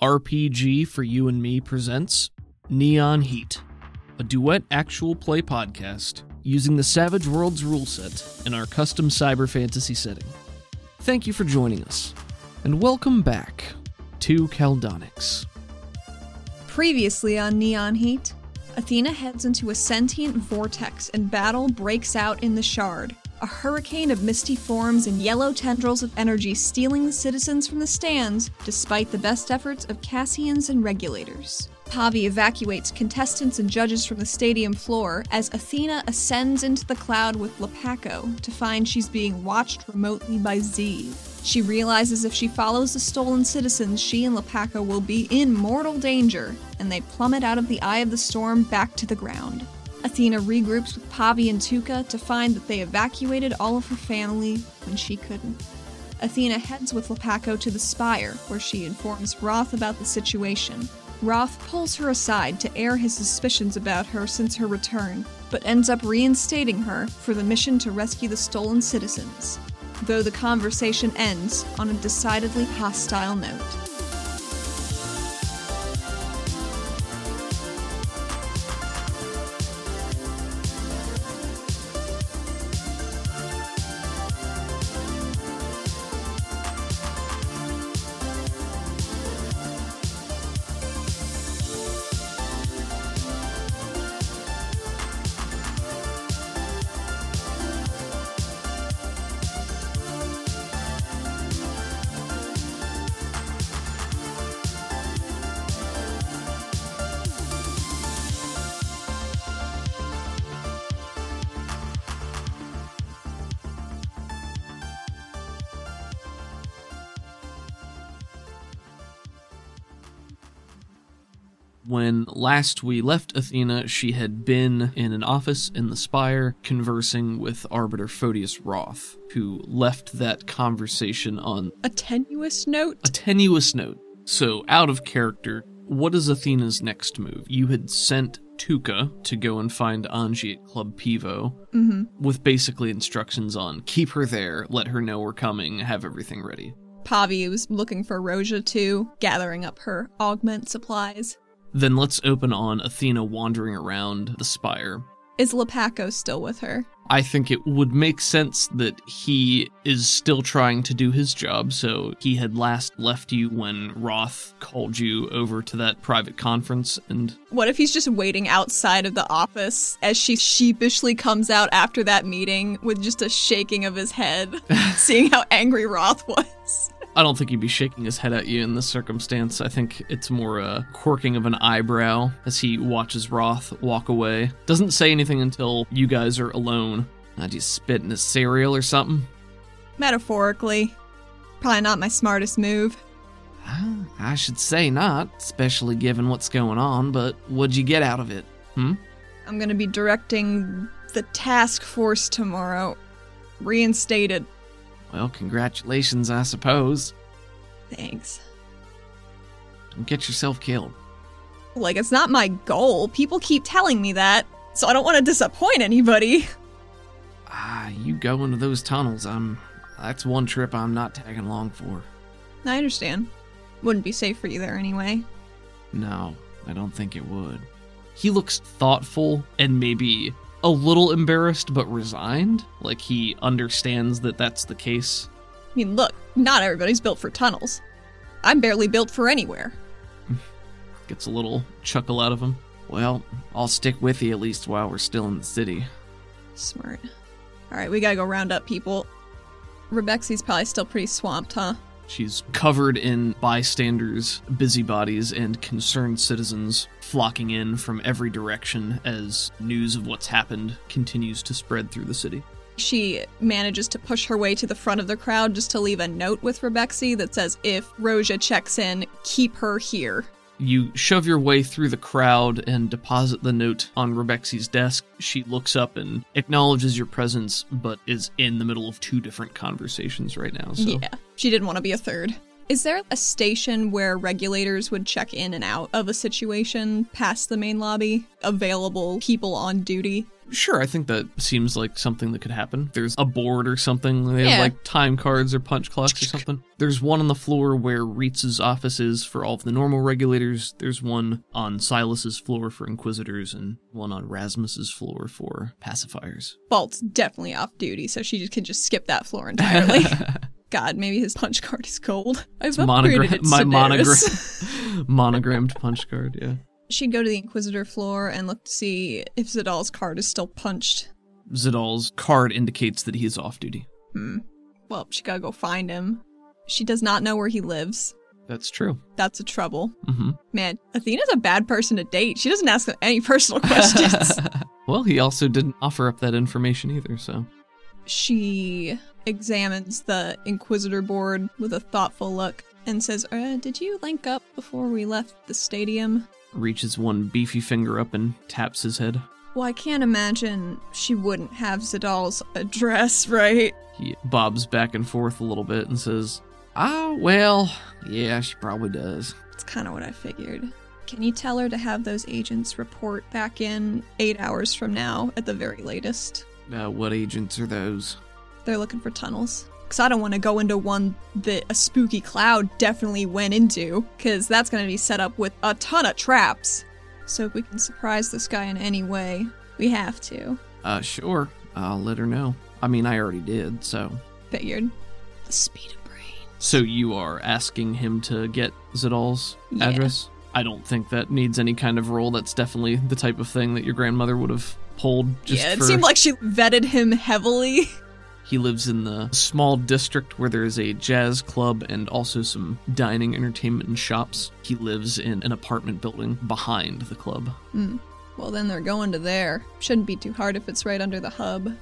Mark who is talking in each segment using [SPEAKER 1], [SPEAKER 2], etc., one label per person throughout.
[SPEAKER 1] RPG for You and Me presents Neon Heat, a duet actual play podcast using the Savage Worlds rule set in our custom cyber fantasy setting. Thank you for joining us, and welcome back to Caldonics.
[SPEAKER 2] Previously on Neon Heat, Athena heads into a sentient vortex and battle breaks out in the shard. A hurricane of misty forms and yellow tendrils of energy stealing the citizens from the stands, despite the best efforts of Cassians and regulators. Pavi evacuates contestants and judges from the stadium floor as Athena ascends into the cloud with Lepaco to find she's being watched remotely by Z. She realizes if she follows the stolen citizens, she and Lepaco will be in mortal danger, and they plummet out of the eye of the storm back to the ground. Athena regroups with Pavi and Tuca to find that they evacuated all of her family when she couldn't. Athena heads with Lepaco to the spire, where she informs Roth about the situation. Roth pulls her aside to air his suspicions about her since her return, but ends up reinstating her for the mission to rescue the stolen citizens, though the conversation ends on a decidedly hostile note.
[SPEAKER 1] When last we left Athena, she had been in an office in the Spire conversing with Arbiter Photius Roth, who left that conversation on
[SPEAKER 2] A tenuous note?
[SPEAKER 1] a tenuous note. So, out of character, what is Athena's next move? You had sent Tuca to go and find Anji at Club Pivo with basically instructions on keep her there, let her know we're coming, have everything ready.
[SPEAKER 2] Pavi was looking for Roja too, gathering up her augment supplies.
[SPEAKER 1] Then let's open on Athena wandering around the spire.
[SPEAKER 2] Is Lepaco still with her?
[SPEAKER 1] I think it would make sense that he is still trying to do his job, so he had last left you when Roth called you over to that private conference and
[SPEAKER 2] What if he's just waiting outside of the office as she sheepishly comes out after that meeting with just a shaking of his head, seeing how angry Roth was?
[SPEAKER 1] I don't think he'd be shaking his head at you in this circumstance. I think it's more a quirking of an eyebrow as he watches Roth walk away. Doesn't say anything until you guys are alone. I just spit in his cereal or something.
[SPEAKER 2] Metaphorically, probably not my smartest move.
[SPEAKER 1] Ah, I should say not, especially given what's going on, but what'd you get out of it? Hmm?
[SPEAKER 2] I'm gonna be directing the task force tomorrow. Reinstated.
[SPEAKER 1] Well, congratulations, I suppose.
[SPEAKER 2] Thanks.
[SPEAKER 1] Don't get yourself killed.
[SPEAKER 2] Like, it's not my goal. People keep telling me that, so I don't want to disappoint anybody.
[SPEAKER 1] Ah, you go into those tunnels. I'm. That's one trip I'm not tagging along for.
[SPEAKER 2] I understand. Wouldn't be safe for you there anyway.
[SPEAKER 1] No, I don't think it would. He looks thoughtful and maybe a little embarrassed but resigned, like he understands that that's the case.
[SPEAKER 2] I mean, look, not everybody's built for tunnels. I'm barely built for anywhere.
[SPEAKER 1] Gets a little chuckle out of him. Well, I'll stick with you at least while we're still in the city.
[SPEAKER 2] Smart. All right, we gotta go round up people. Rebexi's probably still pretty swamped, huh?
[SPEAKER 1] She's covered in bystanders, busybodies, and concerned citizens flocking in from every direction as news of what's happened continues to spread through the city.
[SPEAKER 2] She manages to push her way to the front of the crowd just to leave a note with Rebexi that says, if Roja checks in, keep her here.
[SPEAKER 1] You shove your way through the crowd and deposit the note on Rebexi's desk. She looks up and acknowledges your presence, but is in the middle of two different conversations right now. So
[SPEAKER 2] Yeah, she didn't want to be a third. Is there a station where regulators would check in and out of a situation past the main lobby? Available people on duty?
[SPEAKER 1] Sure, I think that seems like something that could happen. There's a board or something. They
[SPEAKER 2] Yeah.
[SPEAKER 1] have like time cards or punch clocks or something. There's one on the floor where Reitz's office is for all of the normal regulators. There's one on Silas's floor for inquisitors, and one on Rasmus's floor for pacifiers.
[SPEAKER 2] Balt's definitely off duty, so she just can just skip that floor entirely. God, maybe his punch card is gold. I've upgraded
[SPEAKER 1] Monogram,
[SPEAKER 2] it.
[SPEAKER 1] my
[SPEAKER 2] Sedaris.
[SPEAKER 1] monogram, monogrammed punch card. Yeah,
[SPEAKER 2] She'd go to the Inquisitor floor and look to see if Zidal's card is still punched.
[SPEAKER 1] Zidal's card indicates that he is off duty.
[SPEAKER 2] Hmm. Well, she gotta go find him. She does not know where he lives.
[SPEAKER 1] That's true.
[SPEAKER 2] That's a trouble.
[SPEAKER 1] hmm
[SPEAKER 2] Man, Athena's a bad person to date. She doesn't ask him any personal questions.
[SPEAKER 1] well, he also didn't offer up that information either. So
[SPEAKER 2] she examines the Inquisitor board with a thoughtful look and says, uh, Did you link up before we left the stadium?
[SPEAKER 1] reaches one beefy finger up and taps his head.
[SPEAKER 2] Well, I can't imagine she wouldn't have Zidal's address, right?
[SPEAKER 1] He bobs back and forth a little bit and says, "Ah, well, yeah, she probably does."
[SPEAKER 2] That's kind of what I figured. Can you tell her to have those agents report back in eight hours from now at the very latest?
[SPEAKER 1] Uh, what agents are those?
[SPEAKER 2] They're looking for tunnels. Because I don't want to go into one that a spooky cloud definitely went into, because that's going to be set up with a ton of traps. So if we can surprise this guy in any way, we have to.
[SPEAKER 1] Uh, sure. I'll let her know. I mean, I already did. So,
[SPEAKER 2] Figured. The speed of brain.
[SPEAKER 1] so you are asking him to get Zidal's
[SPEAKER 2] Yeah.
[SPEAKER 1] address? I don't think that needs any kind of role. That's definitely the type of thing that your grandmother would have pulled. Just
[SPEAKER 2] yeah, it
[SPEAKER 1] for-
[SPEAKER 2] seemed like she vetted him heavily.
[SPEAKER 1] He lives in the small district where there is a jazz club and also some dining, entertainment, and shops. He lives in an apartment building behind the club.
[SPEAKER 2] well, then they're going to there. Shouldn't be too hard if it's right under the hub.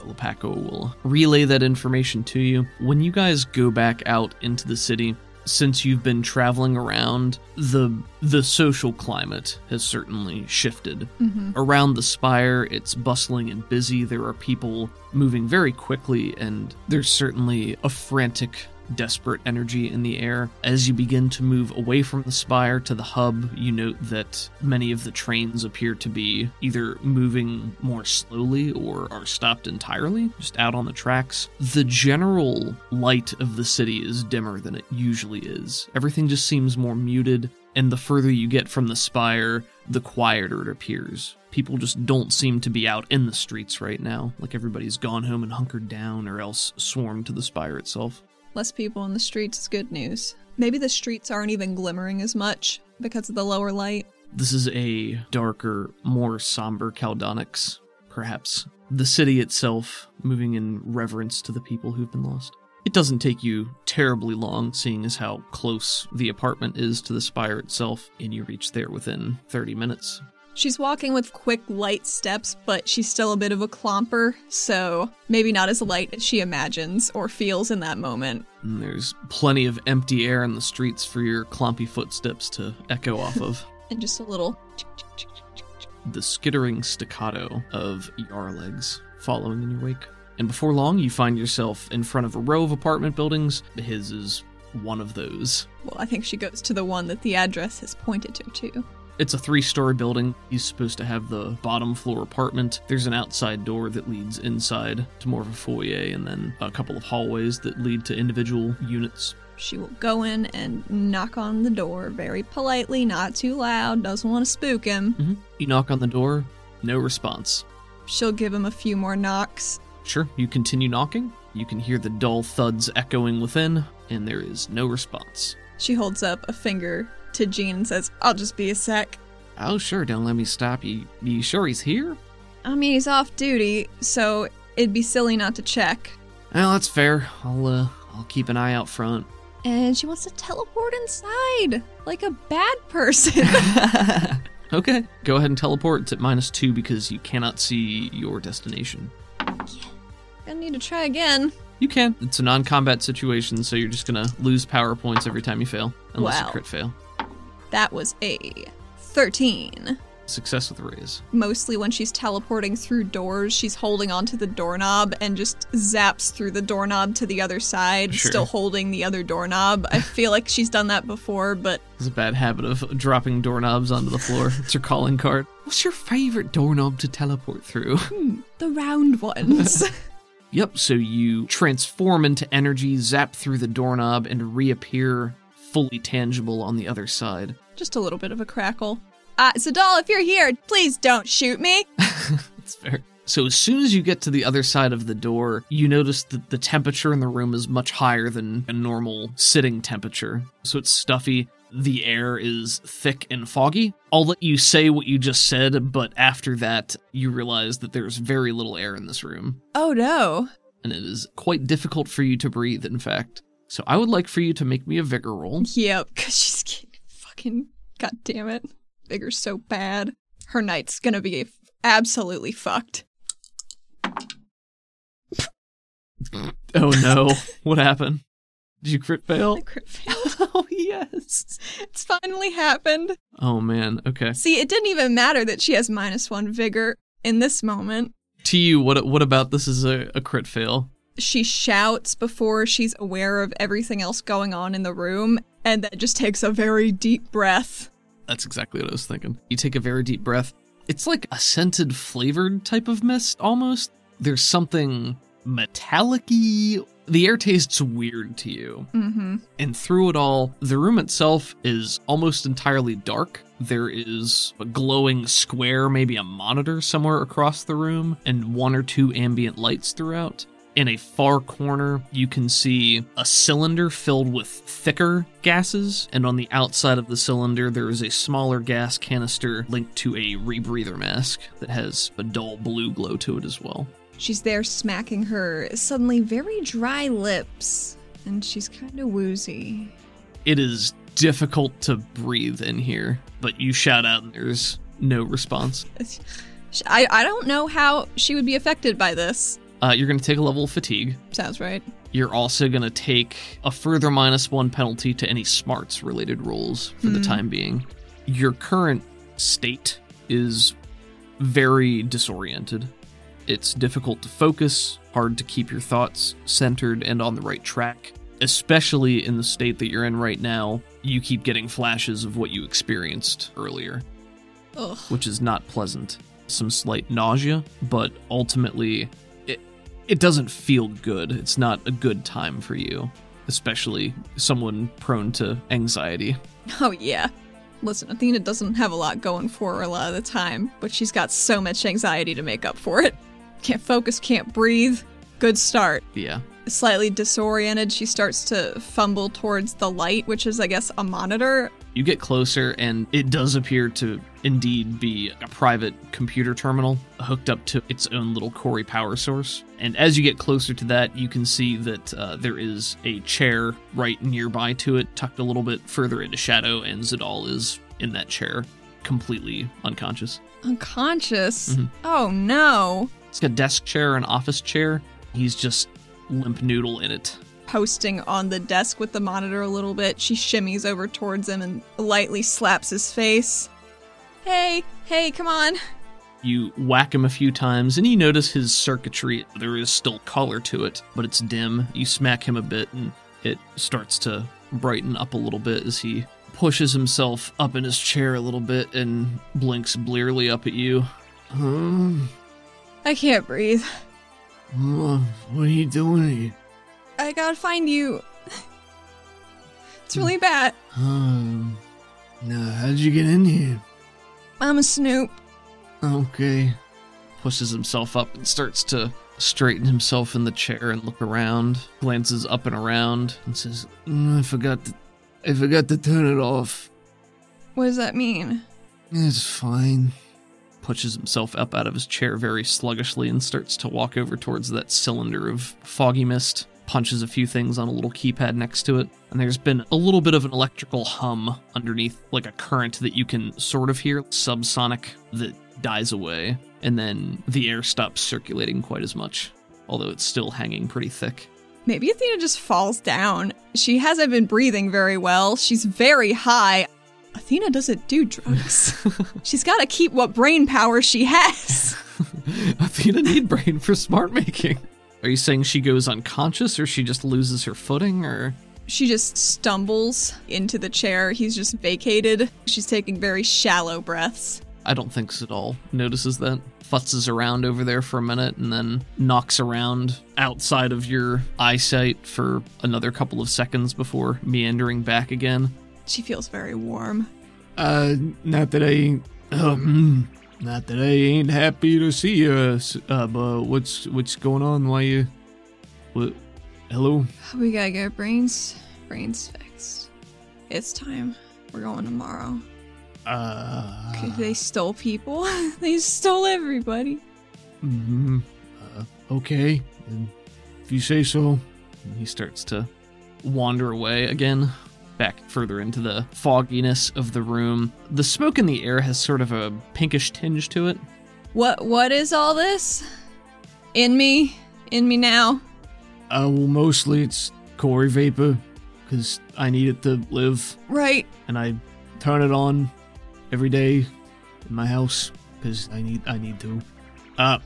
[SPEAKER 1] Lepaco will relay that information to you. When you guys go back out into the city, since you've been traveling around, the the social climate has certainly shifted. Around the spire, it's bustling and busy. There are people moving very quickly, and there's certainly a frantic, desperate energy in the air. As you begin to move away from the spire to the hub, you note that many of the trains appear to be either moving more slowly or are stopped entirely, just out on the tracks. The general light of the city is dimmer than it usually is. Everything just seems more muted, and the further you get from the spire, the quieter it appears. People just don't seem to be out in the streets right now. Like everybody's gone home and hunkered down or else swarmed to the spire itself.
[SPEAKER 2] Less people in the streets is good news. Maybe the streets aren't even glimmering as much because of the lower light.
[SPEAKER 1] This is a darker, more somber Caldonics, perhaps. The city itself moving in reverence to the people who've been lost. It doesn't take you terribly long, seeing as how close the apartment is to the spire itself, and you reach there within 30 minutes.
[SPEAKER 2] She's walking with quick, light steps, but she's still a bit of a clomper, so maybe not as light as she imagines or feels in that moment.
[SPEAKER 1] And there's plenty of empty air in the streets for your clompy footsteps to echo off of.
[SPEAKER 2] And just a little.
[SPEAKER 1] the skittering staccato of Yarlegs following in your wake. And before long, you find yourself in front of a row of apartment buildings. His is one of those.
[SPEAKER 2] Well, I think she goes to the one that the address has pointed her to.
[SPEAKER 1] It's a three story building. He's supposed to have the bottom floor apartment. There's an outside door that leads inside to more of a foyer, and then a couple of hallways that lead to individual units.
[SPEAKER 2] She will go in and knock on the door very politely, not too loud, doesn't want to spook him.
[SPEAKER 1] hmm You knock on the door, no response.
[SPEAKER 2] She'll give him a few more knocks.
[SPEAKER 1] Sure, you continue knocking. You can hear the dull thuds echoing within, and there is no response.
[SPEAKER 2] She holds up a finger to Jean and says, I'll just be a sec.
[SPEAKER 1] Oh, sure, don't let me stop you. You sure he's here?
[SPEAKER 2] I mean, he's off duty, so it'd be silly not to check.
[SPEAKER 1] Well, that's fair. I'll, uh, I'll keep an eye out front.
[SPEAKER 2] And she wants to teleport inside like a bad person.
[SPEAKER 1] okay, go ahead and teleport. It's at minus two because you cannot see your destination.
[SPEAKER 2] Gonna need to try again.
[SPEAKER 1] You can. It's a non combat situation, so you're just gonna lose power points every time you fail, unless
[SPEAKER 2] Wow.
[SPEAKER 1] you crit fail.
[SPEAKER 2] That was a 13.
[SPEAKER 1] Success with rays.
[SPEAKER 2] Mostly when she's teleporting through doors, she's holding onto the doorknob and just zaps through the doorknob to the other side,
[SPEAKER 1] Sure.
[SPEAKER 2] still holding the other doorknob. I feel like she's done that before, but
[SPEAKER 1] It's a bad habit of dropping doorknobs onto the floor. it's her calling card. What's your favorite doorknob to teleport through?
[SPEAKER 2] hmm, the round ones.
[SPEAKER 1] Yep, so you transform into energy, zap through the doorknob, and reappear fully tangible on the other side.
[SPEAKER 2] just a little bit of a crackle. Uh, Zadal, if you're here, please don't shoot me.
[SPEAKER 1] That's fair. So as soon as you get to the other side of the door, you notice that the temperature in the room is much higher than a normal sitting temperature. So it's stuffy. The air is thick and foggy. I'll let you say what you just said, but after that, you realize that there's very little air in this room,
[SPEAKER 2] Oh no.
[SPEAKER 1] and it is quite difficult for you to breathe, in fact. So I would like for you to make me a vigor roll.
[SPEAKER 2] Yep, because she's getting fucking. God damn it. Vigor's so bad. Her night's gonna be f- absolutely fucked.
[SPEAKER 1] Oh no, what happened? Did you crit fail?
[SPEAKER 2] I crit failed.
[SPEAKER 1] oh yes.
[SPEAKER 2] It's finally happened.
[SPEAKER 1] Oh man, okay.
[SPEAKER 2] See, it didn't even matter that she has minus one vigor in this moment.
[SPEAKER 1] To you, what what about this is a, a crit fail?
[SPEAKER 2] She shouts before she's aware of everything else going on in the room, and then just takes a very deep breath.
[SPEAKER 1] That's exactly what I was thinking. You take a very deep breath. It's like a scented flavored type of mist almost. There's something metallic The air tastes weird to you.
[SPEAKER 2] Mm hmm.
[SPEAKER 1] And through it all, the room itself is almost entirely dark. There is a glowing square, maybe a monitor somewhere across the room, and one or two ambient lights throughout. In a far corner, you can see a cylinder filled with thicker gases, and on the outside of the cylinder, there is a smaller gas canister linked to a rebreather mask that has a dull blue glow to it as well.
[SPEAKER 2] She's there smacking her suddenly very dry lips, and she's kind of woozy.
[SPEAKER 1] It is difficult to breathe in here, but you shout out and there's no response.
[SPEAKER 2] Sh- I, I don't know how she would be affected by this.
[SPEAKER 1] Uh, you're going to take a level of fatigue.
[SPEAKER 2] Sounds right.
[SPEAKER 1] You're also going to take a further minus one penalty to any smarts related rolls for the time being. Your current state is very disoriented. It's difficult to focus, hard to keep your thoughts centered and on the right track. Especially in the state that you're in right now, you keep getting flashes of what you experienced earlier
[SPEAKER 2] Ugh.
[SPEAKER 1] which is not pleasant. Some slight nausea, but ultimately, it it doesn't feel good. It's not a good time for you, especially someone prone to anxiety.
[SPEAKER 2] Oh, yeah. Listen, Athena doesn't have a lot going for her a lot of the time, but she's got so much anxiety to make up for it. Can't focus, can't breathe. Good start.
[SPEAKER 1] Yeah,
[SPEAKER 2] Slightly disoriented, she starts to fumble towards the light, which is, I guess, a monitor.
[SPEAKER 1] you get closer, and it does appear to indeed be a private computer terminal hooked up to its own little Corey power source. And as you get closer to that, you can see that uh, there is a chair right nearby to it, tucked a little bit further into shadow, and Zidal is in that chair, completely unconscious.
[SPEAKER 2] Unconscious. Oh, no.
[SPEAKER 1] It's got a desk chair and office chair. He's just limp noodle in it.
[SPEAKER 2] posting on the desk with the monitor a little bit. She shimmies over towards him and lightly slaps his face. Hey, hey, come on.
[SPEAKER 1] You whack him a few times, and you notice his circuitry. There is still color to it, but it's dim. You smack him a bit, and it starts to brighten up a little bit as he pushes himself up in his chair a little bit and blinks blearily up at you. Hmm.
[SPEAKER 2] I can't breathe.
[SPEAKER 1] Hmm. What are you doing here?
[SPEAKER 2] I gotta find you. It's really bad.
[SPEAKER 1] Um, now, how'd you get in here?
[SPEAKER 2] I'm a snoop.
[SPEAKER 1] Okay. Pushes himself up and starts to straighten himself in the chair and look around. Glances up and around and says, "Mm, "I forgot to, I forgot to turn it off.
[SPEAKER 2] What does that mean?
[SPEAKER 1] Eh, It's fine." Pushes himself up out of his chair very sluggishly and starts to walk over towards that cylinder of foggy mist. Punches a few things on a little keypad next to it, and there's been a little bit of an electrical hum underneath, like a current that you can sort of hear, subsonic, that dies away, and then the air stops circulating quite as much, although it's still hanging pretty thick.
[SPEAKER 2] Maybe Athena just falls down. She hasn't been breathing very well. She's very high. Athena doesn't do drugs. She's got to keep what brain power she has.
[SPEAKER 1] Athena need brain for smart making. Are you saying she goes unconscious or she just loses her footing or
[SPEAKER 2] She just stumbles into the chair. He's just vacated. She's taking very shallow breaths.
[SPEAKER 1] I don't think so at all. Notices that futzes around over there for a minute and then knocks around outside of your eyesight for another couple of seconds before meandering back again.
[SPEAKER 2] She feels very warm.
[SPEAKER 1] Uh, not that I ain't, um, not that I ain't happy to see you, uh, s- uh, but what's, what's going on? Why you, what, hello?
[SPEAKER 2] We gotta get brains, brains fixed. It's time. We're going tomorrow.
[SPEAKER 1] Uh,
[SPEAKER 2] They stole people. they stole everybody.
[SPEAKER 1] mm uh okay, then if you say so. And he starts to wander away again, back further into the fogginess of the room. The smoke in the air has sort of a pinkish tinge to it.
[SPEAKER 2] What? What is all this? In me, in me now.
[SPEAKER 1] Uh, well, mostly it's Corey vapor, because I need it to live.
[SPEAKER 2] Right.
[SPEAKER 1] and I turn it on every day in my house because I need I need to. Uh,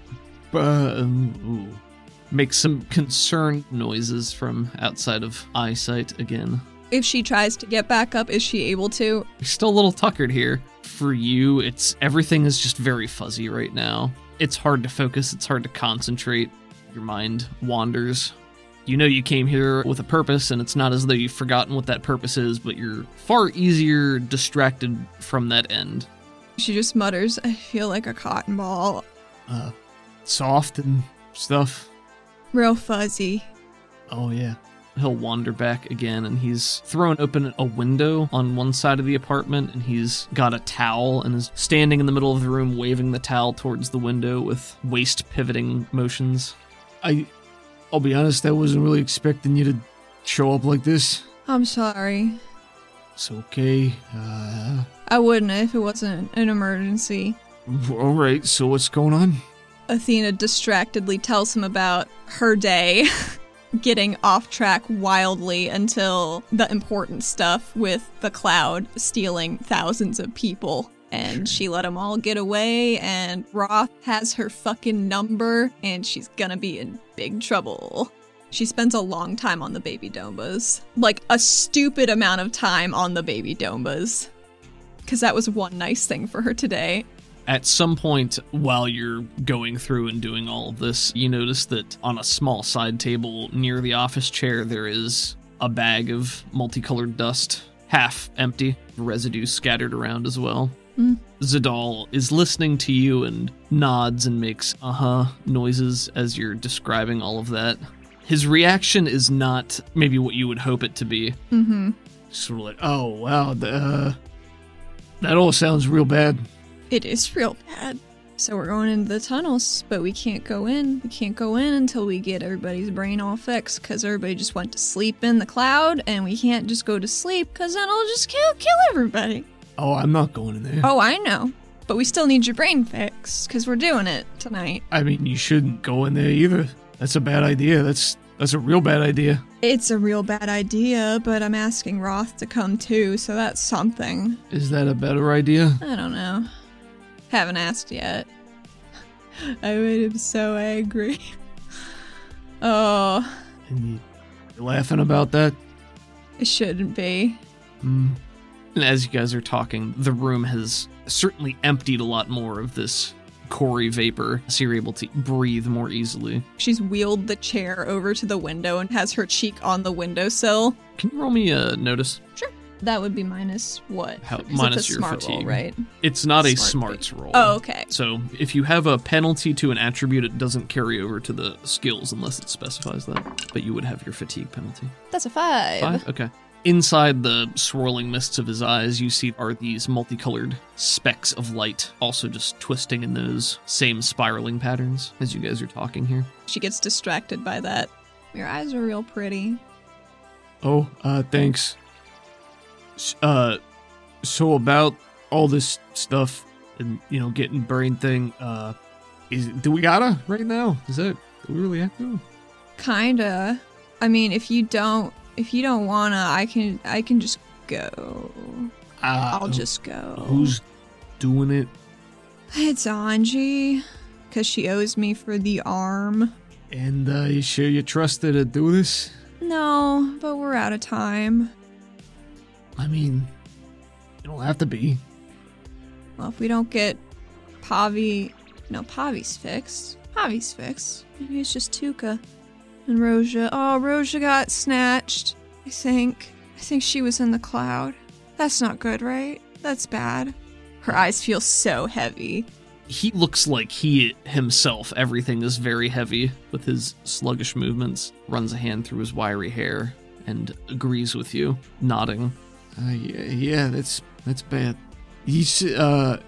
[SPEAKER 1] but, um, ooh. Make some concerned noises from outside of eyesight again.
[SPEAKER 2] If she tries to get back up, is she able to?
[SPEAKER 1] You're still a little tuckered here. For you, it's everything is just very fuzzy right now. It's hard to focus, it's hard to concentrate. Your mind wanders. You know you came here with a purpose, and it's not as though you've forgotten what that purpose is, but you're far easier distracted from that end.
[SPEAKER 2] She just mutters, "I feel like a cotton ball,
[SPEAKER 1] uh, soft and stuff.
[SPEAKER 2] real fuzzy."
[SPEAKER 1] Oh yeah. He'll wander back again, and he's thrown open a window on one side of the apartment, and he's got a towel and is standing in the middle of the room, waving the towel towards the window with waist pivoting motions. I, I'll be honest, I wasn't really expecting you to show up like this.
[SPEAKER 2] I'm sorry.
[SPEAKER 1] It's okay. Uh,
[SPEAKER 2] I wouldn't if it wasn't an emergency.
[SPEAKER 1] all right. So what's going on?
[SPEAKER 2] Athena distractedly tells him about her day, getting off track wildly until the important stuff with the cloud stealing thousands of people. And she let them all get away, and Roth has her fucking number, and she's gonna be in big trouble. She spends a long time on the baby dombas. Like, a stupid amount of time on the baby dombas. Because that was one nice thing for her today.
[SPEAKER 1] At some point while you're going through and doing all of this, you notice that on a small side table near the office chair, there is a bag of multicolored dust, half empty, residue scattered around as well.
[SPEAKER 2] Mm.
[SPEAKER 1] Zadal is listening to you and nods and makes uh huh noises as you're describing all of that. His reaction is not maybe what you would hope it to be.
[SPEAKER 2] Mm hmm.
[SPEAKER 1] Sort of like, oh, wow, the, uh, that all sounds real bad.
[SPEAKER 2] It is real bad. So we're going into the tunnels, but we can't go in. We can't go in until we get everybody's brain all fixed because everybody just went to sleep in the cloud, and we can't just go to sleep because then it'll just kill kill everybody.
[SPEAKER 1] Oh, I'm not going in there.
[SPEAKER 2] Oh, I know. But we still need your brain fixed because we're doing it tonight.
[SPEAKER 1] I mean, you shouldn't go in there either. That's a bad idea. That's that's a real bad idea.
[SPEAKER 2] It's a real bad idea, but I'm asking Roth to come too, so that's something.
[SPEAKER 1] Is that a better idea?
[SPEAKER 2] I don't know. Haven't asked yet. I made him so angry. oh.
[SPEAKER 1] And you, you're laughing about that.
[SPEAKER 2] It shouldn't be.
[SPEAKER 1] Mm. And as you guys are talking, the room has certainly emptied a lot more of this Cory vapor, so you're able to breathe more easily.
[SPEAKER 2] She's wheeled the chair over to the window and has her cheek on the windowsill.
[SPEAKER 1] Can you roll me a notice?
[SPEAKER 2] That would be minus what?
[SPEAKER 1] How-
[SPEAKER 2] 'Cause
[SPEAKER 1] minus
[SPEAKER 2] it's a
[SPEAKER 1] your
[SPEAKER 2] smart roll,
[SPEAKER 1] fatigue.
[SPEAKER 2] right?
[SPEAKER 1] It's not a
[SPEAKER 2] Smart
[SPEAKER 1] smarts roll.
[SPEAKER 2] Oh, okay.
[SPEAKER 1] So if you have a penalty to an attribute, it doesn't carry over to the skills unless it specifies that. But you would have your fatigue penalty.
[SPEAKER 2] That's a five.
[SPEAKER 1] Five? Okay. Inside the swirling mists of his eyes, you see are these multicolored specks of light, also just twisting in those same spiraling patterns as you guys are talking here.
[SPEAKER 2] She gets distracted by that. Your eyes are real pretty.
[SPEAKER 1] Oh, uh, thanks. Uh, so about all this stuff and, you know, getting brain thing, uh, is, do we gotta right now? Is that, do we really have to?
[SPEAKER 2] Kinda. I mean, if you don't, if you don't wanna, I can, I can just go.
[SPEAKER 1] Uh,
[SPEAKER 2] I'll just go.
[SPEAKER 1] Who's doing it?
[SPEAKER 2] It's Anji, because she owes me for the arm.
[SPEAKER 1] And uh, you sure you trust her to do this?
[SPEAKER 2] No, but we're out of time.
[SPEAKER 1] I mean, you don't have to be.
[SPEAKER 2] Well, if we don't get Pavi. No, Pavi's fixed. Pavi's fixed. Maybe it's just Tuca. And Roja. Oh, Roja got snatched. I think. I think she was in the cloud. That's not good, right? That's bad. Her eyes feel so heavy.
[SPEAKER 1] He looks like he himself, everything is very heavy with his sluggish movements, runs a hand through his wiry hair, and agrees with you, nodding. Uh, yeah, yeah, that's that's bad. You s- uh,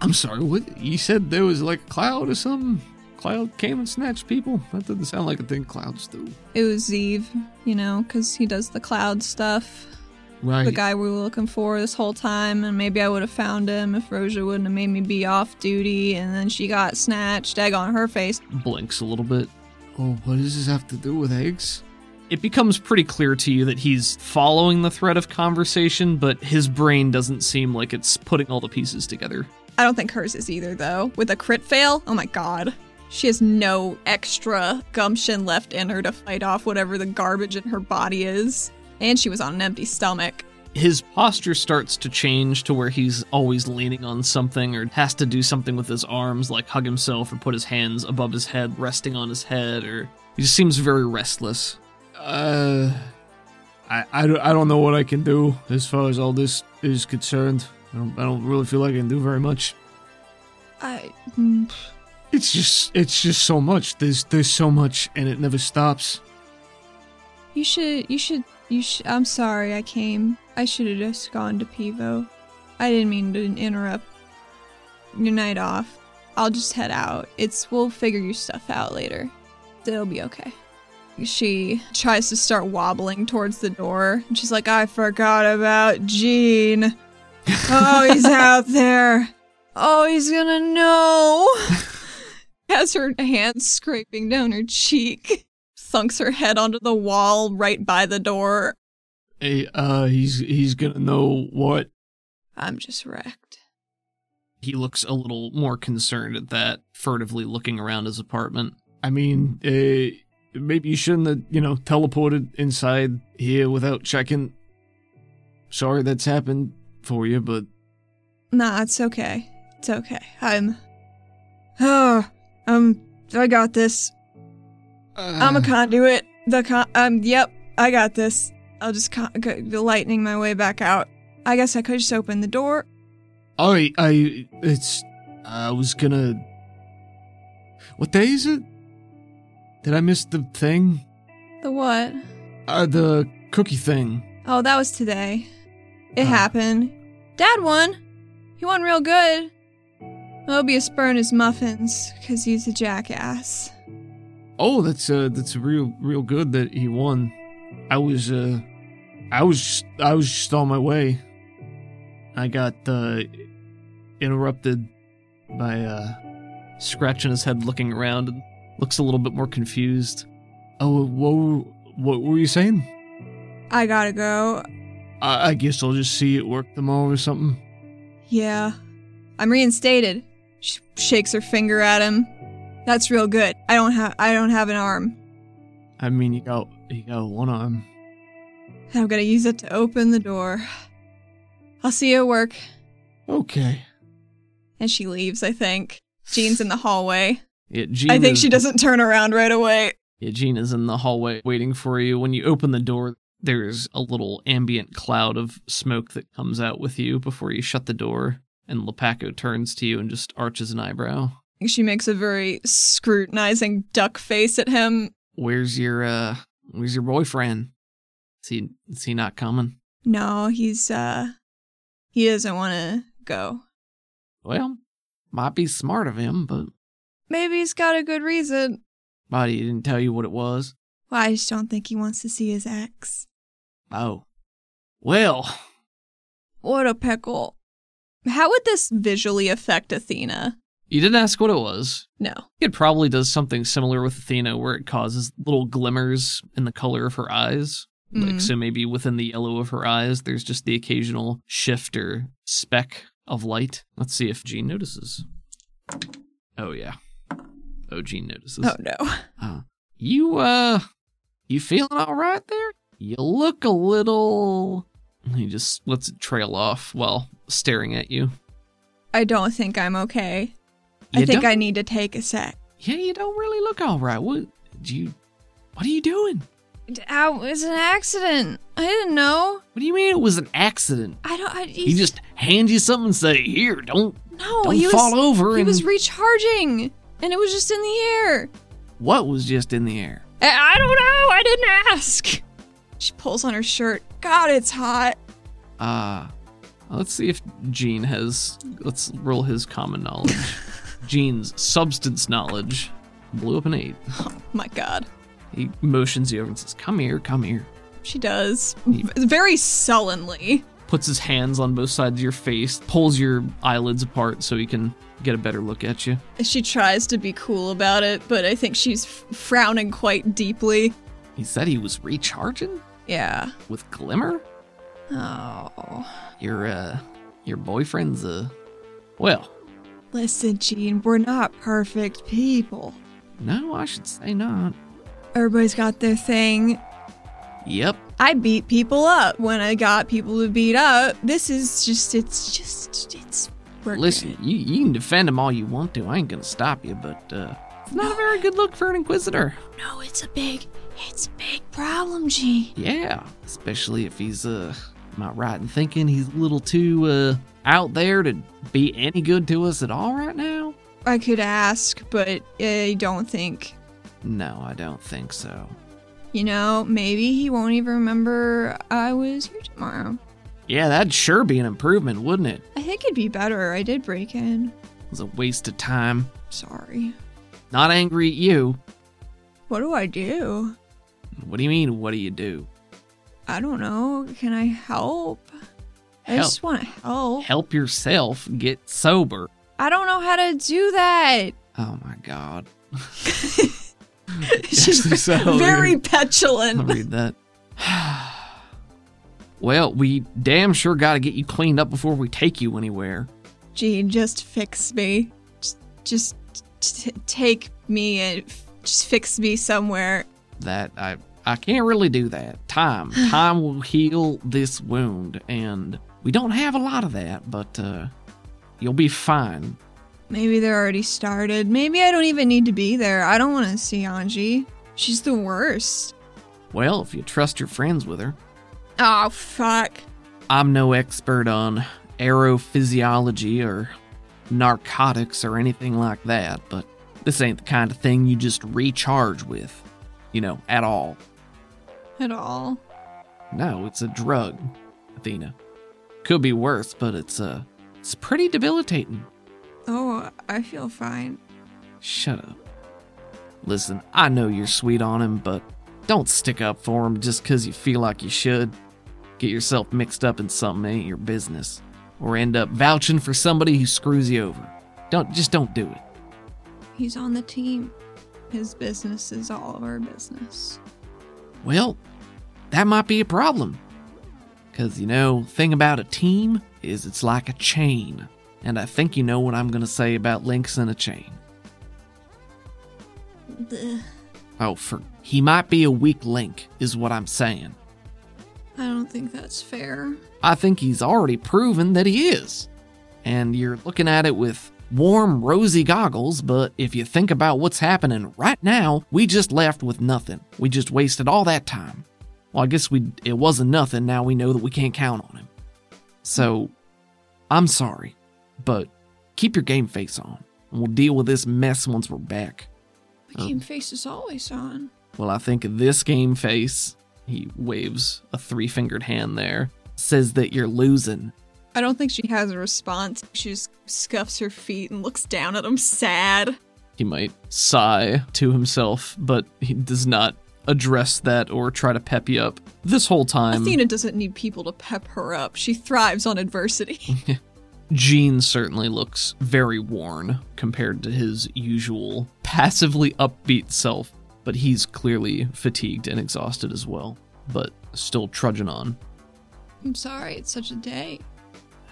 [SPEAKER 1] I'm sorry. What you said? There was like a cloud or something. Cloud came and snatched people. That doesn't sound like a thing clouds do.
[SPEAKER 2] It was Zeev, you know, because he does the cloud stuff.
[SPEAKER 1] Right.
[SPEAKER 2] the guy we were looking for this whole time, and maybe I would have found him if Rosia wouldn't have made me be off duty, and then she got snatched, egg on her face.
[SPEAKER 1] blinks a little bit. Oh, what does this have to do with eggs? It becomes pretty clear to you that he's following the thread of conversation, but his brain doesn't seem like it's putting all the pieces together.
[SPEAKER 2] I don't think hers is either, though. With a crit fail? Oh my god. She has no extra gumption left in her to fight off whatever the garbage in her body is. And she was on an empty stomach.
[SPEAKER 1] His posture starts to change to where he's always leaning on something or has to do something with his arms, like hug himself or put his hands above his head, resting on his head, or he just seems very restless. Uh, I, I, don't- I don't know what I can do as far as all this is concerned. I don't, I don't really feel like I can do very much.
[SPEAKER 2] I. mm,
[SPEAKER 1] It's just it's just so much. There's there's so much and it never stops.
[SPEAKER 2] You should. You should. You should. I'm sorry I came. I should have just gone to Pivo. I didn't mean to interrupt your night off. I'll just head out. It's. We'll figure your stuff out later. It'll be okay. She tries to start wobbling towards the door. and She's like, I forgot about Gene. Oh, he's out there. Oh, he's gonna know. Has her hand scraping down her cheek thunks her head onto the wall right by the door.
[SPEAKER 1] Hey, uh he's he's gonna know what
[SPEAKER 2] I'm just wrecked.
[SPEAKER 1] he looks a little more concerned at that, furtively looking around his apartment. I mean, uh, maybe you shouldn't have, you know, teleported inside here without checking. Sorry that's happened for you, but
[SPEAKER 2] Nah, it's okay. It's okay. I'm. Oh, um, I got this.
[SPEAKER 1] uh,
[SPEAKER 2] I'm a conduit. The con. Um, yep, I got this. I'll just con- go- lightning my way back out. I guess I could just open the door.
[SPEAKER 1] All right, I it's I was gonna. What day is it? Did I miss the thing?
[SPEAKER 2] The what?
[SPEAKER 1] Uh, the cookie thing.
[SPEAKER 2] Oh, that was today. It
[SPEAKER 1] Oh.
[SPEAKER 2] happened. Dad won. He won real good. Mobius burned his muffins because he's a jackass.
[SPEAKER 1] Oh, that's uh, that's real, real good that he won. I was, uh, I was, just, I was just on my way. I got uh, interrupted by uh, scratching his head, looking around, and looks a little bit more confused. Oh, what, were- what were you saying?
[SPEAKER 2] I gotta go.
[SPEAKER 1] I, I guess I'll just see you at work tomorrow or something.
[SPEAKER 2] Yeah. I'm reinstated. She shakes her finger at him. That's real good. I don't have I don't have an arm.
[SPEAKER 1] I mean, you got you got one arm.
[SPEAKER 2] I'm gonna use it to open the door. I'll see you at work.
[SPEAKER 1] Okay.
[SPEAKER 2] And she leaves, I think. Jean's in the hallway.
[SPEAKER 1] Yeah, Gene
[SPEAKER 2] I think
[SPEAKER 1] is,
[SPEAKER 2] she doesn't turn around right away.
[SPEAKER 1] Yeah, Gene is in the hallway waiting for you. When you open the door, there's a little ambient cloud of smoke that comes out with you before you shut the door. And Lepaco turns to you and just arches an eyebrow.
[SPEAKER 2] She makes a very scrutinizing duck face at him.
[SPEAKER 1] Where's your uh? Where's your boyfriend? Is he is he not coming?
[SPEAKER 2] No, he's uh he doesn't wanna go.
[SPEAKER 1] Well, might be smart of him, but
[SPEAKER 2] Maybe he's got a good reason.
[SPEAKER 1] body didn't tell you what it was.
[SPEAKER 2] Well, I just don't think he wants to see his ex.
[SPEAKER 1] Oh, well.
[SPEAKER 2] What a pickle. How would this visually affect Athena?
[SPEAKER 1] You didn't ask what it was.
[SPEAKER 2] No.
[SPEAKER 1] It probably does something similar with Athena where it causes little glimmers in the color of her eyes.
[SPEAKER 2] Mm. Hmm.
[SPEAKER 1] Like, so maybe within the yellow of her eyes, there's just the occasional shift or speck of light. Let's see if Jean notices. Oh, yeah. Oh, Jean notices.
[SPEAKER 2] Oh no.
[SPEAKER 1] You, uh, you feeling all right there? You look a little. He just lets it trail off while staring at you.
[SPEAKER 2] I don't think I'm okay. I
[SPEAKER 1] You
[SPEAKER 2] think
[SPEAKER 1] don't-
[SPEAKER 2] I need to take a sec.
[SPEAKER 1] Yeah, you don't really look all right. What do you? What are you doing?
[SPEAKER 2] Ow, it was an accident. I didn't know.
[SPEAKER 1] What do you mean it was an accident?
[SPEAKER 2] I don't. I, he,
[SPEAKER 1] He just hands you something and say, "Here, don't
[SPEAKER 2] no.
[SPEAKER 1] don't
[SPEAKER 2] Oh, he
[SPEAKER 1] fall
[SPEAKER 2] was.
[SPEAKER 1] over."
[SPEAKER 2] He
[SPEAKER 1] and
[SPEAKER 2] was recharging, and it was just in the air.
[SPEAKER 1] what was just in the air?
[SPEAKER 2] I, I don't know. I didn't ask. She pulls on her shirt. God, it's hot.
[SPEAKER 1] Ah, let's see if Gene has. Let's roll his common knowledge. Gene's substance knowledge blew up an eight.
[SPEAKER 2] Oh My God,
[SPEAKER 1] He motions you over and says, "Come here, come here."
[SPEAKER 2] she does very sullenly.
[SPEAKER 1] Puts his hands on both sides of your face, pulls your eyelids apart so he can get a better look at you.
[SPEAKER 2] She tries to be cool about it, but I think she's f- frowning quite deeply.
[SPEAKER 1] He said he was recharging
[SPEAKER 2] Yeah.
[SPEAKER 1] with glimmer.
[SPEAKER 2] Oh.
[SPEAKER 1] Your uh, your boyfriend's uh, well,
[SPEAKER 2] Listen, Gene, we're not perfect people.
[SPEAKER 1] no, I should say not.
[SPEAKER 2] Everybody's got their thing.
[SPEAKER 1] Yep,
[SPEAKER 2] I beat people up when I got people to beat up. This is just, it's just, it's. We're
[SPEAKER 1] Listen, you, you can defend him all you want to. I ain't gonna stop you, but uh, it's not a very good look for an inquisitor.
[SPEAKER 2] good. No, it's a big, it's a big problem, Gene.
[SPEAKER 1] Yeah, especially if he's uh, am I right in thinking he's a little too uh out there to be any good to us at all right now?
[SPEAKER 2] I could ask, but I don't think.
[SPEAKER 1] No, I don't think so.
[SPEAKER 2] You know, maybe he won't even remember I was here tomorrow.
[SPEAKER 1] Yeah, that'd sure be an improvement, wouldn't it?
[SPEAKER 2] I think it'd be better. I did break in.
[SPEAKER 1] It was a waste of time.
[SPEAKER 2] Sorry.
[SPEAKER 1] Not angry at you.
[SPEAKER 2] What do I do?
[SPEAKER 1] What do you mean? What do you do?
[SPEAKER 2] I don't know. Can I help? I
[SPEAKER 1] Help.
[SPEAKER 2] just want to help.
[SPEAKER 1] Help yourself get sober.
[SPEAKER 2] I don't know how to do that.
[SPEAKER 1] Oh my god.
[SPEAKER 2] She's
[SPEAKER 1] Actually, so
[SPEAKER 2] very
[SPEAKER 1] weird. I'll
[SPEAKER 2] petulant.
[SPEAKER 1] read that. well, we damn sure got to get you cleaned up before we take you anywhere.
[SPEAKER 2] Gene, just fix me. Just, just t- take me and f- just fix me somewhere.
[SPEAKER 1] That I I can't really do that. Time time will heal this wound, and we don't have a lot of that, but uh, you'll be fine.
[SPEAKER 2] Maybe they're already started. Maybe I don't even need to be there. I don't want to see Anji. She's the worst.
[SPEAKER 1] Well, if you trust your friends with her.
[SPEAKER 2] Oh, fuck.
[SPEAKER 1] I'm no expert on aerophysiology or narcotics or anything like that, but this ain't the kind of thing you just recharge with, you know, at all.
[SPEAKER 2] At all.
[SPEAKER 1] No, it's a drug, Athena. Could be worse, but it's uh it's pretty debilitating.
[SPEAKER 2] Oh, I feel fine.
[SPEAKER 1] Shut up. Listen, I know you're sweet on him, but don't stick up for him just 'cause you feel like you should. Get yourself mixed up in something that ain't your business, or end up vouching for somebody who screws you over. Don't just don't do it.
[SPEAKER 2] He's on the team. His business is all of our business.
[SPEAKER 1] Well, that might be a problem. Because, you know, thing about a team is it's like a chain. And I think you know what I'm going to say about links in a chain. Oh, for he might be a weak link, is what I'm saying.
[SPEAKER 2] I don't think that's fair.
[SPEAKER 1] I think he's already proven that he is. And you're looking at it with warm, rosy goggles, but if you think about what's happening right now, we just left with nothing. We just wasted all that time. Well, I guess we it wasn't nothing. Now we know that we can't count on him. So, I'm sorry, but keep your game face on, and we'll deal with this mess once we're back.
[SPEAKER 2] My game face is always on.
[SPEAKER 1] Well, I think this game face, he waves a three fingered hand there, says that you're losing.
[SPEAKER 2] I don't think she has a response. She just scuffs her feet and looks down at him sad.
[SPEAKER 1] He might sigh to himself, but he does not address that or try to pep you up. This whole time,
[SPEAKER 2] Athena doesn't need people to pep her up. She thrives on adversity.
[SPEAKER 1] Gene certainly looks very worn compared to his usual passively upbeat self, but he's clearly fatigued and exhausted as well. But still trudging on.
[SPEAKER 2] I'm sorry, it's such a day.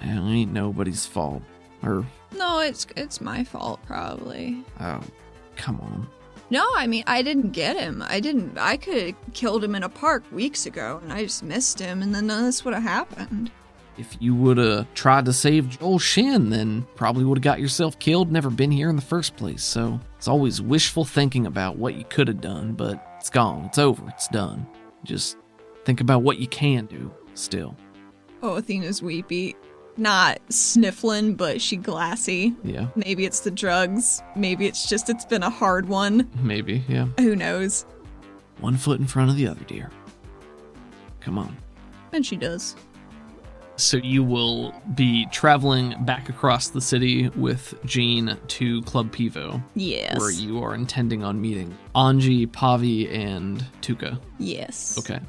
[SPEAKER 1] It ain't nobody's fault. Or,
[SPEAKER 2] No, it's it's my fault probably.
[SPEAKER 1] oh, come on.
[SPEAKER 2] No, I mean I didn't get him. I didn't. I could have killed him in a park weeks ago, and I just missed him, and then none of this would have happened.
[SPEAKER 1] If you would have tried to save Joel Shin, then probably would have got yourself killed, never been here in the first place. So it's always wishful thinking about what you could have done, but it's gone. It's over. It's done. Just think about what you can do still.
[SPEAKER 2] Oh, Athena's weepy, not sniffling, but she glassy.
[SPEAKER 1] Yeah,
[SPEAKER 2] Maybe it's the drugs. Maybe it's just it's been a hard one.
[SPEAKER 1] maybe. Yeah.
[SPEAKER 2] Who knows?
[SPEAKER 1] One foot in front of the other, dear. Come on.
[SPEAKER 2] And she does.
[SPEAKER 1] So you will be traveling back across the city with Jean to Club Pivo,
[SPEAKER 2] Yes.
[SPEAKER 1] where you are intending on meeting Anji, Pavi, and Tuka.
[SPEAKER 2] Yes.
[SPEAKER 1] Okay.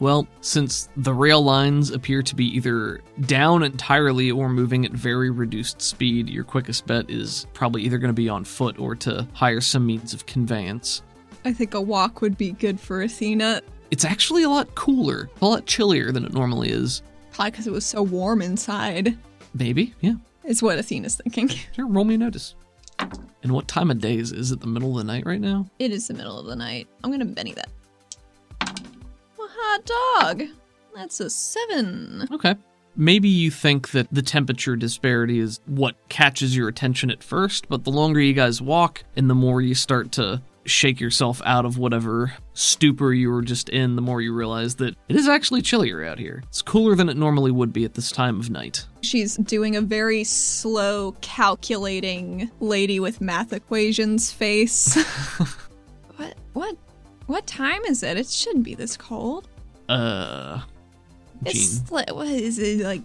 [SPEAKER 1] Well, since the rail lines appear to be either down entirely or moving at very reduced speed, your quickest bet is probably either going to be on foot or to hire some means of conveyance.
[SPEAKER 2] I think a walk would be good for Athena.
[SPEAKER 1] It's actually a lot cooler, a lot chillier than it normally is.
[SPEAKER 2] Probably because it was so warm inside,
[SPEAKER 1] Maybe, yeah.
[SPEAKER 2] is what Athena's thinking.
[SPEAKER 1] Sure, roll me a notice. And what time of day is, is it the middle of the night right now?
[SPEAKER 2] It is the middle of the night. I'm gonna Benny that. A hot dog. That's a seven.
[SPEAKER 1] Okay. Maybe you think that the temperature disparity is what catches your attention at first, but the longer you guys walk and the more you start to shake yourself out of whatever stupor you were just in, the more you realize that it is actually chillier out here. It's cooler than it normally would be at this time of night.
[SPEAKER 2] She's doing a very slow, calculating lady with math equations face. what? What? What time is it? It shouldn't be this cold.
[SPEAKER 1] Uh, Jean.
[SPEAKER 2] It's like, what is it like?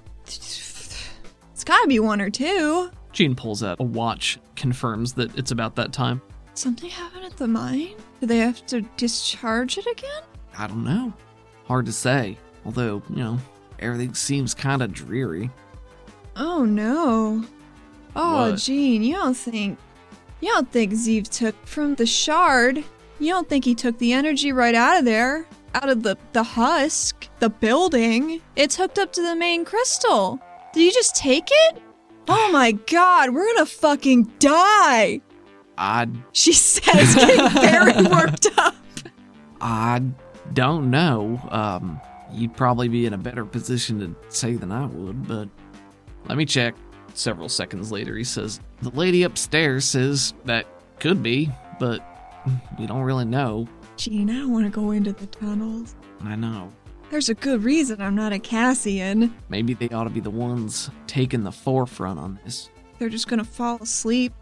[SPEAKER 2] It's gotta be one or two.
[SPEAKER 1] Jean pulls out a watch, confirms that it's about that time.
[SPEAKER 2] Something happened at the mine. Do they have to discharge it again?
[SPEAKER 1] I don't know. Hard to say. Although, you know, everything seems kind of dreary.
[SPEAKER 2] Oh no. Oh,
[SPEAKER 1] What?
[SPEAKER 2] Gene, you don't think you don't think Zeev took from the shard. You don't think he took the energy right out of there, out of the the husk, the building. It's hooked up to the main crystal. Did you just take it? Oh my god, we're gonna fucking die!
[SPEAKER 1] I
[SPEAKER 2] She says, getting very worked up.
[SPEAKER 1] I don't know. Um, you'd probably be in a better position to say than I would, but let me check. Several seconds later, he says, The lady upstairs says that could be, but we don't really know.
[SPEAKER 2] Gene, I don't wanna go into the tunnels.
[SPEAKER 1] I know.
[SPEAKER 2] There's a good reason I'm not a Cassian.
[SPEAKER 1] Maybe they ought to be the ones taking the forefront on this.
[SPEAKER 2] they're just gonna fall asleep.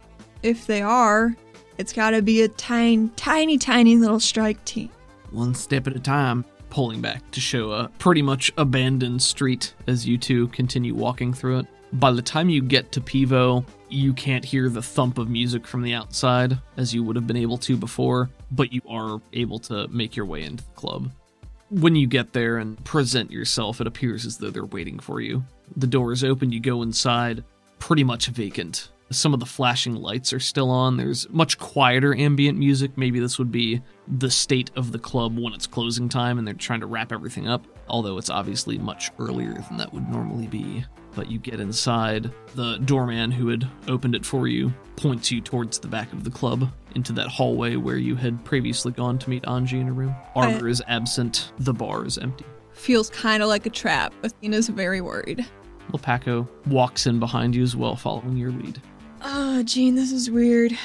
[SPEAKER 2] If they are, it's gotta be a tiny, tiny, tiny little strike team.
[SPEAKER 1] One step at a time, pulling back to show a pretty much abandoned street as you two continue walking through it. By the time you get to Pivo, you can't hear the thump of music from the outside as you would have been able to before, but you are able to make your way into the club. When you get there and present yourself, it appears as though they're waiting for you. The door is open, you go inside, pretty much vacant. Some of the flashing lights are still on. There's much quieter ambient music. Maybe this would be the state of the club when it's closing time and they're trying to wrap everything up, although it's obviously much earlier than that would normally be. But you get inside. The doorman who had opened it for you points you towards the back of the club, into that hallway where you had previously gone to meet Anji in a room. Armor is absent, the bar is empty.
[SPEAKER 2] Feels kinda like a trap. Athena's very worried.
[SPEAKER 1] Lepaco walks in behind you as well, following your lead.
[SPEAKER 2] Oh, Gene, this is weird.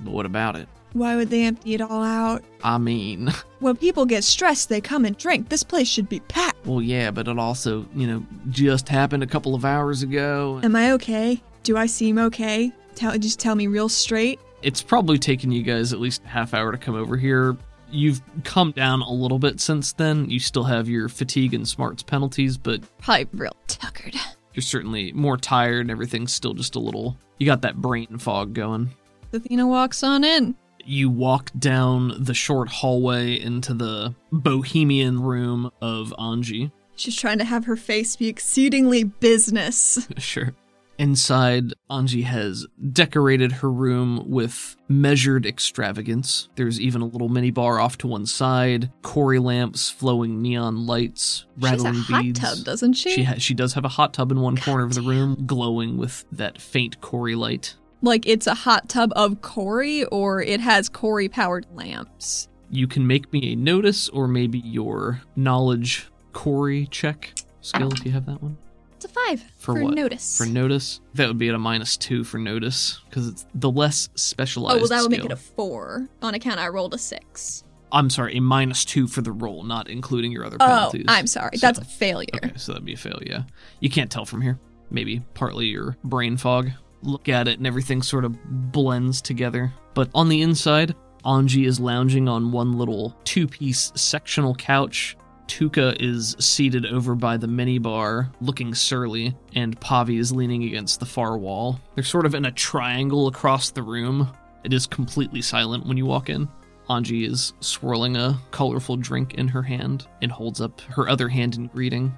[SPEAKER 1] But what about it?
[SPEAKER 2] Why would they empty it all out?
[SPEAKER 1] I mean,
[SPEAKER 2] When people get stressed, they come and drink. This place should be packed.
[SPEAKER 1] well, yeah, but it also, you know, just happened a couple of hours ago.
[SPEAKER 2] Am I okay? Do I seem okay? Tell, just tell me real straight.
[SPEAKER 1] It's probably taken you guys at least a half hour to come over here. You've come down a little bit since then. You still have your fatigue and smarts penalties, but
[SPEAKER 2] Probably real tuckered.
[SPEAKER 1] you're certainly more tired and everything's still just a little. You got that brain fog going.
[SPEAKER 2] Athena walks on in.
[SPEAKER 1] you walk down the short hallway into the bohemian room of Anji.
[SPEAKER 2] She's trying to have her face be exceedingly business.
[SPEAKER 1] sure. Inside, Anji has decorated her room with measured extravagance. There's even a little mini bar off to one side, Cory lamps, flowing neon lights, rattling
[SPEAKER 2] She's a hot
[SPEAKER 1] beads.
[SPEAKER 2] tub, doesn't she?
[SPEAKER 1] She ha- she does have a hot tub in one corner of the
[SPEAKER 2] Goddamn.
[SPEAKER 1] room, glowing with that faint Cory light.
[SPEAKER 2] like it's a hot tub of Cory, or it has Cory powered lamps.
[SPEAKER 1] You can make me a notice or maybe your knowledge Cory check skill if you have that one
[SPEAKER 2] It's a five
[SPEAKER 1] For what?
[SPEAKER 2] notice.
[SPEAKER 1] for notice. That would be at a minus two for notice because it's the less specialized.
[SPEAKER 2] oh well, that would make
[SPEAKER 1] skill.
[SPEAKER 2] it a four on account I rolled a six.
[SPEAKER 1] I'm sorry, a minus two for the roll, not including your other
[SPEAKER 2] Oh,
[SPEAKER 1] penalties.
[SPEAKER 2] I'm sorry,
[SPEAKER 1] So-
[SPEAKER 2] that's a failure.
[SPEAKER 1] Okay, so that'd be a fail, yeah. You can't tell from here. Maybe partly your brain fog. Look at it and everything sort of blends together. But on the inside, Anji is lounging on one little two piece sectional couch. Tuka is seated over by the minibar, looking surly, and Pavi is leaning against the far wall. They're sort of in a triangle across the room. It is completely silent when you walk in. Anji is swirling a colorful drink in her hand and holds up her other hand in greeting.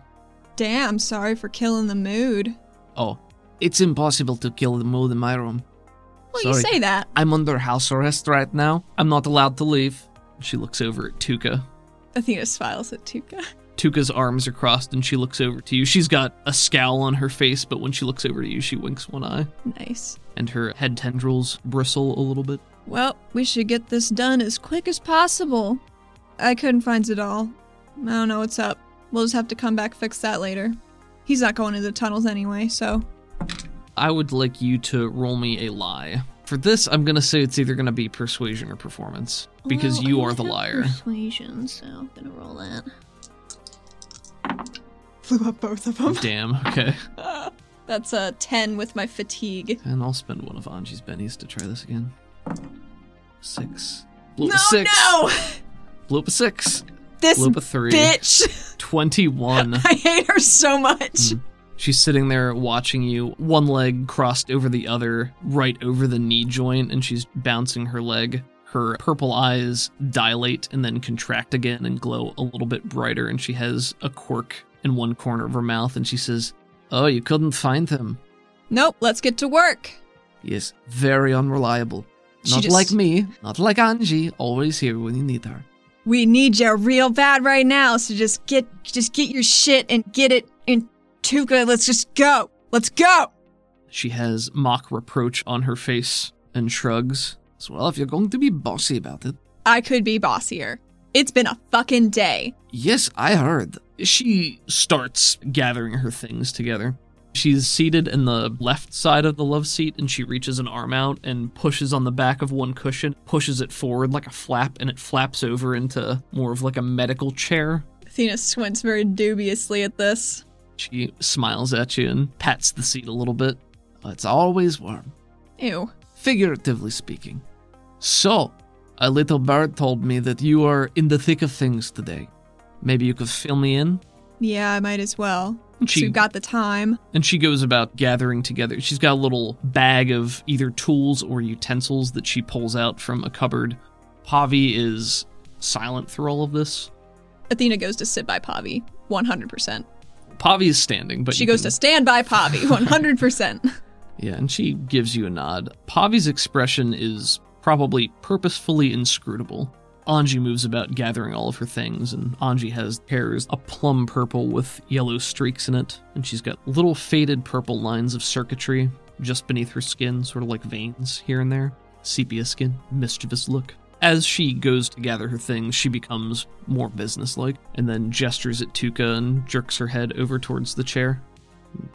[SPEAKER 2] Damn, sorry for killing the mood.
[SPEAKER 1] Oh, it's impossible to kill the mood in my room.
[SPEAKER 2] Well, you
[SPEAKER 1] Sorry.
[SPEAKER 2] say that.
[SPEAKER 1] I'm under house arrest right now. I'm not allowed to leave. She looks over at Tuka.
[SPEAKER 2] Athena smiles at Tuka.
[SPEAKER 1] Tuka's arms are crossed and she looks over to you. She's got a scowl on her face, but when she looks over to you, she winks one eye
[SPEAKER 2] Nice.
[SPEAKER 1] and her head tendrils bristle a little bit.
[SPEAKER 2] Well, we should get this done as quick as possible. I couldn't find Zadal. I don't know what's up. We'll just have to come back fix that later. He's not going into the tunnels anyway, so
[SPEAKER 1] I would like you to roll me a lie. For this, I'm going to say it's either going to be persuasion or performance because
[SPEAKER 3] Well,
[SPEAKER 1] you
[SPEAKER 3] I
[SPEAKER 1] are the
[SPEAKER 3] have
[SPEAKER 1] liar.
[SPEAKER 3] Persuasion, so I'm gonna roll that.
[SPEAKER 2] flew up both of them.
[SPEAKER 1] Damn, okay.
[SPEAKER 2] That's a 10 with my fatigue.
[SPEAKER 1] And I'll spend one of Anji's bennies to try this again. Six. Blew
[SPEAKER 2] No,
[SPEAKER 1] up a six.
[SPEAKER 2] no!
[SPEAKER 1] Blew up a six.
[SPEAKER 2] This
[SPEAKER 1] Blew up a three.
[SPEAKER 2] bitch!
[SPEAKER 1] 21.
[SPEAKER 2] I hate her so much.
[SPEAKER 1] Mm-hmm. She's sitting there watching you, one leg crossed over the other, right over the knee joint, and she's bouncing her leg. Her purple eyes dilate and then contract again and glow a little bit brighter, and she has a quirk in one corner of her mouth, and she says, Oh, you couldn't find them.
[SPEAKER 2] Nope, let's get to work.
[SPEAKER 1] Yes, very unreliable.
[SPEAKER 2] She
[SPEAKER 1] not
[SPEAKER 2] just-
[SPEAKER 1] like me, not like Angie, always here when you need her.
[SPEAKER 2] We need you real bad right now, so just get just get your shit and get it in Tuka. Let's just go. Let's go.
[SPEAKER 1] She has mock reproach on her face and shrugs. So, well, if you're going to be bossy about it.
[SPEAKER 2] I could be bossier. It's been a fucking day.
[SPEAKER 1] Yes, I heard. She starts gathering her things together. She's seated in the left side of the love seat and she reaches an arm out and pushes on the back of one cushion, pushes it forward like a flap, and it flaps over into more of like a medical chair.
[SPEAKER 2] Athena squints very dubiously at this.
[SPEAKER 1] She smiles at you and pats the seat a little bit. It's always warm,
[SPEAKER 2] Ew.
[SPEAKER 1] figuratively speaking. So, a little bird told me that you are in the thick of things today. Maybe you could fill me in?
[SPEAKER 2] Yeah, I might as well.
[SPEAKER 1] And
[SPEAKER 2] So
[SPEAKER 1] she,
[SPEAKER 2] you got the time.
[SPEAKER 1] and she goes about gathering together. She's got a little bag of either tools or utensils that she pulls out from a cupboard. Pavi is silent through all of this.
[SPEAKER 2] Athena goes to sit by Pavi. 100%.
[SPEAKER 1] Pavi is standing, but
[SPEAKER 2] She
[SPEAKER 1] you
[SPEAKER 2] goes
[SPEAKER 1] can-
[SPEAKER 2] to stand by Pavi. 100%.
[SPEAKER 1] Yeah, and she gives you a nod. Pavi's expression is probably purposefully inscrutable. Anji moves about gathering all of her things, and Anji has hairs a plum purple with yellow streaks in it, and she's got little faded purple lines of circuitry just beneath her skin, sort of like veins here and there. Sepia skin, mischievous look. As she goes to gather her things, she becomes more businesslike, and then gestures at Tuka and jerks her head over towards the chair.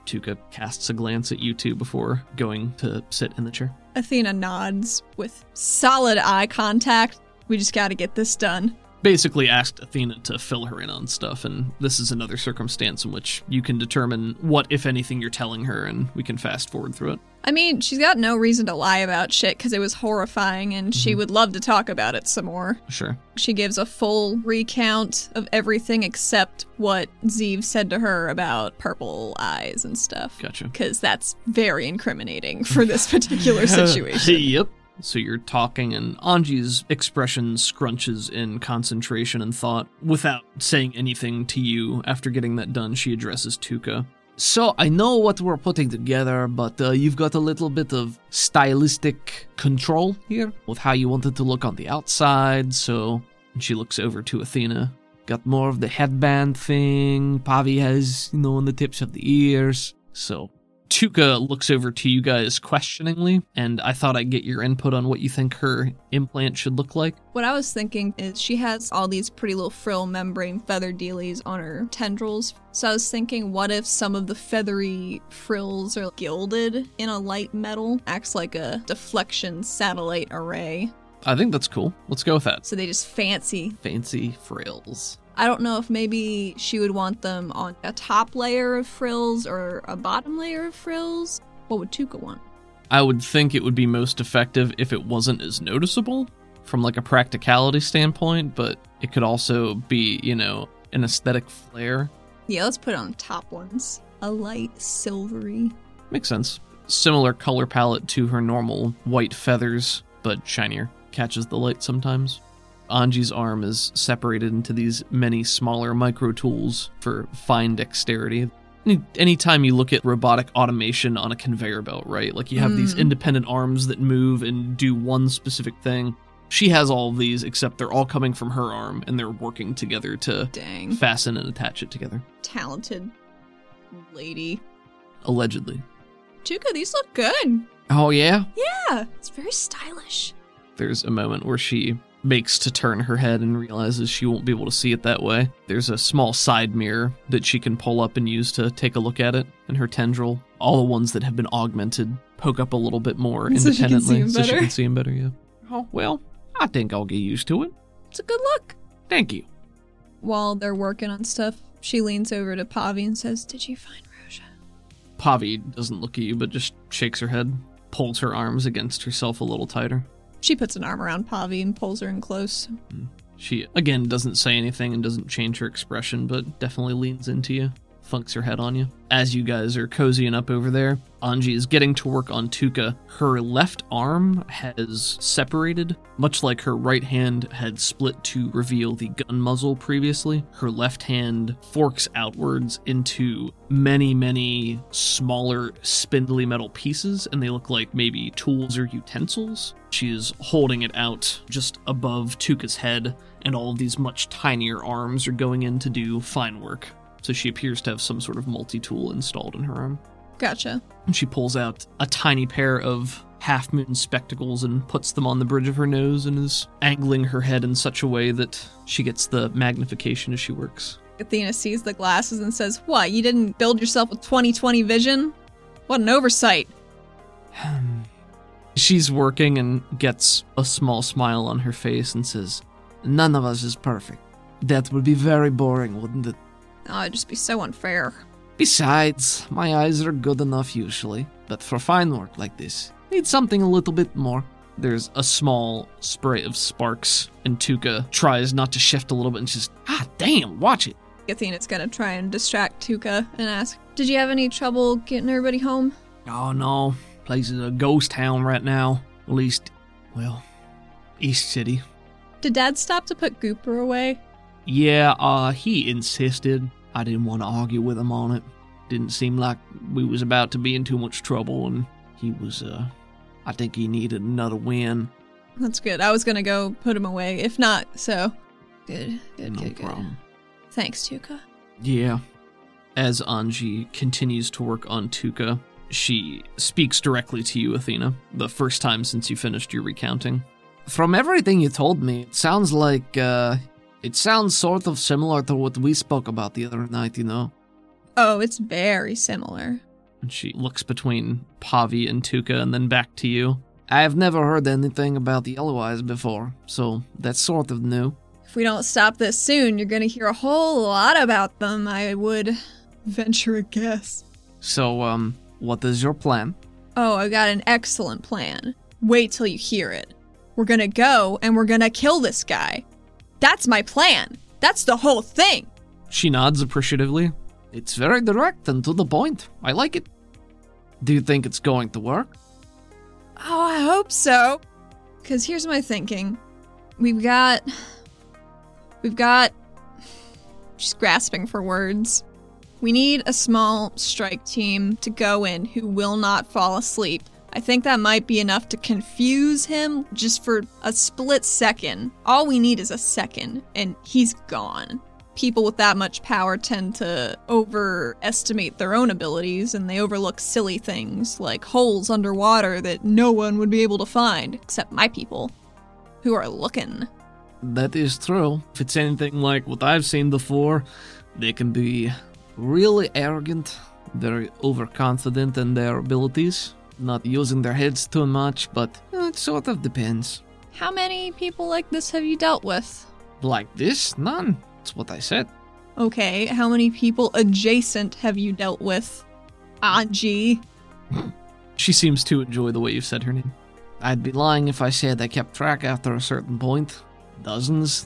[SPEAKER 1] Tuka casts a glance at you two before going to sit in the chair.
[SPEAKER 2] Athena nods with solid eye contact. We just gotta get this done.
[SPEAKER 1] Basically, asked Athena to fill her in on stuff, and this is another circumstance in which you can determine what, if anything, you're telling her, and we can fast forward through it.
[SPEAKER 2] I mean, she's got no reason to lie about shit because it was horrifying and she
[SPEAKER 1] Mm-hmm.
[SPEAKER 2] would love to talk about it some more.
[SPEAKER 1] Sure.
[SPEAKER 2] She gives a full recount of everything except what Zeev said to her about purple eyes and stuff.
[SPEAKER 1] Gotcha.
[SPEAKER 2] Because that's very incriminating for this particular situation.
[SPEAKER 1] yep. So you're talking, and Anji's expression scrunches in concentration and thought. Without saying anything to you, after getting that done, she addresses Tuka. So I know what we're putting together, but uh, you've got a little bit of stylistic control here with how you want it to look on the outside. So and she looks over to Athena. Got more of the headband thing. Pavi has, you know, on the tips of the ears. So Tuka looks over to you guys questioningly, and I thought I'd get your input on what you think her implant should look like.
[SPEAKER 2] What I was thinking is she has all these pretty little frill membrane feather dealies on her tendrils. So I was thinking, what if some of the feathery frills are gilded in a light metal? Acts like a deflection satellite array.
[SPEAKER 1] I think that's cool. Let's go with that.
[SPEAKER 2] So they just fancy.
[SPEAKER 1] Fancy frills.
[SPEAKER 2] I don't know if maybe she would want them on a top layer of frills or a bottom layer of frills. What would Tuka want?
[SPEAKER 1] I would think it would be most effective if it wasn't as noticeable from like a practicality standpoint, but it could also be, you know, an aesthetic flair.
[SPEAKER 2] Yeah, let's put it on top ones. A light silvery.
[SPEAKER 1] Makes sense. Similar color palette to her normal white feathers, but shinier. Catches the light sometimes. Anji's arm is separated into these many smaller micro tools for fine dexterity. Any, anytime you look at robotic automation on a conveyor belt, right? Like you have these
[SPEAKER 2] Mm.
[SPEAKER 1] independent arms that move and do one specific thing. She has all of these, except they're all coming from her arm and they're working together to
[SPEAKER 2] Dang.
[SPEAKER 1] fasten and attach it together,
[SPEAKER 2] Talented lady.
[SPEAKER 1] allegedly.
[SPEAKER 2] Tuka, these look good.
[SPEAKER 1] Oh, yeah?
[SPEAKER 2] Yeah, it's very stylish.
[SPEAKER 1] There's a moment where she makes to turn her head and realizes she won't be able to see it that way. There's a small side mirror that she can pull up and use to take a look at it, and her tendril, all the ones that have been augmented, poke up a little bit more
[SPEAKER 2] So she can see
[SPEAKER 1] independently
[SPEAKER 2] 'em
[SPEAKER 1] so she
[SPEAKER 2] better.
[SPEAKER 1] can see them better. Yeah. Oh well, I think I'll get used to it.
[SPEAKER 2] It's a good look.
[SPEAKER 1] Thank you.
[SPEAKER 2] While they're working on stuff, she leans over to Pavi and says, Did you find Roja?
[SPEAKER 1] Pavi doesn't look at you, but just shakes her head, pulls her arms against herself a little tighter.
[SPEAKER 2] She puts an arm around Pavi and pulls her in close.
[SPEAKER 1] She again doesn't say anything and doesn't change her expression, but definitely leans into you, thunks her head on you. As you guys are cozying up over there, Anji is getting to work on Tuka. Her left arm has separated, much like her right hand had split to reveal the gun muzzle previously. Her left hand forks outwards into many, many smaller, spindly metal pieces, and they look like maybe tools or utensils. She is holding it out just above Tuka's head, and all of these much tinier arms are going in to do fine work. So she appears to have some sort of multi tool installed in her arm.
[SPEAKER 2] Gotcha.
[SPEAKER 1] And she pulls out a tiny pair of half moon spectacles and puts them on the bridge of her nose and is angling her head in such a way that she gets the magnification as she works.
[SPEAKER 2] Athena sees the glasses and says, What, you didn't build yourself with 2020 vision? What an oversight.
[SPEAKER 1] She's working and gets a small smile on her face and says, None of us is perfect. That would be very boring, wouldn't it?
[SPEAKER 2] Oh, it'd just be so unfair.
[SPEAKER 1] Besides, my eyes are good enough usually, but for fine work like this, need something a little bit more. There's a small spray of sparks, and Tuka tries not to shift a little bit and says, Ah, damn, watch it.
[SPEAKER 2] Athena's gonna try and distract Tuka and ask, Did you have any trouble getting everybody home?
[SPEAKER 1] Oh no, place is a ghost town right now. At least, well, East City.
[SPEAKER 2] Did Dad stop to put Gooper away?
[SPEAKER 1] Yeah, uh, he insisted. I didn't want to argue with him on it. Didn't seem like we was about to be in too much trouble, and he was, uh, I think he needed another win.
[SPEAKER 2] That's good. I was gonna go put him away. If not, so. Good, good,
[SPEAKER 1] no
[SPEAKER 2] good, good.
[SPEAKER 1] problem.
[SPEAKER 2] Thanks, Tuka.
[SPEAKER 1] Yeah. As Anji continues to work on Tuka, she speaks directly to you, Athena, the first time since you finished your recounting. From everything you told me, it sounds like, uh, it sounds sort of similar to what we spoke about the other night, you know?
[SPEAKER 2] Oh, it's very similar.
[SPEAKER 1] And she looks between Pavi and Tuka and then back to you. I've never heard anything about the Yellow Eyes before, so that's sort of new.
[SPEAKER 2] If we don't stop this soon, you're gonna hear a whole lot about them, I would venture a guess.
[SPEAKER 1] So, um, what is your plan?
[SPEAKER 2] Oh, I got an excellent plan. Wait till you hear it. We're gonna go and we're gonna kill this guy. That's my plan. That's the whole thing.
[SPEAKER 1] She nods appreciatively. It's very direct and to the point. I like it. Do you think it's going to work?
[SPEAKER 2] Oh, I hope so. Cause here's my thinking. We've got we've got she's grasping for words. We need a small strike team to go in who will not fall asleep. I think that might be enough to confuse him just for a split second. All we need is a second, and he's gone. People with that much power tend to overestimate their own abilities and they overlook silly things like holes underwater that no one would be able to find except my people who are looking.
[SPEAKER 1] That is true. If it's anything like what I've seen before, they can be really arrogant, very overconfident in their abilities, not using their heads too much, but eh, it sort of depends.
[SPEAKER 2] How many people like this have you dealt with?
[SPEAKER 1] Like this? None. That's what I said.
[SPEAKER 2] Okay, how many people adjacent have you dealt with? Ah, gee.
[SPEAKER 1] She seems to enjoy the way you've said her name. I'd be lying if I said I kept track after a certain point. Dozens?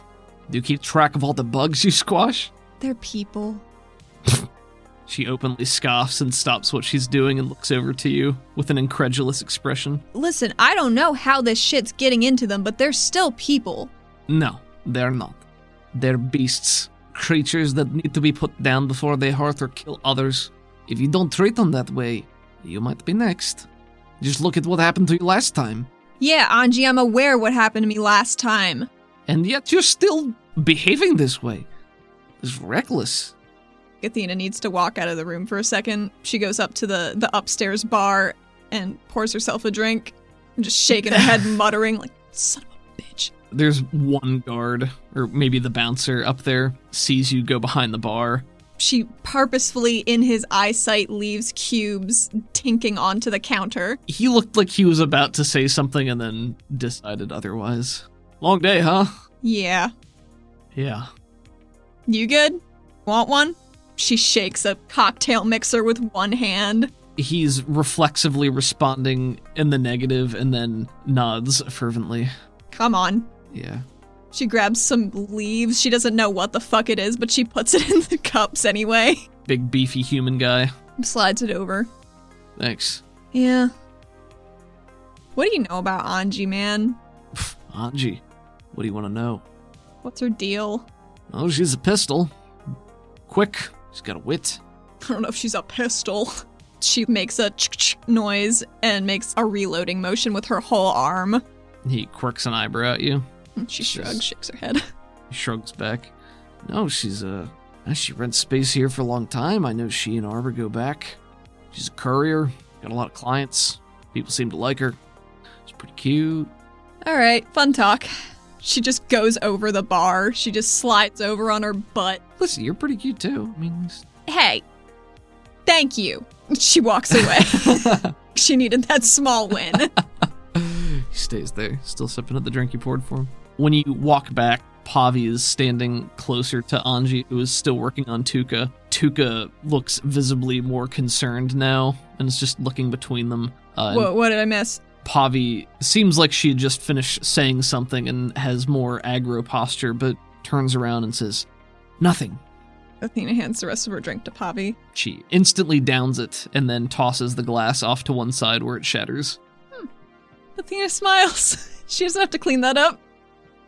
[SPEAKER 1] Do you keep track of all the bugs you squash?
[SPEAKER 2] They're people.
[SPEAKER 1] She openly scoffs and stops what she's doing and looks over to you with an incredulous expression.
[SPEAKER 2] Listen, I don't know how this shit's getting into them, but they're still people.
[SPEAKER 1] No, they're not. They're beasts, creatures that need to be put down before they hurt or kill others. If you don't treat them that way, you might be next. Just look at what happened to you last time.
[SPEAKER 2] Yeah, Anji, I'm aware what happened to me last time.
[SPEAKER 1] And yet you're still behaving this way. It's reckless.
[SPEAKER 2] Athena needs to walk out of the room for a second. She goes up to the, the upstairs bar and pours herself a drink, just shaking her head, muttering, like, son of a bitch.
[SPEAKER 1] There's one guard, or maybe the bouncer up there, sees you go behind the bar.
[SPEAKER 2] She purposefully, in his eyesight, leaves cubes tinking onto the counter.
[SPEAKER 1] He looked like he was about to say something and then decided otherwise. Long day, huh?
[SPEAKER 2] Yeah.
[SPEAKER 1] Yeah.
[SPEAKER 2] You good? Want one? She shakes a cocktail mixer with one hand.
[SPEAKER 1] He's reflexively responding in the negative and then nods fervently.
[SPEAKER 2] Come on.
[SPEAKER 1] Yeah.
[SPEAKER 2] She grabs some leaves. She doesn't know what the fuck it is, but she puts it in the cups anyway.
[SPEAKER 1] Big beefy human guy.
[SPEAKER 2] Slides it over.
[SPEAKER 1] Thanks.
[SPEAKER 2] Yeah. What do you know about Anji, man?
[SPEAKER 1] Anji, what do you want to know?
[SPEAKER 2] What's her deal?
[SPEAKER 1] Oh, she's a pistol. Quick. She's got a wit.
[SPEAKER 2] I don't know if she's a pistol. She makes a ch noise and makes a reloading motion with her whole arm.
[SPEAKER 1] He quirks an eyebrow at you.
[SPEAKER 2] She shrugs, shakes her head.
[SPEAKER 1] He shrugs back. No, she's uh she rents space here for a long time. I know she and Arbor go back. She's a courier, got a lot of clients. People seem to like her. She's pretty cute.
[SPEAKER 2] All right, fun talk. She just goes over the bar. She just slides over on her butt.
[SPEAKER 1] Listen, you're pretty cute too. I mean it's-
[SPEAKER 2] Hey, thank you. She walks away. she needed that small win.
[SPEAKER 1] he stays there, still sipping at the drink you poured for him. When you walk back, Pavi is standing closer to Anji, who is still working on Tuka. Tuka looks visibly more concerned now and is just looking between them. Uh, and
[SPEAKER 2] Whoa, what did I miss?
[SPEAKER 1] Pavi seems like she had just finished saying something and has more aggro posture, but turns around and says, Nothing.
[SPEAKER 2] Athena hands the rest of her drink to Pavi.
[SPEAKER 1] She instantly downs it and then tosses the glass off to one side where it shatters.
[SPEAKER 2] Athena smiles. she doesn't have to clean that up.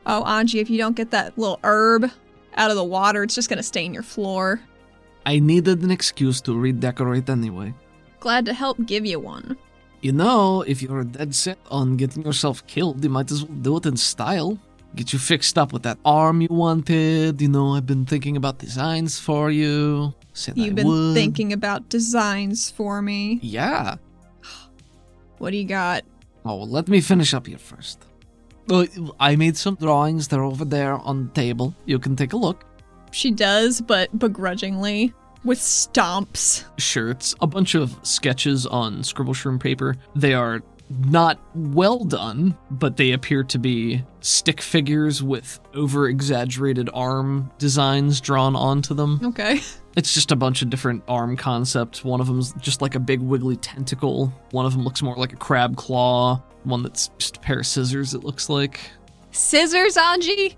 [SPEAKER 2] Oh, Anji, if you don't get that little herb out of the water, it's just gonna stain your floor.
[SPEAKER 1] I needed an excuse to redecorate anyway.
[SPEAKER 2] Glad to help give you one.
[SPEAKER 1] You know, if you're dead set on getting yourself killed, you might as well do it in style. Get you fixed up with that arm you wanted. You know, I've been thinking about designs for you. Said I
[SPEAKER 2] You've been
[SPEAKER 1] would.
[SPEAKER 2] thinking about designs for me.
[SPEAKER 1] Yeah.
[SPEAKER 2] What do you got?
[SPEAKER 1] Oh, well, let me finish up here first. Uh, I made some drawings. They're over there on the table. You can take a look.
[SPEAKER 2] She does, but begrudgingly, with stomps.
[SPEAKER 1] Shirts, a bunch of sketches on scribble shroom paper. They are not well done, but they appear to be stick figures with over exaggerated arm designs drawn onto them.
[SPEAKER 2] Okay.
[SPEAKER 1] It's just a bunch of different arm concepts. One of them's just like a big wiggly tentacle. One of them looks more like a crab claw. One that's just a pair of scissors, it looks like.
[SPEAKER 2] Scissors, Anji?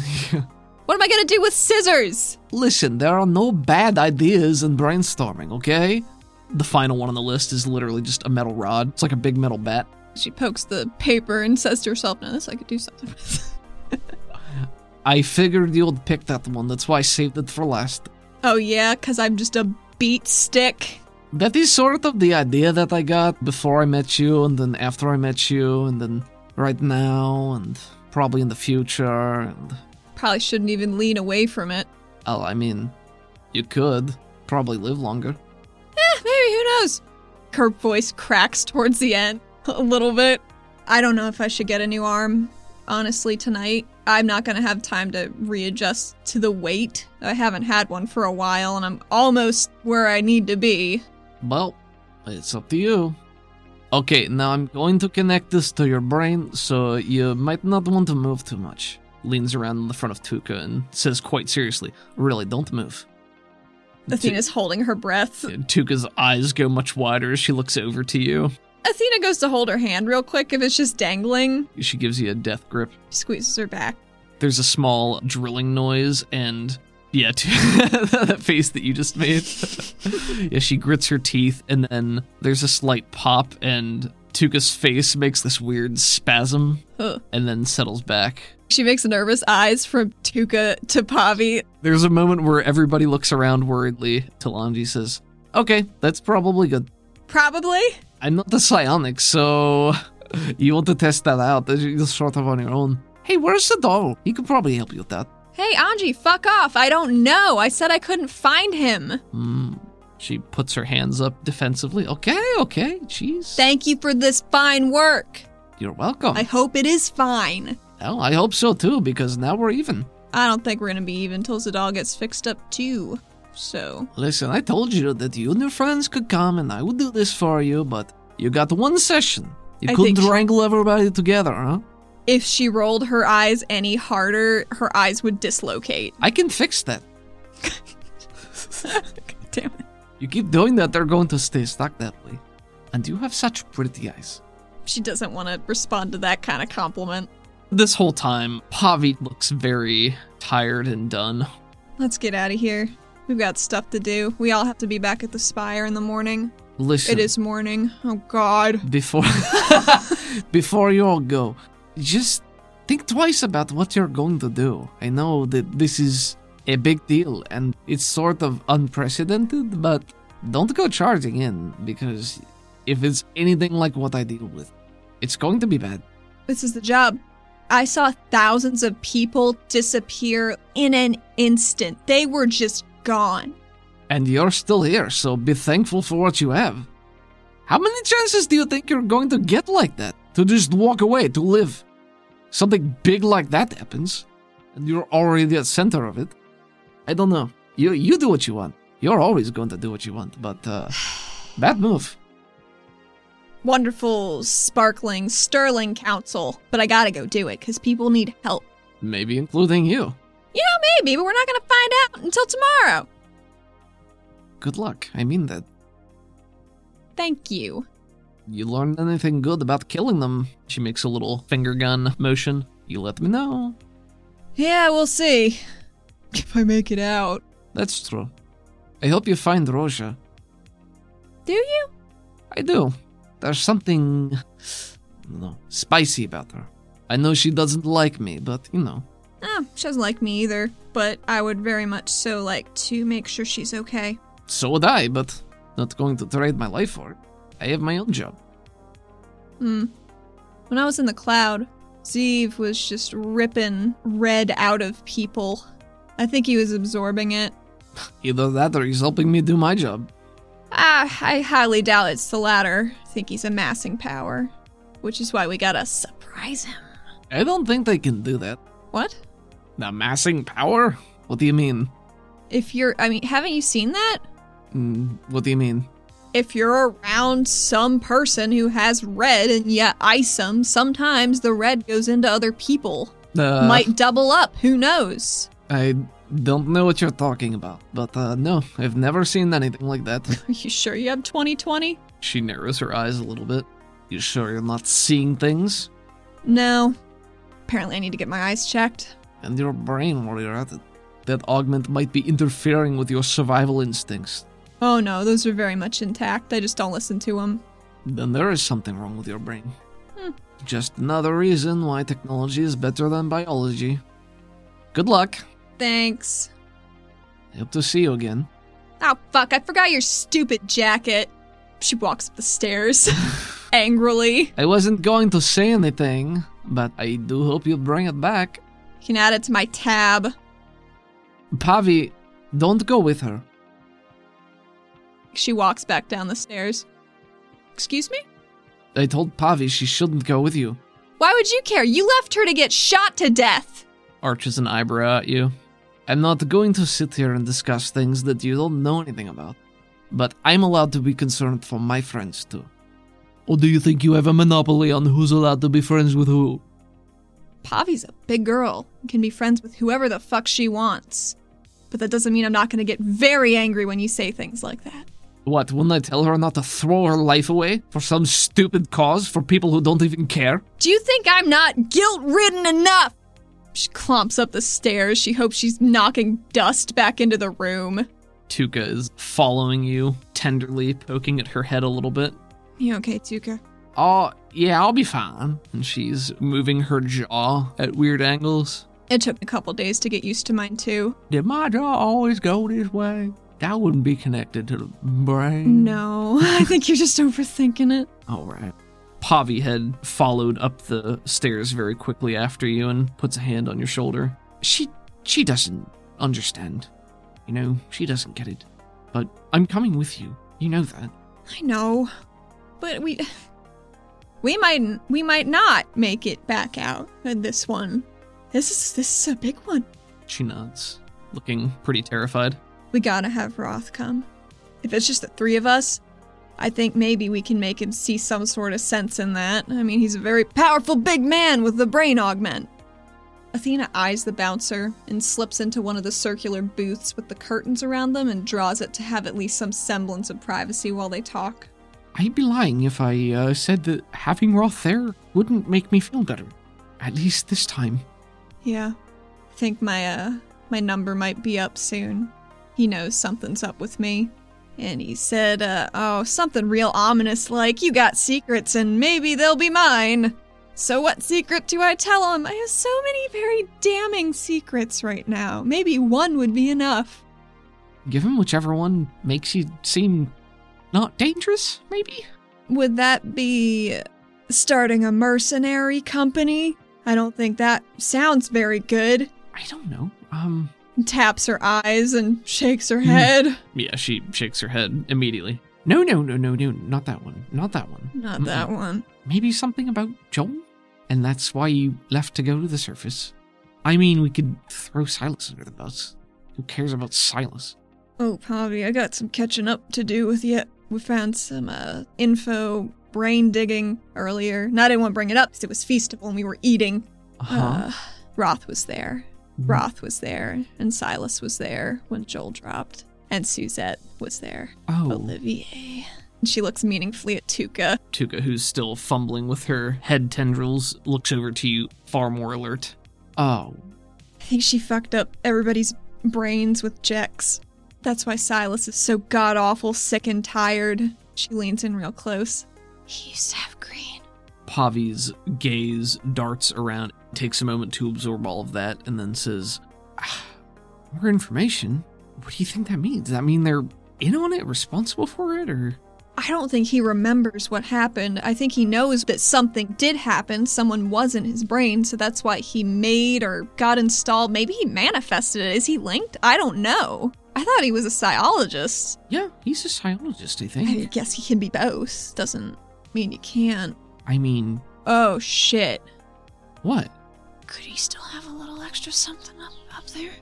[SPEAKER 2] What am I gonna do with scissors?
[SPEAKER 1] Listen, there are no bad ideas in brainstorming, okay? The final one on the list is literally just a metal rod. It's like a big metal bat.
[SPEAKER 2] She pokes the paper and says to herself, No, this I could do something with.
[SPEAKER 1] I figured you'd pick that one, that's why I saved it for last.
[SPEAKER 2] oh, yeah, because I'm just a beat stick.
[SPEAKER 1] That is sort of the idea that I got before I met you, and then after I met you, and then right now, and probably in the future. And,
[SPEAKER 2] Probably shouldn't even lean away from it.
[SPEAKER 1] oh, I mean, you could probably live longer.
[SPEAKER 2] Eh, maybe, who knows? Her voice cracks towards the end a little bit. I don't know if I should get a new arm, honestly, tonight. I'm not gonna have time to readjust to the weight. I haven't had one for a while, and I'm almost where I need to be.
[SPEAKER 1] Well, it's up to you. Okay, now I'm going to connect this to your brain, so you might not want to move too much. Leans around in the front of Tuka and says quite seriously, Really, don't move.
[SPEAKER 2] Athena's holding her breath.
[SPEAKER 1] Tuka's eyes go much wider as she looks over to you.
[SPEAKER 2] Athena goes to hold her hand real quick if it's just dangling,
[SPEAKER 1] She gives you a death grip.
[SPEAKER 2] squeezes her back.
[SPEAKER 1] There's a small drilling noise, and yeah, Tu- that face that you just made. yeah, she grits her teeth, and then there's a slight pop, and Tuka's face makes this weird spasm
[SPEAKER 2] Ugh.
[SPEAKER 1] and then settles back.
[SPEAKER 2] She makes nervous eyes from Tuka to Pavi.
[SPEAKER 1] There's a moment where everybody looks around worriedly. Talanji says, Okay, that's probably good.
[SPEAKER 2] Probably.
[SPEAKER 1] I'm not the psionic, so you want to test that out. You're sort of on your own. Hey, where's the doll? He could probably help you with that.
[SPEAKER 2] Hey, Anji, fuck off. I don't know. I said I couldn't find him.
[SPEAKER 1] Mm. She puts her hands up defensively. Okay, okay, jeez.
[SPEAKER 2] Thank you for this fine work.
[SPEAKER 1] You're welcome.
[SPEAKER 2] I hope it is fine.
[SPEAKER 1] Well, I hope so too, because now we're even.
[SPEAKER 2] I don't think we're gonna be even till Zadal gets fixed up too. So
[SPEAKER 1] Listen, I told you that you and your friends could come and I would do this for you, but you got one session. You
[SPEAKER 2] I
[SPEAKER 1] couldn't
[SPEAKER 2] think-
[SPEAKER 1] wrangle everybody together, huh?
[SPEAKER 2] if she rolled her eyes any harder, her eyes would dislocate.
[SPEAKER 1] I can fix that.
[SPEAKER 2] God damn it.
[SPEAKER 1] You keep doing that, they're going to stay stuck that way. And you have such pretty eyes.
[SPEAKER 2] She doesn't want to respond to that kind of compliment.
[SPEAKER 1] This whole time, Pavi looks very tired and done.
[SPEAKER 2] Let's get out of here. We've got stuff to do. We all have to be back at the spire in the morning.
[SPEAKER 1] Listen,
[SPEAKER 2] It is morning. Oh god.
[SPEAKER 1] before before you all go, just think twice about what you're going to do. I know that this is a big deal and it's sort of unprecedented, but don't go charging in because if it's anything like what I deal with, it's going to be bad.
[SPEAKER 2] This is the job. I saw thousands of people disappear in an instant. They were just gone.
[SPEAKER 1] And you're still here, so be thankful for what you have. How many chances do you think you're going to get like that? To just walk away, to live? Something big like that happens, and you're already at center of it. I don't know. You you do what you want. You're always going to do what you want, but uh bad move.
[SPEAKER 2] Wonderful, sparkling, sterling counsel. But I gotta go do it because people need help.
[SPEAKER 1] Maybe including you.
[SPEAKER 2] You know, maybe, but we're not gonna find out until tomorrow.
[SPEAKER 1] Good luck. I mean that.
[SPEAKER 2] Thank you.
[SPEAKER 1] You learned anything good about killing them? She makes a little finger gun motion. You let me know.
[SPEAKER 2] Yeah, we'll see. If I make it out.
[SPEAKER 1] That's true. I hope you find Roja.
[SPEAKER 2] Do you?
[SPEAKER 1] I do. There's something, I don't know, spicy about her. I know she doesn't like me, but you know,
[SPEAKER 2] Oh, she doesn't like me either, but I would very much so like to make sure she's okay.
[SPEAKER 1] so would I. But not going to trade my life for it. I have my own job.
[SPEAKER 2] Hmm. When I was in the cloud, Zeev was just ripping red out of people. I think he was absorbing it.
[SPEAKER 1] Either that, or he's helping me do my job.
[SPEAKER 2] Ah, I highly doubt it's the latter. I think he's amassing power, which is why we gotta surprise him.
[SPEAKER 1] I don't think they can do that.
[SPEAKER 2] What?
[SPEAKER 1] Amassing power? What do you mean?
[SPEAKER 2] If you're, I mean, haven't you seen that?
[SPEAKER 1] Mm, what do you mean?
[SPEAKER 2] If you're around some person who has red and you ice them, sometimes the red goes into other people.
[SPEAKER 1] Uh,
[SPEAKER 2] Might double up, who knows?
[SPEAKER 1] I don't know what you're talking about, but uh, no, I've never seen anything like that.
[SPEAKER 2] Are you sure you have 2020?
[SPEAKER 1] she narrows her eyes a little bit. You sure you're not seeing things?
[SPEAKER 2] No. Apparently, I need to get my eyes checked.
[SPEAKER 1] and your brain while you're at it. That augment might be interfering with your survival instincts.
[SPEAKER 2] Oh no, those are very much intact. I just don't listen to them.
[SPEAKER 1] Then there is something wrong with your brain. Just another reason why technology is better than biology. Good luck.
[SPEAKER 2] Thanks.
[SPEAKER 1] I hope to see you again.
[SPEAKER 2] Oh, fuck, I forgot your stupid jacket. She walks up the stairs angrily.
[SPEAKER 1] I wasn't going to say anything, but I do hope you'll bring it back.
[SPEAKER 2] You can add it to my tab.
[SPEAKER 1] Pavi, don't go with her.
[SPEAKER 2] She walks back down the stairs. Excuse me?
[SPEAKER 1] I told Pavi she shouldn't go with you.
[SPEAKER 2] Why would you care? You left her to get shot to death.
[SPEAKER 1] Arches an eyebrow at you. I'm not going to sit here and discuss things that you don't know anything about, but I'm allowed to be concerned for my friends too. Or do you think you have a monopoly on who's allowed to be friends with who?
[SPEAKER 2] Pavi's a big girl and can be friends with whoever the fuck she wants. But that doesn't mean I'm not gonna get very angry when you say things like that.
[SPEAKER 1] What, wouldn't I tell her not to throw her life away for some stupid cause for people who don't even care?
[SPEAKER 2] Do you think I'm not guilt ridden enough? She clomps up the stairs. She hopes she's knocking dust back into the room.
[SPEAKER 1] Tuka is following you, tenderly poking at her head a little bit.
[SPEAKER 2] You okay, Tuka?
[SPEAKER 1] Oh, yeah, I'll be fine. And she's moving her jaw at weird angles.
[SPEAKER 2] It took a couple days to get used to mine, too.
[SPEAKER 1] Did my jaw always go this way? That wouldn't be connected to the brain.
[SPEAKER 2] No, I think you're just overthinking it.
[SPEAKER 1] All right. Pavi had followed up the stairs very quickly after you and puts a hand on your shoulder. She she doesn't understand. You know, she doesn't get it. But I'm coming with you. You know that.
[SPEAKER 2] I know. But we we might we might not make it back out in this one. This is this is a big one.
[SPEAKER 1] She nods, looking pretty terrified.
[SPEAKER 2] We gotta have Roth come. If it's just the three of us, I think maybe we can make him see some sort of sense in that. I mean, he's a very powerful big man with the brain augment. Athena eyes the bouncer and slips into one of the circular booths with the curtains around them and draws it to have at least some semblance of privacy while they talk.
[SPEAKER 1] I'd be lying if I uh, said that having Roth there wouldn't make me feel better. At least this time.
[SPEAKER 2] Yeah. I think my uh my number might be up soon. He knows something's up with me. And he said, uh, oh, something real ominous like, you got secrets and maybe they'll be mine. So, what secret do I tell him? I have so many very damning secrets right now. Maybe one would be enough.
[SPEAKER 1] Give him whichever one makes you seem not dangerous, maybe?
[SPEAKER 2] Would that be starting a mercenary company? I don't think that sounds very good.
[SPEAKER 1] I don't know. Um,
[SPEAKER 2] Taps her eyes and shakes her head.
[SPEAKER 1] yeah, she shakes her head immediately. No, no, no, no, no, not that one. Not that one.
[SPEAKER 2] Not that one.
[SPEAKER 1] Maybe something about Joel? And that's why you left to go to the surface. I mean, we could throw Silas under the bus. Who cares about Silas?
[SPEAKER 2] Oh, Pavi, I got some catching up to do with you. We found some uh, info brain digging earlier, and I didn't want to bring it up because it was festival and we were eating. Uh, Roth was there. Roth was there, and Silas was there when Joel dropped, and Suzette was there.
[SPEAKER 1] Oh.
[SPEAKER 2] Olivier. And she looks meaningfully at Tuca.
[SPEAKER 1] Tuka, who's still fumbling with her head tendrils, looks over to you, far more alert. Oh,
[SPEAKER 2] I think she fucked up everybody's brains with Jex. That's why Silas is so god awful, sick, and tired. She leans in real close. He used to have green.
[SPEAKER 1] Pavi's gaze darts around, takes a moment to absorb all of that, and then says, "Ah, More information? What do you think that means? Does that mean they're in on it, responsible for it, or?
[SPEAKER 2] I don't think he remembers what happened. I think he knows that something did happen. Someone was in his brain, so that's why he made or got installed. Maybe he manifested it. Is he linked? I don't know. I thought he was a psychologist.
[SPEAKER 1] Yeah, he's a sciologist, I
[SPEAKER 3] Mm-hmm.
[SPEAKER 2] I
[SPEAKER 1] think.
[SPEAKER 2] guess he can be both. Doesn't mean you can't.
[SPEAKER 1] I mean,
[SPEAKER 2] Oh, shit.
[SPEAKER 1] what?
[SPEAKER 3] Could he still have a little extra something up, up there?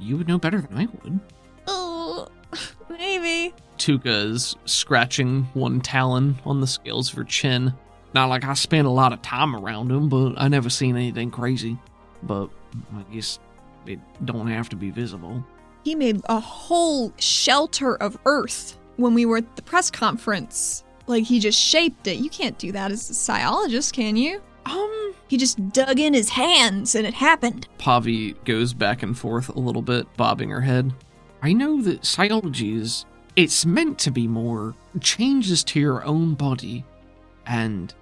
[SPEAKER 1] You would know better than I would.
[SPEAKER 3] Oh,
[SPEAKER 2] Maybe.
[SPEAKER 1] Tuka is scratching one talon on the scales of her chin. Not like I spent a lot of time around him, but I never seen anything crazy. But I guess it don't have to be visible.
[SPEAKER 2] He made a whole shelter of earth when we were at the press conference. Like, he just shaped it. You can't do that as a psychologist, can you?
[SPEAKER 1] Um,
[SPEAKER 2] He just dug in his hands and it happened.
[SPEAKER 1] Pavi goes back and forth a little bit, bobbing her head. I know that psychology is it's meant to be more changes to your own body and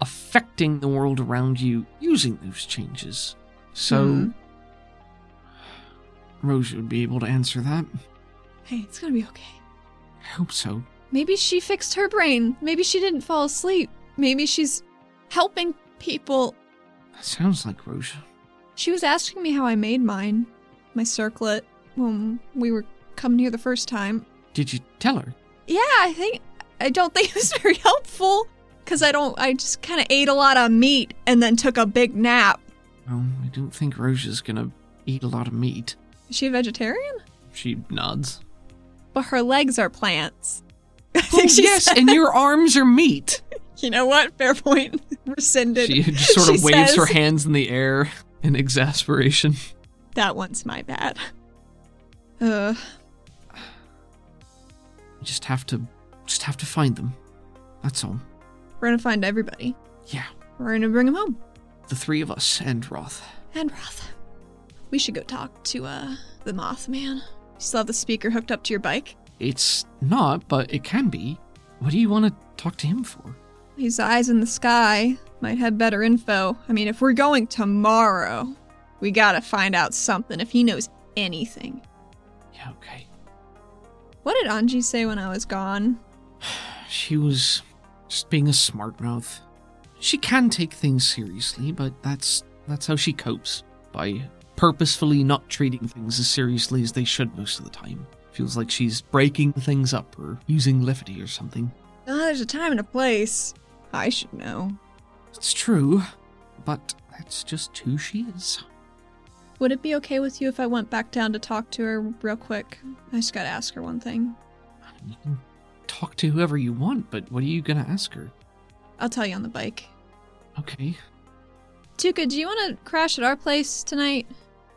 [SPEAKER 1] affecting the world around you using those changes. So
[SPEAKER 2] Hmm.
[SPEAKER 1] Rosie would be able to answer that.
[SPEAKER 2] Hey, it's gonna be okay.
[SPEAKER 1] I hope so.
[SPEAKER 2] Maybe she fixed her brain. Maybe she didn't fall asleep. Maybe she's helping people.
[SPEAKER 1] That sounds like Rosia.
[SPEAKER 2] She was asking me how I made mine, my circlet, when we were coming here the first time.
[SPEAKER 1] Did you tell her?
[SPEAKER 2] Yeah, I think I don't think it was very helpful because I don't. I just kind of ate a lot of meat and then took a big nap.
[SPEAKER 1] Well, I didn't think Rosia's gonna eat a lot of meat.
[SPEAKER 2] Is she a vegetarian?
[SPEAKER 1] She nods.
[SPEAKER 2] But her legs are plants. I
[SPEAKER 1] Oh,
[SPEAKER 2] think she
[SPEAKER 1] yes,
[SPEAKER 2] said-
[SPEAKER 1] and your arms are meat.
[SPEAKER 2] you know what? Fair point. Rescinded.
[SPEAKER 1] She just sort of
[SPEAKER 2] She
[SPEAKER 1] waves her
[SPEAKER 2] says-
[SPEAKER 1] hands in the air in exasperation.
[SPEAKER 2] That one's my bad. Uh,
[SPEAKER 1] We just have to, just have to find them. That's all.
[SPEAKER 2] we're gonna find everybody.
[SPEAKER 1] Yeah,
[SPEAKER 2] We're gonna bring them home.
[SPEAKER 1] the three of us and Roth.
[SPEAKER 2] And Roth. We should go talk to uh the Mothman. You still have the speaker hooked up to your bike.
[SPEAKER 1] It's not, but it can be. What do you want to talk to him for?
[SPEAKER 2] His eyes in the sky might have better info. I mean, if we're going tomorrow, we gotta find out something if he knows anything.
[SPEAKER 1] Yeah, okay.
[SPEAKER 2] What did Anji say when I was gone?
[SPEAKER 1] She was just being a smartmouth. She can take things seriously, but that's that's how she copes by purposefully not treating things as seriously as they should most of the time. Feels like she's breaking things up or using levity or something.
[SPEAKER 2] Ah, there's a time and a place. I should know.
[SPEAKER 1] It's true, but that's just who she is.
[SPEAKER 2] Would it be okay with you if I went back down to talk to her real quick? I just gotta ask her one thing.
[SPEAKER 1] You can talk to whoever you want, but what are you gonna ask her?
[SPEAKER 2] I'll tell you on the bike.
[SPEAKER 1] Okay.
[SPEAKER 2] Tuka, do you wanna crash at our place tonight?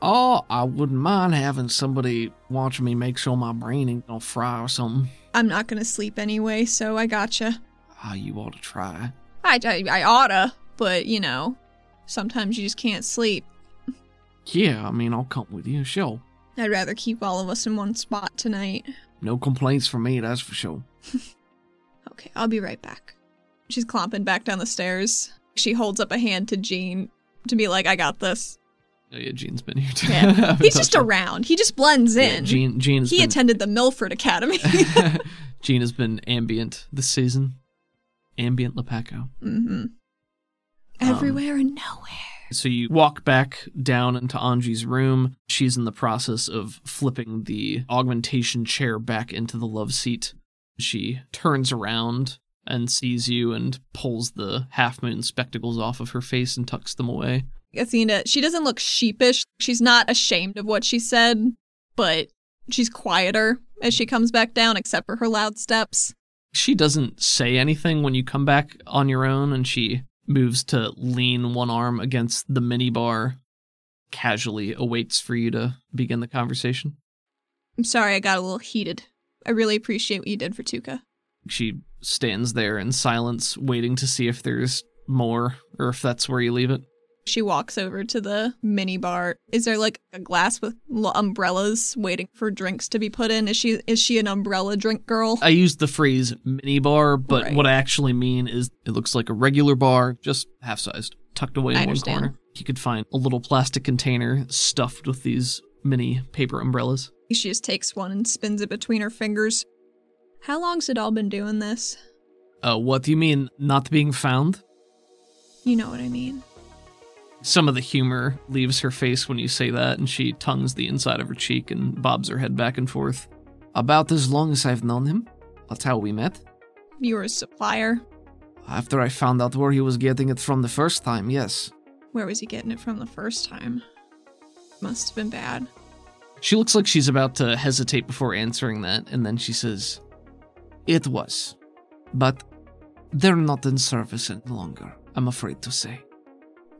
[SPEAKER 1] Oh, I wouldn't mind having somebody watch me make sure my brain ain't gonna fry or something.
[SPEAKER 2] I'm not gonna sleep anyway, so I gotcha.
[SPEAKER 1] Ah, you ought to try.
[SPEAKER 2] I, I, I oughta, but you know, sometimes you just can't sleep.
[SPEAKER 1] Yeah, I mean, I'll come with you, sure.
[SPEAKER 2] I'd rather keep all of us in one spot tonight.
[SPEAKER 1] No complaints from me, that's for sure.
[SPEAKER 2] Okay, I'll be right back. She's clomping back down the stairs. She holds up a hand to Gene to be like, I got this.
[SPEAKER 1] Oh, yeah, Gene's been here too. I
[SPEAKER 2] Yeah.
[SPEAKER 1] haven't
[SPEAKER 2] He's just
[SPEAKER 1] touched him.
[SPEAKER 2] around. He just blends
[SPEAKER 1] Yeah,
[SPEAKER 2] in.
[SPEAKER 1] Gene, Gene has
[SPEAKER 2] he
[SPEAKER 1] been.
[SPEAKER 2] attended the Milford Academy.
[SPEAKER 1] Gene has been ambient this season. Ambient Lepaco.
[SPEAKER 2] hmm
[SPEAKER 1] Um,
[SPEAKER 2] Everywhere and nowhere.
[SPEAKER 1] So you walk back down into Anji's room. She's in the process of flipping the augmentation chair back into the love seat. She turns around and sees you and pulls the half moon spectacles off of her face and tucks them away.
[SPEAKER 2] Athena, she doesn't look sheepish. She's not ashamed of what she said, but she's quieter as she comes back down, except for her loud steps.
[SPEAKER 1] She doesn't say anything when you come back on your own, and she moves to lean one arm against the minibar, casually awaits for you to begin the conversation.
[SPEAKER 2] I'm sorry I got a little heated. I really appreciate what you did for Tuka.
[SPEAKER 1] She stands there in silence, waiting to see if there's more or if that's where you leave it.
[SPEAKER 2] She walks over to the mini bar. Is there like a glass with l- umbrellas waiting for drinks to be put in? Is she is she an umbrella drink girl?
[SPEAKER 1] I used the phrase minibar, but
[SPEAKER 2] Right.
[SPEAKER 1] what I actually mean is it looks like a regular bar, just half sized, tucked away in
[SPEAKER 2] I
[SPEAKER 1] one
[SPEAKER 2] understand.
[SPEAKER 1] corner. You could find a little plastic container stuffed with these mini paper umbrellas.
[SPEAKER 2] She just takes one and spins it between her fingers. How long's it all been doing this?
[SPEAKER 1] Uh, what do you mean, not being found?
[SPEAKER 2] You know what I mean.
[SPEAKER 1] Some of the humor leaves her face when you say that, and she tongues the inside of her cheek and bobs her head back and forth. About as long as I've known him. That's how we met.
[SPEAKER 2] You were a supplier.
[SPEAKER 1] After I found out where he was getting it from the first time, yes.
[SPEAKER 2] Where was he getting it from the first time? Must have been bad.
[SPEAKER 1] She looks like she's about to hesitate before answering that, and then she says, It was. But they're not in service any longer, I'm afraid to say.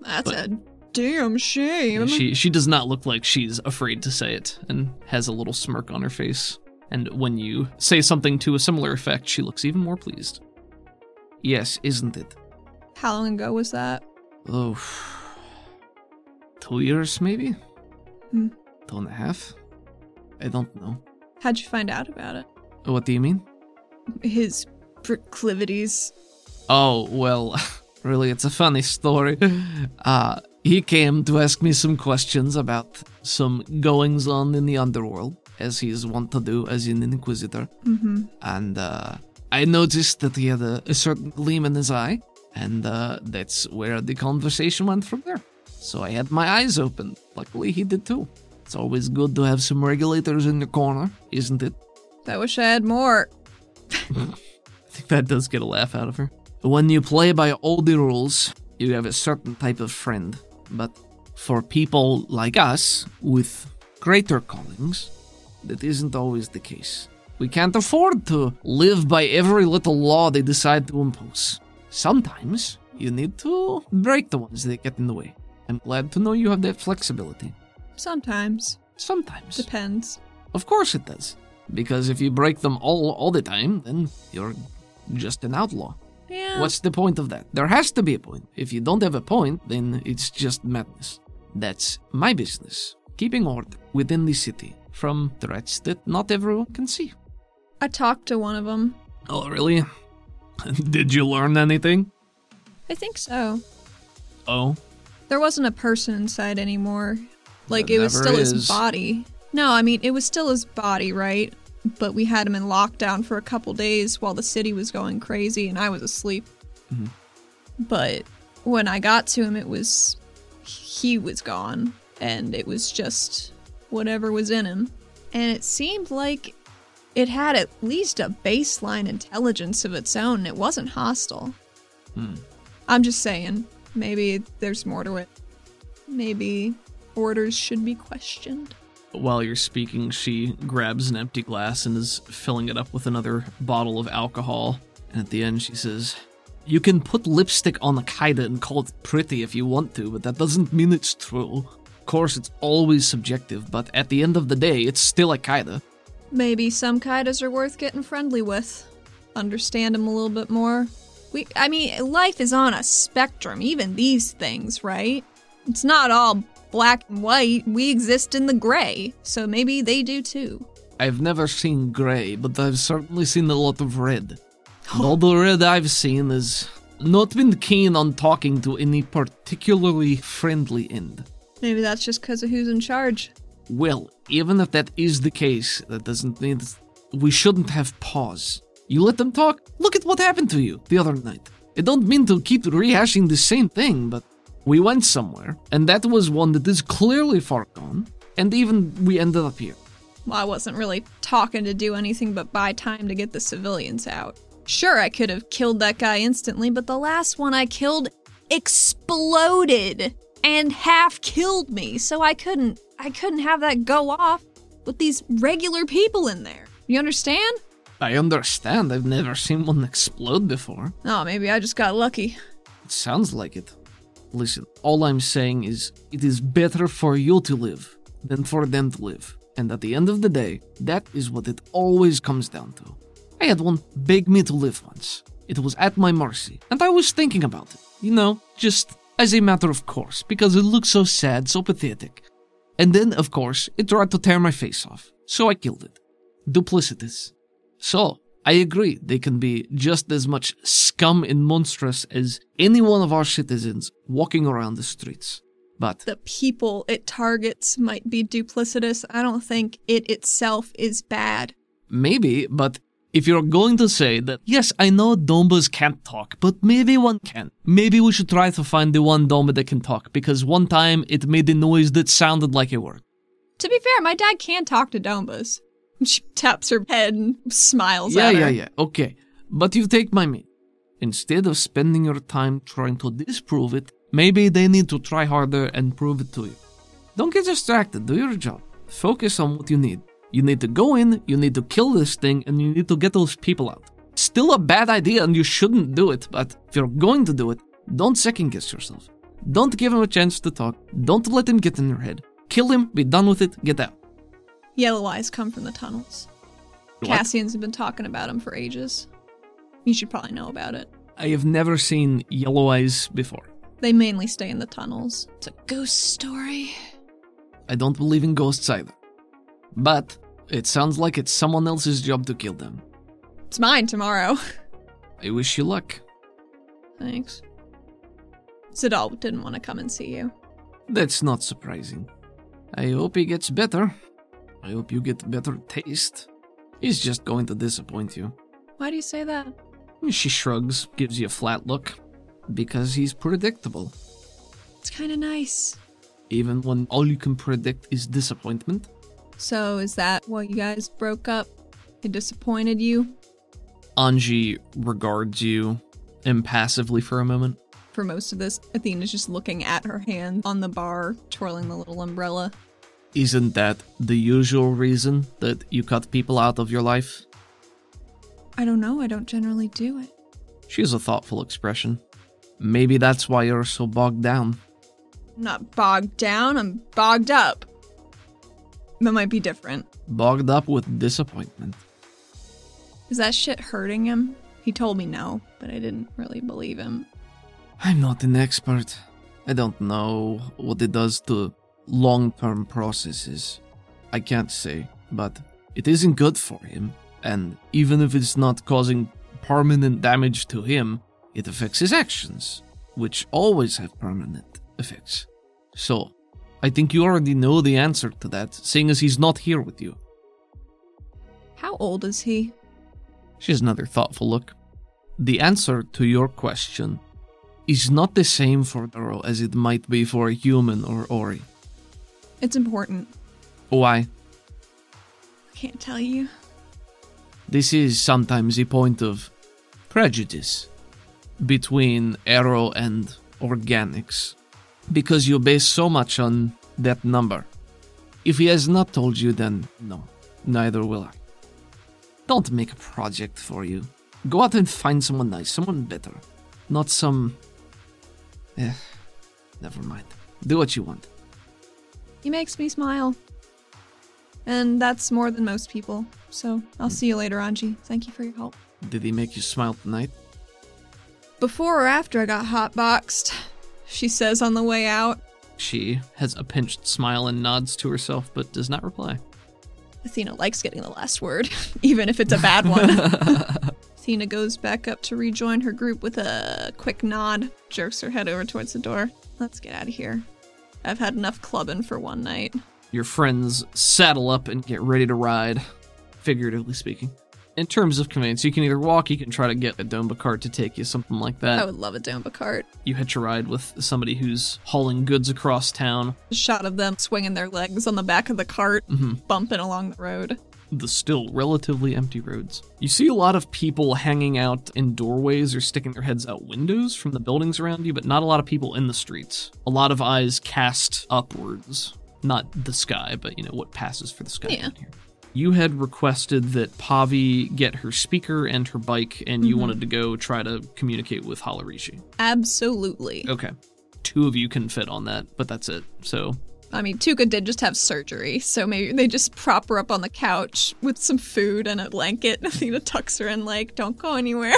[SPEAKER 2] That's
[SPEAKER 1] But-
[SPEAKER 2] a damn shame.
[SPEAKER 1] She she does not look like she's afraid to say it and has a little smirk on her face. And when you say something to a similar effect, she looks even more pleased. Yes, isn't it?
[SPEAKER 2] How long ago was that?
[SPEAKER 1] Oh, two years maybe?
[SPEAKER 2] Hmm.
[SPEAKER 1] Two and a half? I don't know.
[SPEAKER 2] How'd you find out about it?
[SPEAKER 1] What do you mean?
[SPEAKER 2] His proclivities.
[SPEAKER 1] Oh, well, really, it's a funny story. Uh, he came to ask me some questions about some goings on in the underworld, as he is wont to do as an inquisitor.
[SPEAKER 2] Mm-hmm.
[SPEAKER 1] And uh, I noticed that he had a, a certain gleam in his eye, and uh, that's where the conversation went from there. So I had my eyes open. Luckily, he did too. It's always good to have some regulators in the corner, isn't it?
[SPEAKER 2] I wish I had more.
[SPEAKER 1] I think that does get a laugh out of her. When you play by all the rules, you have a certain type of friend. But for people like us, with greater callings, that isn't always the case. We can't afford to live by every little law they decide to impose. Sometimes you need to break the ones that get in the way. I'm glad to know you have that flexibility.
[SPEAKER 2] Sometimes.
[SPEAKER 1] Sometimes.
[SPEAKER 2] Depends.
[SPEAKER 1] Of course it does. Because if you break them all all the time, then you're just an outlaw.
[SPEAKER 2] Yeah.
[SPEAKER 1] What's the point of that? There has to be a point. If you don't have a point, then it's just madness. That's my business. Keeping order within the city from threats that not everyone can see.
[SPEAKER 2] I talked to one of them.
[SPEAKER 1] Oh, really? Did you learn anything?
[SPEAKER 2] I think so.
[SPEAKER 1] Oh,
[SPEAKER 2] There wasn't a person inside anymore. Like
[SPEAKER 1] There
[SPEAKER 2] it was
[SPEAKER 1] never
[SPEAKER 2] still
[SPEAKER 1] is.
[SPEAKER 2] his body. No, I mean it was still his body, right? But we had him in lockdown for a couple days while the city was going crazy and I was asleep.
[SPEAKER 1] Mm-hmm.
[SPEAKER 2] But when I got to him, it was he was gone and it was just whatever was in him. And it seemed like it had at least a baseline intelligence of its own. It wasn't hostile. I'm just saying, maybe there's more to it. Maybe orders should be questioned.
[SPEAKER 4] While you're speaking, she grabs an empty glass and is filling it up with another bottle of alcohol.
[SPEAKER 1] And at the end, she says, You can put lipstick on a kaida and call it pretty if you want to, but that doesn't mean it's true. Of course, it's always subjective, but at the end of the day, it's still a kaida.
[SPEAKER 2] Maybe some kaidas are worth getting friendly with. Understand them a little bit more. We I mean, life is on a spectrum, even these things, right? It's not all black and white. We exist in the gray, so maybe they do too.
[SPEAKER 1] I've never seen gray, but I've certainly seen a lot of red. And all the red I've seen is not been keen on talking to any particularly friendly end.
[SPEAKER 2] Maybe that's just because of who's in charge.
[SPEAKER 1] Well, even if that is the case, that doesn't mean that we shouldn't have pause. You let them talk. Look at what happened to you the other night. I don't mean to keep rehashing the same thing, but we went somewhere, and that was one that is clearly far gone, and even we ended up here.
[SPEAKER 2] Well, I wasn't really talking to do anything but buy time to get the civilians out. Sure, I could have killed that guy instantly, but the last one I killed exploded and half killed me, so I couldn't I couldn't have that go off with these regular people in there. You understand?
[SPEAKER 1] I understand, I've never seen one explode before.
[SPEAKER 2] Oh, maybe I just got lucky.
[SPEAKER 1] It sounds like it. Listen, all I'm saying is it is better for you to live than for them to live. And at the end of the day, that is what it always comes down to. I had one beg me to live once. It was at my mercy, and I was thinking about it. You know, just as a matter of course, because it looked so sad, so pathetic. And then, of course, it tried to tear my face off, so I killed it. Duplicitous. So, I agree, they can be just as much scum and monstrous as any one of our citizens walking around the streets. But
[SPEAKER 2] The people it targets might be duplicitous. I don't think it itself is bad.
[SPEAKER 1] maybe, but if you're going to say that, yes, I know Dombas can't talk, but maybe one can. Maybe we should try to find the one Domba that can talk, because one time it made a noise that sounded like a word.
[SPEAKER 2] To be fair, my dad can talk to Dombas. She taps her head and smiles
[SPEAKER 1] Yeah,
[SPEAKER 2] at her.
[SPEAKER 1] yeah, yeah. Okay. But you take my mean. Instead of spending your time trying to disprove it, maybe they need to try harder and prove it to you. Don't get distracted. Do your job. Focus on what you need. You need to go in, you need to kill this thing, and you need to get those people out. Still a bad idea and you shouldn't do it, but if you're going to do it, don't second guess yourself. Don't give him a chance to talk. Don't let him get in your head. Kill him, be done with it, get out.
[SPEAKER 2] Yellow eyes come from the tunnels.
[SPEAKER 1] What?
[SPEAKER 2] Cassian's been talking about them for ages. You should probably know about it.
[SPEAKER 1] I have never seen yellow eyes before.
[SPEAKER 2] They mainly stay in the tunnels.
[SPEAKER 5] It's a ghost story.
[SPEAKER 1] I don't believe in ghosts either. But it sounds like it's someone else's job to kill them.
[SPEAKER 2] It's mine tomorrow.
[SPEAKER 1] I wish you luck.
[SPEAKER 2] Thanks. Zidal didn't want to come and see you.
[SPEAKER 1] That's not surprising. I hope he gets better.
[SPEAKER 6] I hope you get better taste. He's just going to disappoint you.
[SPEAKER 2] Why do you say that?
[SPEAKER 6] She shrugs, gives you a flat look. Because he's predictable.
[SPEAKER 2] It's kind of nice.
[SPEAKER 6] Even when all you can predict is disappointment,
[SPEAKER 2] So, is that why you guys broke up? He disappointed you
[SPEAKER 1] Anji regards you impassively for a moment.
[SPEAKER 2] for most of this. Athena's just looking at her hand on the bar, twirling the little umbrella.
[SPEAKER 1] Isn't that the usual reason that you cut people out of your life?
[SPEAKER 2] I don't know. I don't generally do it.
[SPEAKER 1] She has a thoughtful expression. Maybe that's why you're so bogged down.
[SPEAKER 2] I'm not bogged down. I'm bogged up. That might be different.
[SPEAKER 1] Bogged up with disappointment.
[SPEAKER 2] Is that shit hurting him? He told me no, but I didn't really believe him.
[SPEAKER 6] I'm not an expert. I don't know what it does to long term processes. I can't say, but it isn't good for him. And even if it's not causing permanent damage to him, it affects his actions, which always have permanent effects. So, I think you already know the answer to that, seeing as he's not here with you.
[SPEAKER 2] How old is he?
[SPEAKER 6] She has another thoughtful look. The answer to your question is not the same for Doro as it might be for a human or Ori.
[SPEAKER 2] It's important.
[SPEAKER 6] Why?
[SPEAKER 2] I can't tell you.
[SPEAKER 6] This is sometimes a point of prejudice between arrow and organics because you base so much on that number. If he has not told you, then no, neither will I. Don't make a project for you. Go out and find someone nice, someone better. Not some. Eh, never mind. Do what you want.
[SPEAKER 2] He makes me smile. And that's more than most people. So I'll see you later, Anji. Thank you for your help.
[SPEAKER 6] Did he make you smile tonight?
[SPEAKER 2] Before or after I got hotboxed, she says on the way out.
[SPEAKER 1] She has a pinched smile and nods to herself, but does not reply.
[SPEAKER 2] Athena likes getting the last word, even if it's a bad one. Athena goes back up to rejoin her group with a quick nod, jerks her head over towards the door. Let's get out of here. I've had enough clubbing for one night.
[SPEAKER 1] Your friends saddle up and get ready to ride, figuratively speaking. In terms of conveyance, you can either walk, you can try to get a Domba cart to take you, something like
[SPEAKER 2] I
[SPEAKER 1] that.
[SPEAKER 2] would love a Domba cart.
[SPEAKER 1] You hitch a ride with somebody who's hauling goods across town.
[SPEAKER 2] A shot of them swinging their legs on the back of the cart, bumping along the road.
[SPEAKER 1] the still relatively empty roads. You see a lot of people hanging out in doorways or sticking their heads out windows from the buildings around you, but not a lot of people in the streets. A lot of eyes cast upwards, not the sky, but you know what passes for the sky
[SPEAKER 2] Yeah.
[SPEAKER 1] down here. You had requested that Pavi get her speaker and her bike, and you wanted to go try to communicate with Halarishi.
[SPEAKER 2] Absolutely.
[SPEAKER 1] Okay. Two of you can fit on that, but that's it. So
[SPEAKER 2] I mean, Tuka did just have surgery, so maybe they just prop her up on the couch with some food and a blanket. and Athena tucks her in, like, don't go anywhere.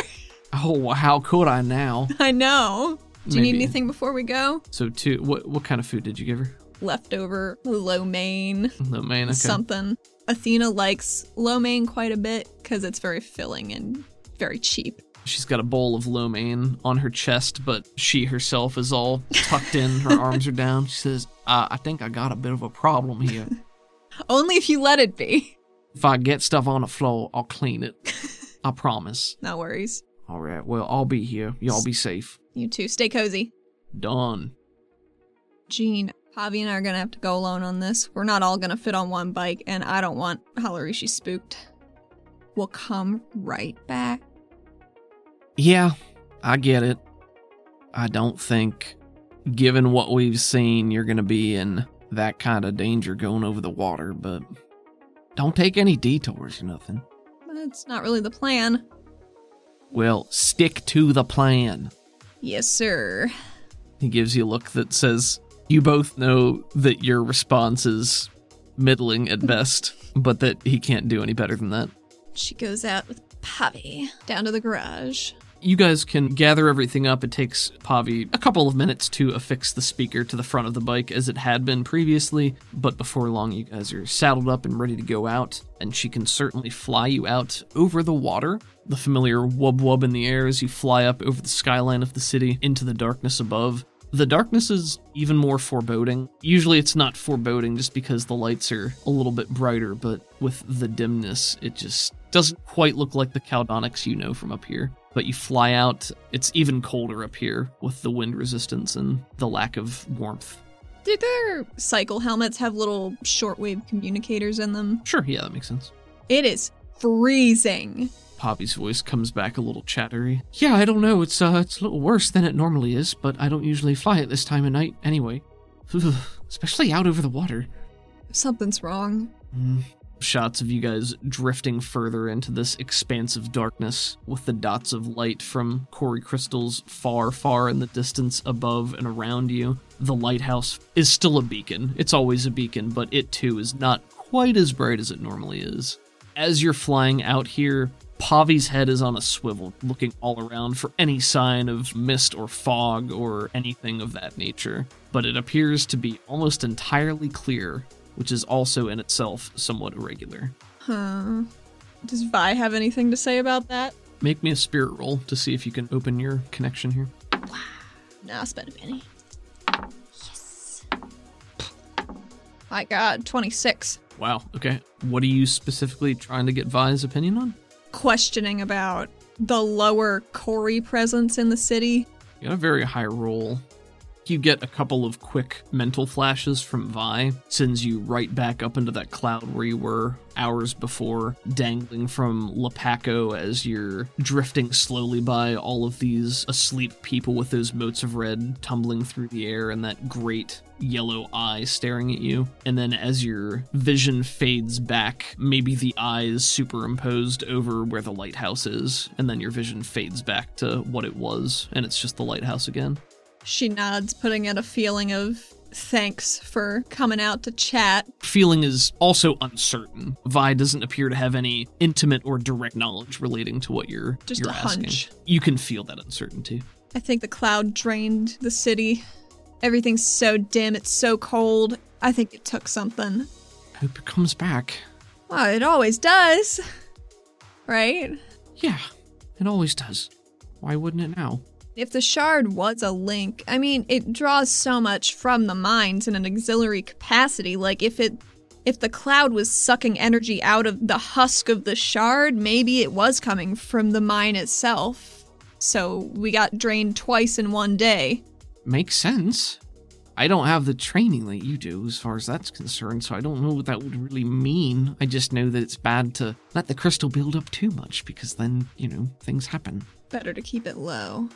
[SPEAKER 1] Oh, how could I now?
[SPEAKER 2] I know. Do you need
[SPEAKER 1] Maybe.
[SPEAKER 2] anything before we go?
[SPEAKER 1] So two what what kind of food did you give her?
[SPEAKER 2] Leftover lo mein,
[SPEAKER 1] No man, okay.
[SPEAKER 2] something. Athena likes lo mein quite a bit because it's very filling and very cheap.
[SPEAKER 1] She's got a bowl of lo mein on her chest, but she herself is all tucked in. Her arms are down. She says, uh, I think I got a bit of a problem here.
[SPEAKER 2] Only if you let it be.
[SPEAKER 1] If I get stuff on the floor, I'll clean it. I promise.
[SPEAKER 2] No worries.
[SPEAKER 1] All right, well, I'll be here. Y'all be safe.
[SPEAKER 2] You too. Stay cozy.
[SPEAKER 1] Done.
[SPEAKER 2] Gene, Javi and I are gonna have to go alone on this. We're not all gonna fit on one bike, and I don't want Halarishi spooked. We'll come right back.
[SPEAKER 6] Yeah, I get it. I don't think, given what we've seen, you're going to be in that kind of danger going over the water, but don't take any detours or nothing.
[SPEAKER 2] That's not really the plan.
[SPEAKER 6] Well, stick to the plan.
[SPEAKER 2] Yes, sir.
[SPEAKER 1] He gives you a look that says, You both know that your response is middling at best, but that he can't do any better than that.
[SPEAKER 2] She goes out with Pavi down to the garage.
[SPEAKER 1] you guys can gather everything up. It takes Pavi a couple of minutes to affix the speaker to the front of the bike as it had been previously, but before long, you guys are saddled up and ready to go out, and she can certainly fly you out over the water. The familiar wub wub in the air as you fly up over the skyline of the city into the darkness above. The darkness is even more foreboding. Usually it's not foreboding just because the lights are a little bit brighter, but with the dimness, it just doesn't quite look like the Caldonics you know from up here. But you fly out, it's even colder up here with the wind resistance and the lack of warmth.
[SPEAKER 2] Did their cycle helmets have little shortwave communicators in them?
[SPEAKER 1] Sure, yeah, that makes sense.
[SPEAKER 2] It is freezing.
[SPEAKER 1] Poppy's voice comes back a little chattery. Yeah, I don't know. It's uh, it's a little worse than it normally is, but I don't usually fly at this time of night anyway. Especially out over the water.
[SPEAKER 2] Something's wrong.
[SPEAKER 1] Shots of you guys drifting further into this expanse of darkness, with the dots of light from Cory crystals far, far in the distance above and around you. The lighthouse is still a beacon. It's always a beacon, but it too is not quite as bright as it normally is as you're flying out here, Pavi's head is on a swivel, looking all around for any sign of mist or fog or anything of that nature. But it appears to be almost entirely clear, which is also in itself somewhat irregular.
[SPEAKER 2] Huh. Does Vi have anything to say about that?
[SPEAKER 1] Make me a spirit roll to see if you can open your connection here.
[SPEAKER 2] Nah, I spent a penny. Yes. My god, 26.
[SPEAKER 1] Wow, okay. What are you specifically trying to get Vi's opinion on?
[SPEAKER 2] Questioning about the lower Cory presence in the city.
[SPEAKER 1] You got a very high roll. You get a couple of quick mental flashes from Vi, sends you right back up into that cloud where you were hours before, dangling from Lepaco as you're drifting slowly by all of these asleep people with those motes of red tumbling through the air and that great yellow eye staring at you. And then as your vision fades back, maybe the eye is superimposed over where the lighthouse is, and then your vision fades back to what it was, and it's just the lighthouse again.
[SPEAKER 2] She nods, putting out a feeling of thanks for coming out to chat.
[SPEAKER 1] feeling is also uncertain. Vi doesn't appear to have any intimate or direct knowledge relating to what you're
[SPEAKER 2] Just
[SPEAKER 1] you're
[SPEAKER 2] a
[SPEAKER 1] asking.
[SPEAKER 2] hunch.
[SPEAKER 1] You can feel that uncertainty.
[SPEAKER 2] I think the cloud drained the city. Everything's so dim, it's so cold. I think it took something.
[SPEAKER 1] Hope it comes back.
[SPEAKER 2] Well, it always does. Right?
[SPEAKER 1] Yeah, it always does. Why wouldn't it now?
[SPEAKER 2] If the shard was a link, I mean, it draws so much from the mines in an auxiliary capacity. Like if it if the cloud was sucking energy out of the husk of the shard, maybe it was coming from the mine itself. So we got drained twice in one day.
[SPEAKER 6] Makes sense. I don't have the training that you do as far as that's concerned, so I don't know what that would really mean. I just know that it's bad to let the crystal build up too much because then, you know, things happen.
[SPEAKER 2] Better to keep it low.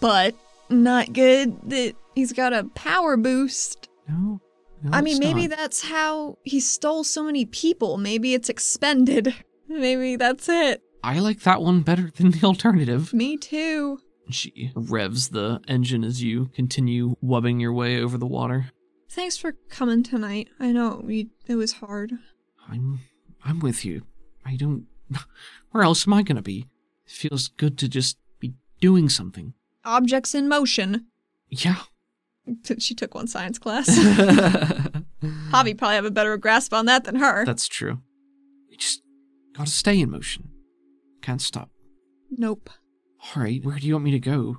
[SPEAKER 2] But not good that he's got a power boost.
[SPEAKER 6] No. no,
[SPEAKER 2] I mean,
[SPEAKER 6] it's
[SPEAKER 2] maybe
[SPEAKER 6] not.
[SPEAKER 2] that's how he stole so many people. Maybe it's expended. Maybe that's it.
[SPEAKER 6] I like that one better than the alternative.
[SPEAKER 2] Me too.
[SPEAKER 1] She revs the engine as you continue wubbing your way over the water.
[SPEAKER 2] Thanks for coming tonight. I know we, it was hard.
[SPEAKER 6] I'm I'm with you. I don't where else am I gonna be? It feels good to just be doing something.
[SPEAKER 2] Objects in motion.
[SPEAKER 6] Yeah.
[SPEAKER 2] She took one science class. Javi probably have a better grasp on that than her.
[SPEAKER 6] That's true. We just gotta stay in motion. Can't stop.
[SPEAKER 2] nope.
[SPEAKER 6] Alright, where do you want me to go?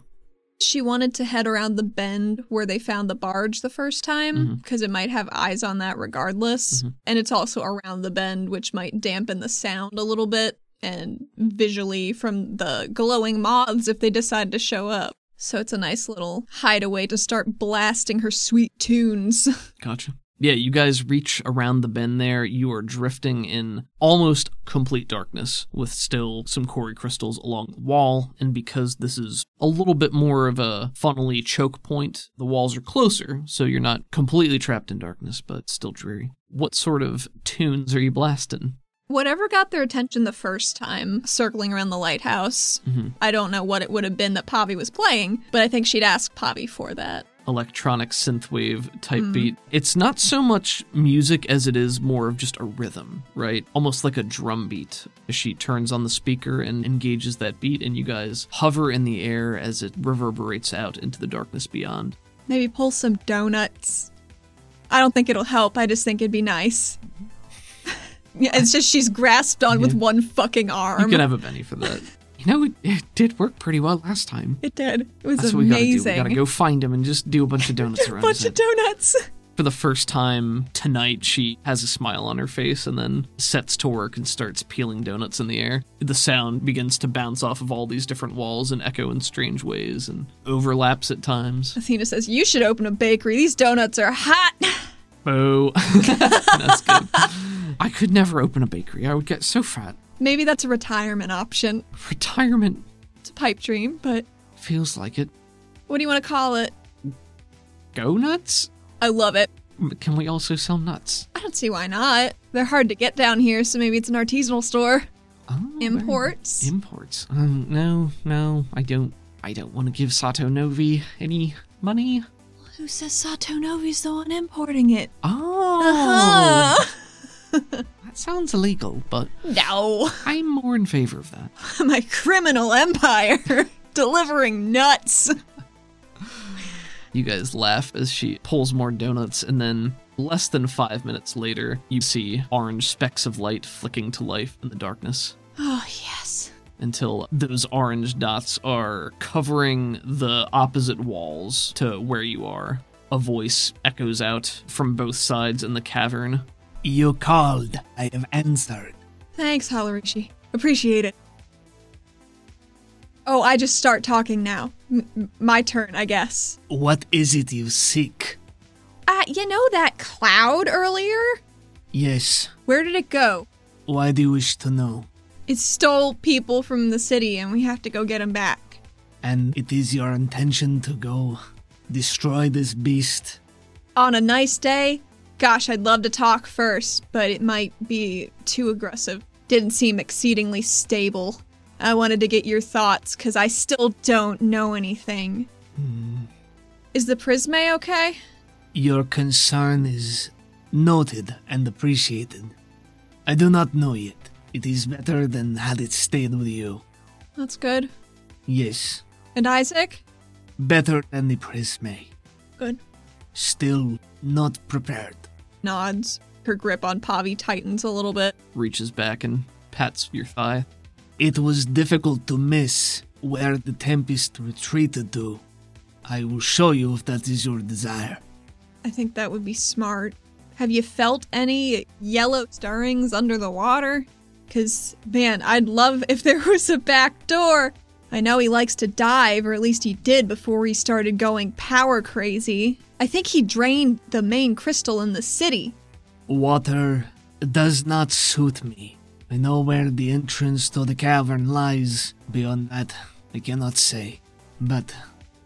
[SPEAKER 2] She wanted to head around the bend where they found the barge the first time because it might have eyes on that regardless. And it's also around the bend, which might dampen the sound a little bit and visually from the glowing moths if they decide to show up. So it's a nice little hideaway to start blasting her sweet tunes.
[SPEAKER 1] Gotcha. Yeah, you guys reach around the bend there. You are drifting in almost complete darkness with still some quarry crystals along the wall. And because this is a little bit more of a funnily choke point, the walls are closer, so you're not completely trapped in darkness, but still dreary. What sort of tunes are you blasting?
[SPEAKER 2] Whatever got their attention the first time, circling around the lighthouse, I don't know what it would have been that Pavi was playing, but I think she'd ask Pavi for that.
[SPEAKER 1] electronic synthwave type
[SPEAKER 2] Mm-hmm.
[SPEAKER 1] beat. It's not so much music as it is more of just a rhythm, right? Almost like a drum beat. She turns on the speaker and engages that beat, and you guys hover in the air as it reverberates out into the darkness beyond.
[SPEAKER 2] Maybe pull some donuts. I don't think it'll help. I just think it'd be nice. yeah, it's just she's grasped on with one fucking
[SPEAKER 1] You
[SPEAKER 2] arm.
[SPEAKER 1] can have a penny for that.
[SPEAKER 6] You know, it, it did work pretty well last time.
[SPEAKER 2] It did. It was
[SPEAKER 6] That's what we gotta do. We
[SPEAKER 2] amazing.
[SPEAKER 6] gotta go find him and just do a bunch of donuts around his
[SPEAKER 2] Bunch of
[SPEAKER 6] head.
[SPEAKER 2] donuts.
[SPEAKER 1] For the first time tonight, she has a smile on her face and then sets to work and starts peeling donuts in the air. The sound begins to bounce off of all these different walls and echo in strange ways and overlaps at times.
[SPEAKER 2] Athena says, You should open a bakery. These donuts are hot.
[SPEAKER 1] Boo. That's good.
[SPEAKER 6] I could never open a bakery. I would get so fat.
[SPEAKER 2] Maybe that's a retirement option.
[SPEAKER 6] Retirement
[SPEAKER 2] It's a pipe dream, but
[SPEAKER 6] feels like it.
[SPEAKER 2] what do you want to call it?
[SPEAKER 6] Go nuts?
[SPEAKER 2] I love it.
[SPEAKER 6] M- Can we also sell nuts?
[SPEAKER 2] I don't see why not. They're hard to get down here, so maybe it's an artisanal store.
[SPEAKER 6] Oh, very-
[SPEAKER 2] Imports.
[SPEAKER 6] Imports. Um, no, no, I don't. I don't want to give Sato Novi any money.
[SPEAKER 3] Who says Sato Novi's the one import?
[SPEAKER 2] Importing it.
[SPEAKER 6] Oh,
[SPEAKER 1] Uh-huh.
[SPEAKER 2] Huh.
[SPEAKER 6] that sounds illegal, but
[SPEAKER 2] No.
[SPEAKER 6] I'm more in favor of that.
[SPEAKER 2] My criminal empire. Delivering nuts.
[SPEAKER 1] You guys laugh as she pulls more donuts, and then less than five minutes later, you see orange specks of light flicking to life in the darkness
[SPEAKER 3] Oh, yes.
[SPEAKER 1] until those orange dots are covering the opposite walls to where you are. A voice echoes out from both sides in the cavern.
[SPEAKER 7] You called. I have answered.
[SPEAKER 2] Thanks, Holorishi. Appreciate it. Oh, I just start talking now. M- m- my turn, I guess.
[SPEAKER 7] What is it you seek?
[SPEAKER 2] Uh, you know that cloud earlier?
[SPEAKER 7] Yes.
[SPEAKER 2] Where did it go?
[SPEAKER 7] Why do you wish to know?
[SPEAKER 2] It stole people from the city and we have to go get them back.
[SPEAKER 7] And it is your intention to go destroy this beast.
[SPEAKER 2] On a nice day, gosh, I'd love to talk first, but it might be too aggressive. Didn't seem exceedingly stable. I wanted to get your thoughts because I still don't know anything. Is the Prisme okay?
[SPEAKER 7] Your concern is noted and appreciated. I do not know yet. It is better than had it stayed with you.
[SPEAKER 2] That's good.
[SPEAKER 7] Yes,
[SPEAKER 2] And Isaac?
[SPEAKER 7] better than the prisme.
[SPEAKER 2] Good.
[SPEAKER 7] Still not prepared.
[SPEAKER 2] Nods. Her grip on Pavi tightens a little bit.
[SPEAKER 1] reaches back and pats your thigh.
[SPEAKER 7] It was difficult to miss where the Tempest retreated to. I will show you if that is your desire.
[SPEAKER 2] I think that would be smart. Have you felt any yellow stirrings under the water? Because, man, I'd love if there was a back door. I know he likes to dive, or at least he did before he started going power crazy. I think he drained the main crystal in the city.
[SPEAKER 7] Water does not suit me. I know where the entrance to the cavern lies. Beyond that, I cannot say. But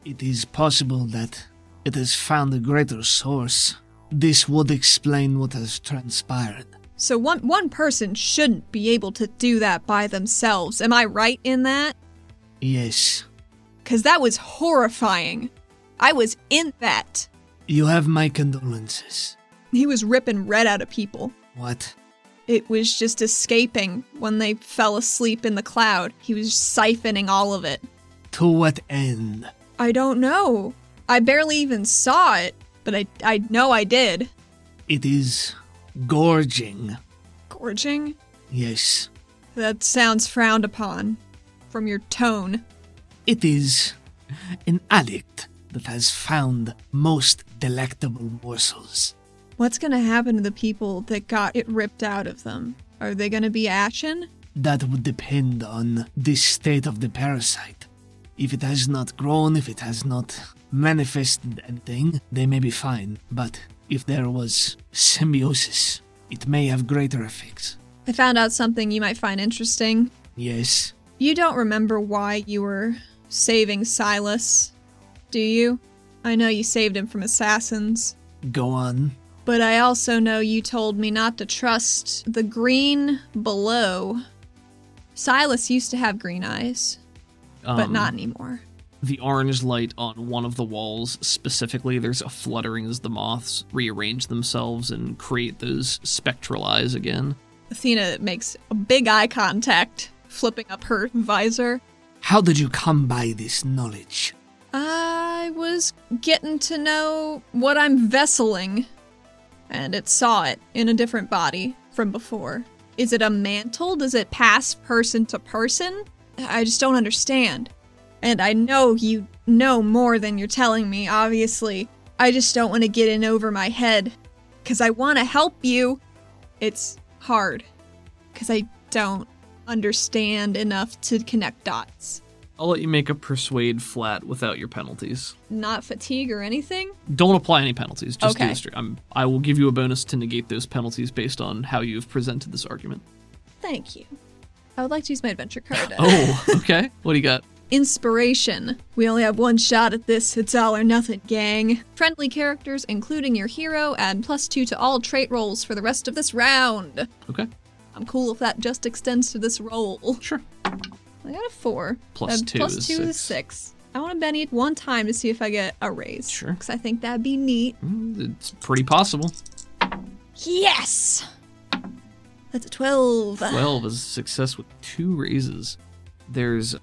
[SPEAKER 7] it is possible that it has found a greater source. This would explain what has transpired.
[SPEAKER 2] So one one person shouldn't be able to do that by themselves. Am I right in that?
[SPEAKER 7] Yes,
[SPEAKER 2] Cuz that was horrifying. I was in that.
[SPEAKER 7] you have my condolences.
[SPEAKER 2] He was ripping red out of people.
[SPEAKER 7] What?
[SPEAKER 2] It was just escaping when they fell asleep in the cloud. He was siphoning all of it.
[SPEAKER 7] To what end?
[SPEAKER 2] I don't know. I barely even saw it, but I, I know I did.
[SPEAKER 7] It is gorging.
[SPEAKER 2] Gorging?
[SPEAKER 7] Yes,
[SPEAKER 2] That sounds frowned upon from your tone.
[SPEAKER 7] it is an addict that has found most delectable morsels.
[SPEAKER 2] What's gonna happen to the people that got it ripped out of them? Are they gonna be ashen?
[SPEAKER 7] That would depend on the state of the parasite. If it has not grown, if it has not manifested anything, they may be fine. But if there was symbiosis, it may have greater effects.
[SPEAKER 2] I found out something you might find interesting.
[SPEAKER 7] Yes,
[SPEAKER 2] You don't remember why you were saving Silas, do you? I know you saved him from assassins.
[SPEAKER 7] go on.
[SPEAKER 2] But I also know you told me not to trust the green below. Silas used to have green eyes, but
[SPEAKER 1] Um,
[SPEAKER 2] not anymore.
[SPEAKER 1] the orange light on one of the walls specifically there's a fluttering as the moths rearrange themselves and create those spectral eyes again
[SPEAKER 2] Athena makes a big eye contact, flipping up her visor.
[SPEAKER 7] How did you come by this knowledge?
[SPEAKER 2] I was getting to know what I'm vesseling, and it saw it in a different body from before. Is it a mantle? Does it pass person to person? I just don't understand. And I know you know more than you're telling me, obviously. I just don't want to get in over my head. Because I want to help you. It's hard. Because I don't understand enough to connect dots.
[SPEAKER 1] I'll let you make a persuade flat without your penalties.
[SPEAKER 2] Not fatigue or anything?
[SPEAKER 1] Don't apply any penalties. Just do
[SPEAKER 2] Okay.
[SPEAKER 1] the straight. I'm, I will give you a bonus to negate those penalties based on how you've presented this argument.
[SPEAKER 2] Thank you. I would like to use my adventure card.
[SPEAKER 1] Oh, okay. What do you got?
[SPEAKER 2] Inspiration. We only have one shot at this. It's all or nothing, gang. Friendly characters, including your hero, add plus two to all trait rolls for the rest of this round.
[SPEAKER 1] Okay,
[SPEAKER 2] I'm cool if that just extends to this roll.
[SPEAKER 1] sure.
[SPEAKER 2] I got a four.
[SPEAKER 1] Plus
[SPEAKER 2] Uh,
[SPEAKER 1] two
[SPEAKER 2] plus
[SPEAKER 1] is
[SPEAKER 2] two
[SPEAKER 1] six.
[SPEAKER 2] is six. I want to Benny it one time to see if I get a raise.
[SPEAKER 1] Sure.
[SPEAKER 2] Because I think that'd be neat.
[SPEAKER 1] Mm, It's pretty possible.
[SPEAKER 2] Yes! That's a 12.
[SPEAKER 1] 12 is a success with two raises. There's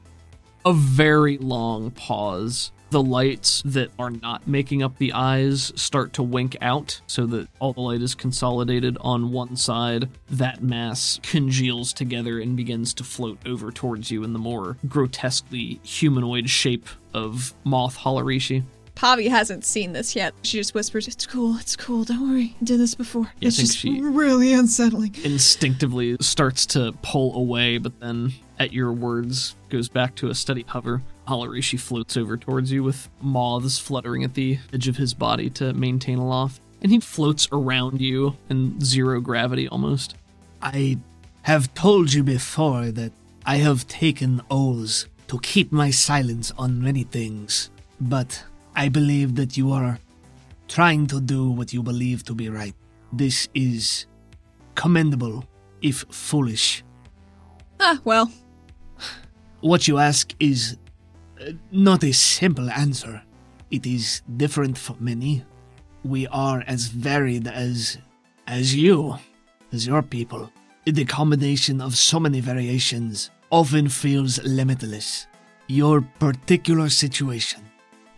[SPEAKER 1] a very long pause. The lights that are not making up the eyes start to wink out so that all the light is consolidated on one side. That mass congeals together and begins to float over towards you in the more grotesquely humanoid shape of Moth Holorishi.
[SPEAKER 2] Pavi hasn't seen this yet. She just whispers, It's cool, it's cool, don't worry. I did this before.
[SPEAKER 1] Yeah, I
[SPEAKER 2] it's
[SPEAKER 1] think
[SPEAKER 2] just
[SPEAKER 1] she-
[SPEAKER 2] really unsettling.
[SPEAKER 1] Instinctively starts to pull away, but then at your words goes back to a steady hover. Holorishi floats over towards you with moths fluttering at the edge of his body to maintain aloft. And he floats around you in zero gravity almost.
[SPEAKER 7] I have told you before that I have taken oaths to keep my silence on many things, but I believe that you are trying to do what you believe to be right. This is commendable, if foolish.
[SPEAKER 2] Ah, well,
[SPEAKER 7] What you ask is uh, not a simple answer. It is different for many. We are as varied as as you, as your people. The combination of so many variations often feels limitless. Your particular situation,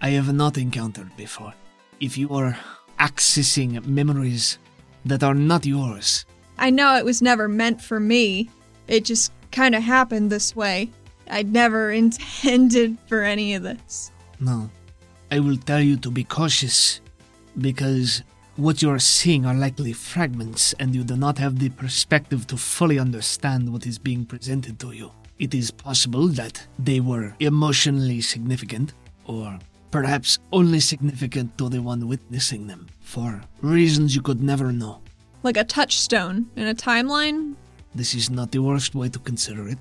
[SPEAKER 7] I have not encountered before. If you are accessing memories that are not yours,
[SPEAKER 2] I know it was never meant for me. It just kind of happened this way. I never intended for any of this.
[SPEAKER 7] No. I will tell you to be cautious because what you are seeing are likely fragments and you do not have the perspective to fully understand what is being presented to you. It is possible that they were emotionally significant or perhaps only significant to the one witnessing them for reasons you could never know.
[SPEAKER 2] Like a touchstone in a timeline.
[SPEAKER 7] This is not the worst way to consider it.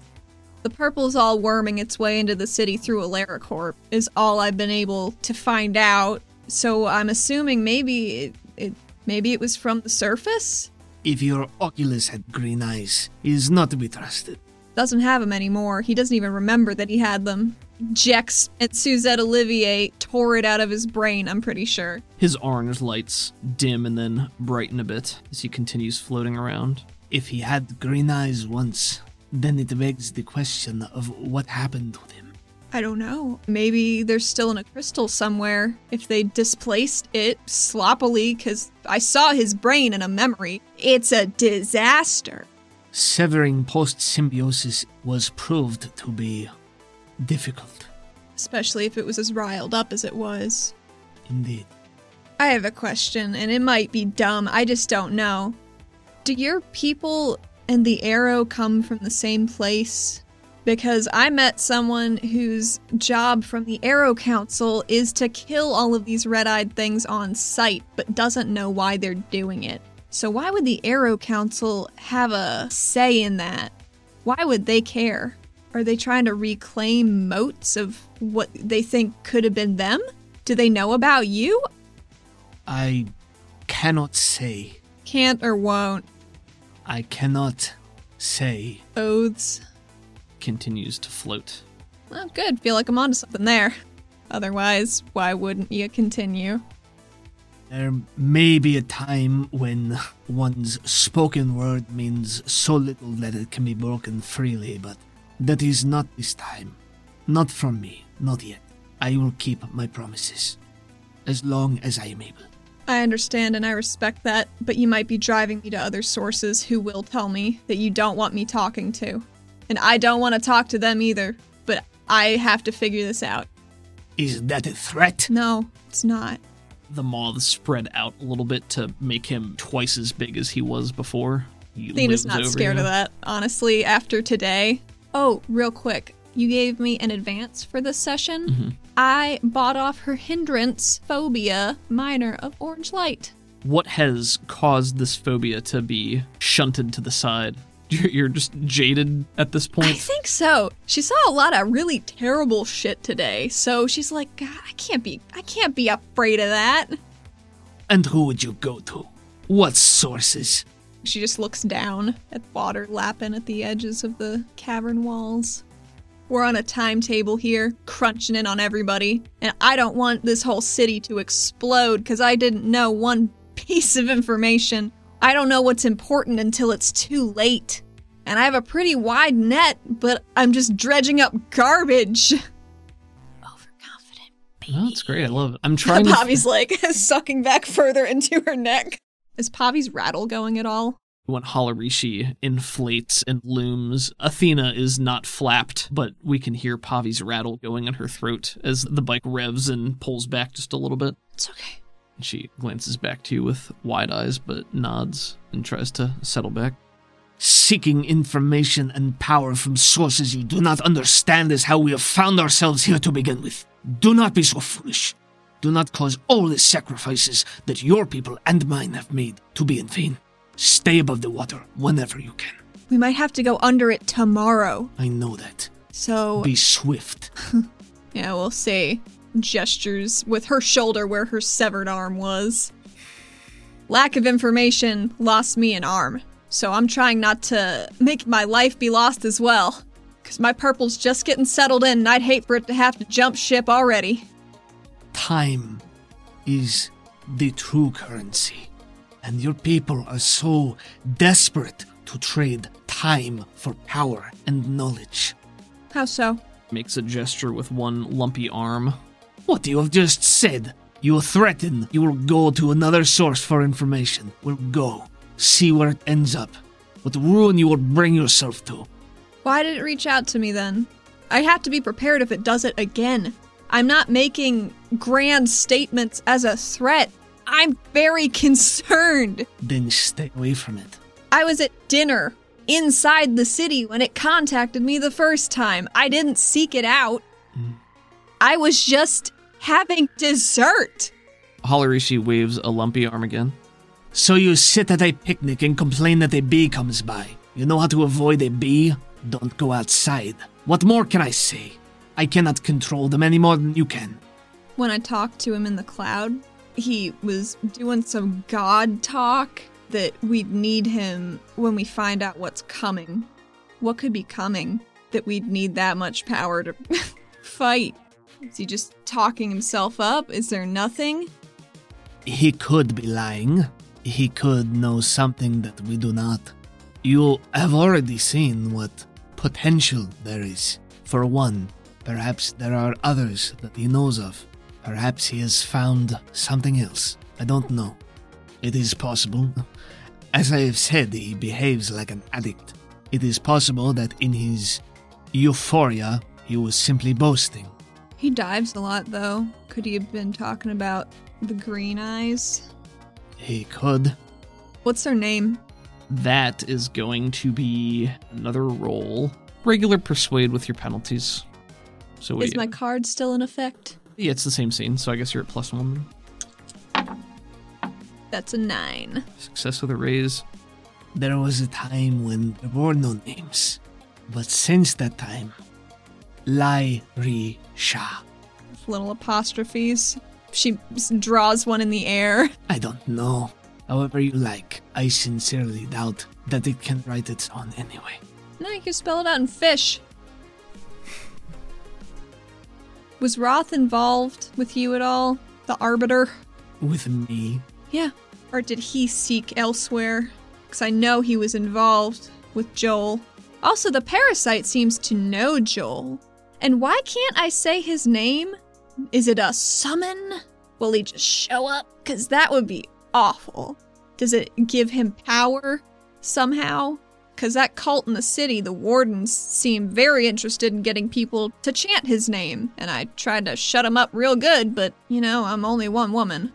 [SPEAKER 2] The purple's all worming its way into the city through AlariCorp, is all I've been able to find out. So I'm assuming maybe it, it maybe it was from the surface?
[SPEAKER 7] If your Oculus had green eyes, it is not to be trusted.
[SPEAKER 2] Doesn't have them anymore. He doesn't even remember that he had them. Jex and Suzette Olivier tore it out of his brain, I'm pretty sure.
[SPEAKER 1] His orange lights dim and then brighten a bit as he continues floating around.
[SPEAKER 7] If he had green eyes once, then it begs the question of what happened to them.
[SPEAKER 2] I don't know. Maybe they're still in a crystal somewhere. If they displaced it sloppily, because I saw his brain in a memory, it's a disaster.
[SPEAKER 7] Severing post symbiosis was proved to be difficult,
[SPEAKER 2] Especially if it was as riled up as it was.
[SPEAKER 7] indeed.
[SPEAKER 2] I have a question, and it might be dumb. I just don't know. Do your people and the arrow come from the same place? Because I met someone whose job from the Arrow Council is to kill all of these red eyed things on sight, but doesn't know why they're doing it. So, why would the Arrow Council have a say in that? Why would they care? Are they trying to reclaim moats of what they think could have been them? Do they know about you?
[SPEAKER 7] I cannot say.
[SPEAKER 2] Can't or won't.
[SPEAKER 7] I cannot say.
[SPEAKER 2] Oaths.
[SPEAKER 1] Continues to float.
[SPEAKER 2] Well, good. Feel like I'm onto something there. Otherwise, why wouldn't you continue?
[SPEAKER 7] There may be a time when one's spoken word means so little that it can be broken freely, but that is not this time. Not from me, not yet. I will keep my promises. As long as I am able.
[SPEAKER 2] I understand and I respect that, but you might be driving me to other sources who will tell me that you don't want me talking to. and I don't want to talk to them either, but I have to figure this out.
[SPEAKER 7] Is that a threat?
[SPEAKER 2] No, it's not.
[SPEAKER 1] The moths spread out a little bit to make him twice as big as he was before. He lives
[SPEAKER 2] Athena's not
[SPEAKER 1] over
[SPEAKER 2] scared
[SPEAKER 1] you.
[SPEAKER 2] of that, honestly, after today. Oh, real quick, you gave me an advance for this session. I bought off her hindrance, phobia, minor of orange light.
[SPEAKER 1] What has caused this phobia to be shunted to the side? You're, you're just jaded at this
[SPEAKER 2] I
[SPEAKER 1] point.
[SPEAKER 2] think so. She saw a lot of really terrible shit today, so she's like, God, I can't be, I can't be afraid of that.
[SPEAKER 7] And who would you go to? What sources?
[SPEAKER 2] She just looks down at water lapping at the edges of the cavern walls. We're on a timetable here, crunching in on everybody, and I don't want this whole city to explode because I didn't know one piece of information. I don't know what's important until it's too late. And I have a pretty wide net, but I'm just dredging up garbage.
[SPEAKER 3] Overconfident.
[SPEAKER 1] Oh, that's great. I love it. I'm trying to
[SPEAKER 2] Poppy's like sucking back further into her neck. Is Poppy's rattle going at all?
[SPEAKER 1] when Holorishi inflates and looms. Athena is not flapped, but we can hear Pavi's rattle going in her throat as the bike revs and pulls back just a little bit.
[SPEAKER 3] It's okay.
[SPEAKER 1] And she glances back to you with wide eyes, but nods and tries to settle back.
[SPEAKER 7] Seeking information and power from sources you do not understand is how we have found ourselves here to begin with. Do not be so foolish. Do not cause all the sacrifices that your people and mine have made to be in vain. Stay above the water whenever you can.
[SPEAKER 2] We might have to go under it tomorrow.
[SPEAKER 7] I know that.
[SPEAKER 2] So,
[SPEAKER 7] Be swift.
[SPEAKER 2] yeah, we'll see. Gestures with her shoulder where her severed arm was. Lack of information lost me an arm, so I'm trying not to make my life be lost as well. Because my purple's just getting settled in, and I'd hate for it to have to jump ship already.
[SPEAKER 7] time is the true currency. And your people are so desperate to trade time for power and knowledge.
[SPEAKER 2] How so?
[SPEAKER 1] Makes a gesture with one lumpy arm.
[SPEAKER 7] What you have just said, you threaten, you will go to another source for information. Will go, see where it ends up, what ruin you will bring yourself to.
[SPEAKER 2] Why did it reach out to me then? I have to be prepared if it does it again. I'm not making grand statements as a threat. I'm very concerned.
[SPEAKER 7] Then stay away from it.
[SPEAKER 2] I was at dinner inside the city when it contacted me the first time. I didn't seek it out. I was just having dessert.
[SPEAKER 1] Holorishi waves a lumpy arm again.
[SPEAKER 7] So you sit at a picnic and complain that a bee comes by. You know how to avoid a bee? Don't go outside. What more can I say? I cannot control them any more than you can.
[SPEAKER 2] When I talked to him in the cloud, he was doing some god talk that we'd need him when we find out what's coming. What could be coming that we'd need that much power to fight? Is he just talking himself up? Is there nothing?
[SPEAKER 7] He could be lying. He could know something that we do not. You have already seen what potential there is. For one, perhaps there are others that he knows of. Perhaps he has found something else. I don't know. It is possible. As I have said, he behaves like an addict. It is possible that in his euphoria, he was simply boasting.
[SPEAKER 2] He dives a lot though. Could he have been talking about the green eyes?
[SPEAKER 7] He could.
[SPEAKER 2] What's their name?
[SPEAKER 1] That is going to be another roll. Regular persuade with your penalties. So we,
[SPEAKER 2] Is my card still in effect?
[SPEAKER 1] yeah, it's the same scene, so I guess you're at plus one.
[SPEAKER 2] That's a nine.
[SPEAKER 1] Success with a raise.
[SPEAKER 7] There was a time when there were no names, but since that time, Lai Ri Sha.
[SPEAKER 2] With little apostrophes. She s- draws one in the air.
[SPEAKER 7] I don't know. However you like, I sincerely doubt that it can write its own anyway.
[SPEAKER 2] No, you can spell it out in fish. Was Roth involved with you at all? The Arbiter?
[SPEAKER 7] With me,
[SPEAKER 2] Yeah. Or did he seek elsewhere? Because I know he was involved with Joel. Also, the parasite seems to know Joel. And why can't I say his name? Is it a summon? Will he just show up? Because that would be awful. Does it give him power somehow? because that cult in the city, the wardens, seem very interested in getting people to chant his name, and I tried to shut him up real good, but, you know, I'm only one woman.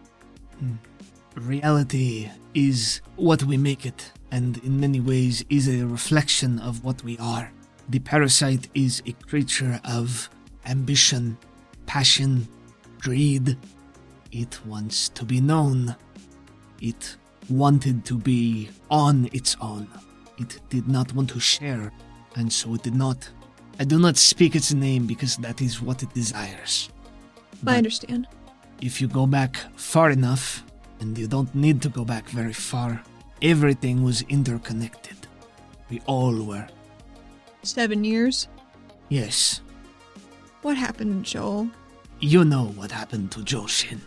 [SPEAKER 7] Reality is what we make it, and in many ways is a reflection of what we are. The parasite is a creature of ambition, passion, greed. It wants to be known. It wanted to be on its own. It did not want to share, and so it did not. I do not speak its name because that is what it desires.
[SPEAKER 2] I understand.
[SPEAKER 7] If you go back far enough, and you don't need to go back very far, everything was interconnected. We all were.
[SPEAKER 2] Seven years.
[SPEAKER 7] Yes,
[SPEAKER 2] What happened, to Joel?
[SPEAKER 7] you know what happened to Joshin.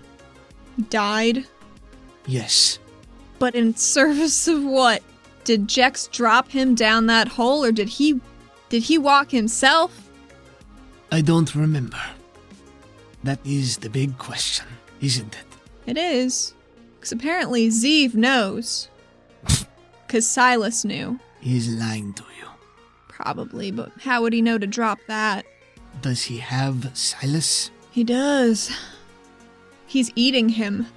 [SPEAKER 2] He died.
[SPEAKER 7] Yes,
[SPEAKER 2] But in service of what? Did Jex drop him down that hole or did he did he walk himself?
[SPEAKER 7] I don't remember. That is the big question, isn't it?
[SPEAKER 2] It is. Cause apparently Zeev knows. Cause Silas knew.
[SPEAKER 7] He's lying to you.
[SPEAKER 2] Probably, but how would he know to drop that?
[SPEAKER 7] Does he have Silas?
[SPEAKER 2] He does. He's eating him.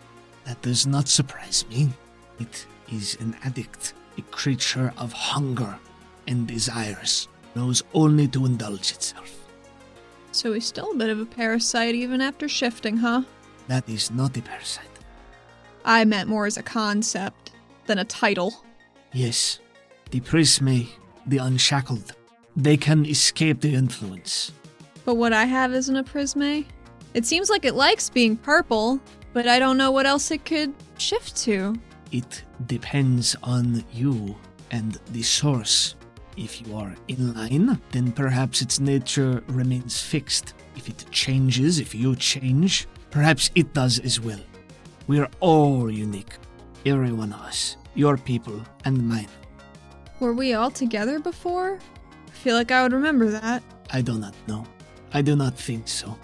[SPEAKER 7] That does not surprise me. It is an addict, a creature of hunger and desires, knows only to indulge itself.
[SPEAKER 2] So he's still a bit of a parasite even after shifting, huh?
[SPEAKER 7] That is not a parasite.
[SPEAKER 2] I meant more as a concept than a title.
[SPEAKER 7] Yes, the prisme, the unshackled, they can escape the influence.
[SPEAKER 2] But what I have isn't a prisme. It seems like it likes being purple, but I don't know what else it could shift to.
[SPEAKER 7] It depends on you and the source. If you are in line, then perhaps its nature remains fixed. If it changes, if you change, perhaps it does as well. We are all unique. Every one of us. Your people and mine.
[SPEAKER 2] Were we all together before? I feel like I would remember that.
[SPEAKER 7] I do not know. I do not think so.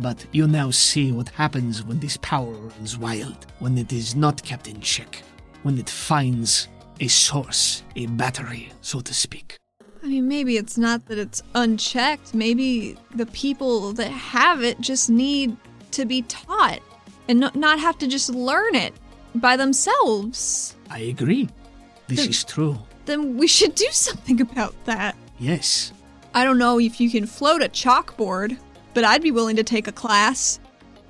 [SPEAKER 7] But you now see what happens when this power runs wild, when it is not kept in check, when it finds a source, a battery, so to speak.
[SPEAKER 2] I mean, maybe it's not that it's unchecked. Maybe the people that have it just need to be taught and no- not have to just learn it by themselves.
[SPEAKER 7] I agree. This
[SPEAKER 2] Then-
[SPEAKER 7] is true.
[SPEAKER 2] Then we should do something about that.
[SPEAKER 7] Yes.
[SPEAKER 2] I don't know if you can float a chalkboard, but I'd be willing to take a class.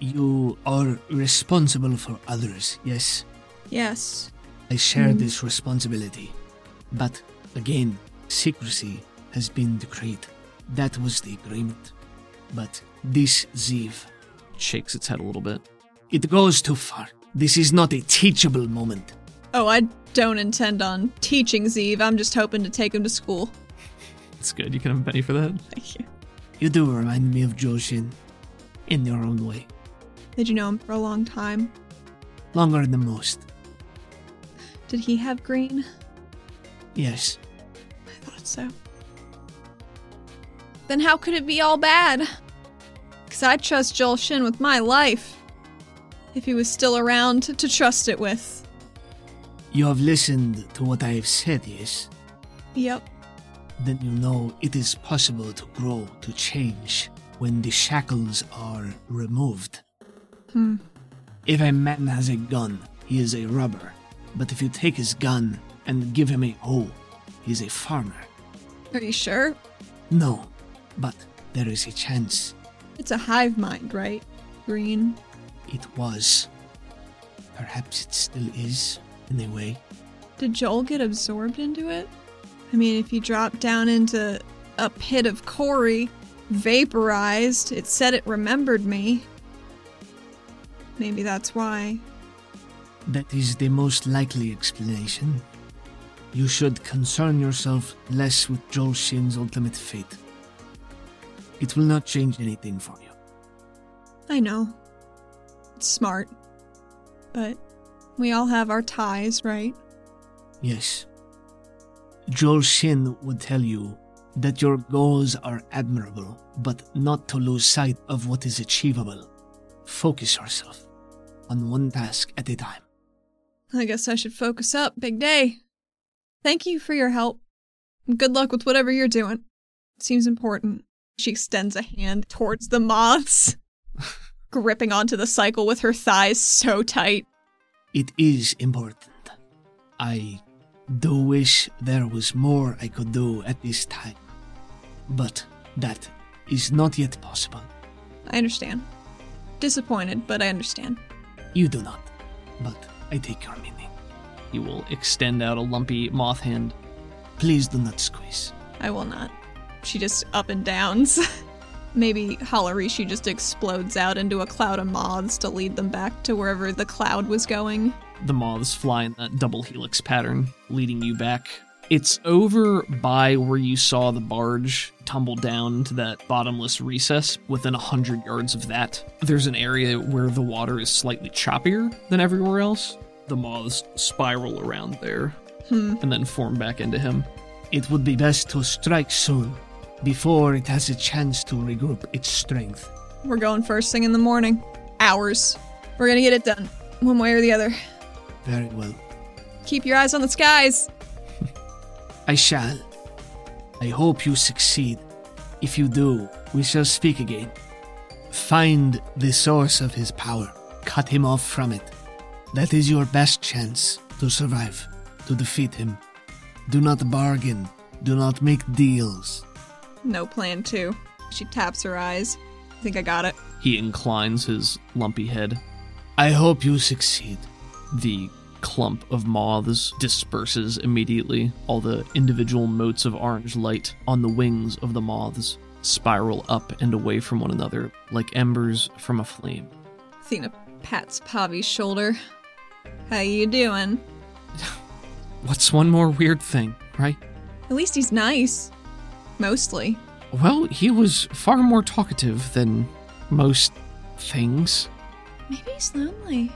[SPEAKER 7] You are responsible for others. Yes.
[SPEAKER 2] Yes,
[SPEAKER 7] I share this responsibility. But again, secrecy has been decreed. That was the agreement. But this Ziv,
[SPEAKER 1] Shakes its head a little bit.
[SPEAKER 7] it goes too far. This is not a teachable moment.
[SPEAKER 2] Oh, I don't intend on teaching Zeev. I'm just hoping to take him to school.
[SPEAKER 1] It's good. You can have a penny for that.
[SPEAKER 2] Thank you.
[SPEAKER 7] You do remind me of Joshin in your own way.
[SPEAKER 2] Did you know him for a long time?
[SPEAKER 7] Longer than most.
[SPEAKER 2] Did he have green?
[SPEAKER 7] Yes.
[SPEAKER 2] I thought so. Then how could it be all bad? Because I trust Joel Shin with my life. If he was still around to, to trust it with.
[SPEAKER 7] You have listened to what I have said, yes?
[SPEAKER 2] Yep.
[SPEAKER 7] then you know it is possible to grow, to change, when the shackles are removed.
[SPEAKER 2] Hmm.
[SPEAKER 7] If a man has a gun, he is a robber. But if you take his gun and give him a hoe, he is a farmer.
[SPEAKER 2] Are you sure?
[SPEAKER 7] No, but there is a chance.
[SPEAKER 2] It's a hive mind, right? Green.
[SPEAKER 7] It was. Perhaps it still is, in a way.
[SPEAKER 2] Did Joel get absorbed into it? I mean, if he dropped down into a pit of Cory, vaporized, it said it remembered me. Maybe that's why.
[SPEAKER 7] That is the most likely explanation. You should concern yourself less with Joel Shin's ultimate fate. It will not change anything for you.
[SPEAKER 2] I know. It's smart. But we all have our ties, right?
[SPEAKER 7] Yes. Joel Shin would tell you that your goals are admirable, but not to lose sight of what is achievable. Focus yourself on one task at a time.
[SPEAKER 2] I guess I should focus up. Big day. Thank you for your help. Good luck with whatever you're doing. Seems important. She extends a hand towards the moths, gripping onto the cycle with her thighs so tight.
[SPEAKER 7] It is important. I do wish there was more I could do at this time, but that is not yet possible.
[SPEAKER 2] I understand. Disappointed, but I understand.
[SPEAKER 7] You do not, but I take your meaning.
[SPEAKER 1] He will extend out a lumpy moth hand.
[SPEAKER 7] Please do not squeeze.
[SPEAKER 2] I will not. She just up and downs. Maybe Hollerishi just explodes out into a cloud of moths to lead them back to wherever the cloud was going.
[SPEAKER 1] The moths fly in that double helix pattern, leading you back. It's over by where you saw the barge tumble down into that bottomless recess. Within a hundred yards of that, there's an area where the water is slightly choppier than everywhere else. The moths spiral around there and then form back into him.
[SPEAKER 7] It would be best to strike soon, before it has a chance to regroup its strength.
[SPEAKER 2] We're going first thing in the morning. Hours. We're gonna get it done, one way or the other.
[SPEAKER 7] Very well.
[SPEAKER 2] Keep your eyes on the skies.
[SPEAKER 7] I shall. I hope you succeed. If you do, we shall speak again. Find the source of his power, cut him off from it. That is your best chance to survive, to defeat him. Do not bargain, do not make deals.
[SPEAKER 2] No plan two. She taps her eyes. I think I got it.
[SPEAKER 1] He inclines his lumpy head.
[SPEAKER 7] I hope you succeed.
[SPEAKER 1] The clump of moths disperses immediately. All the individual motes of orange light on the wings of the moths spiral up and away from one another like embers from a flame.
[SPEAKER 2] Athena pats Pavi's shoulder. How you doing?
[SPEAKER 1] What's one more weird thing, right?
[SPEAKER 2] At least he's nice. Mostly.
[SPEAKER 1] Well, he was far more talkative than most things.
[SPEAKER 3] Maybe he's lonely.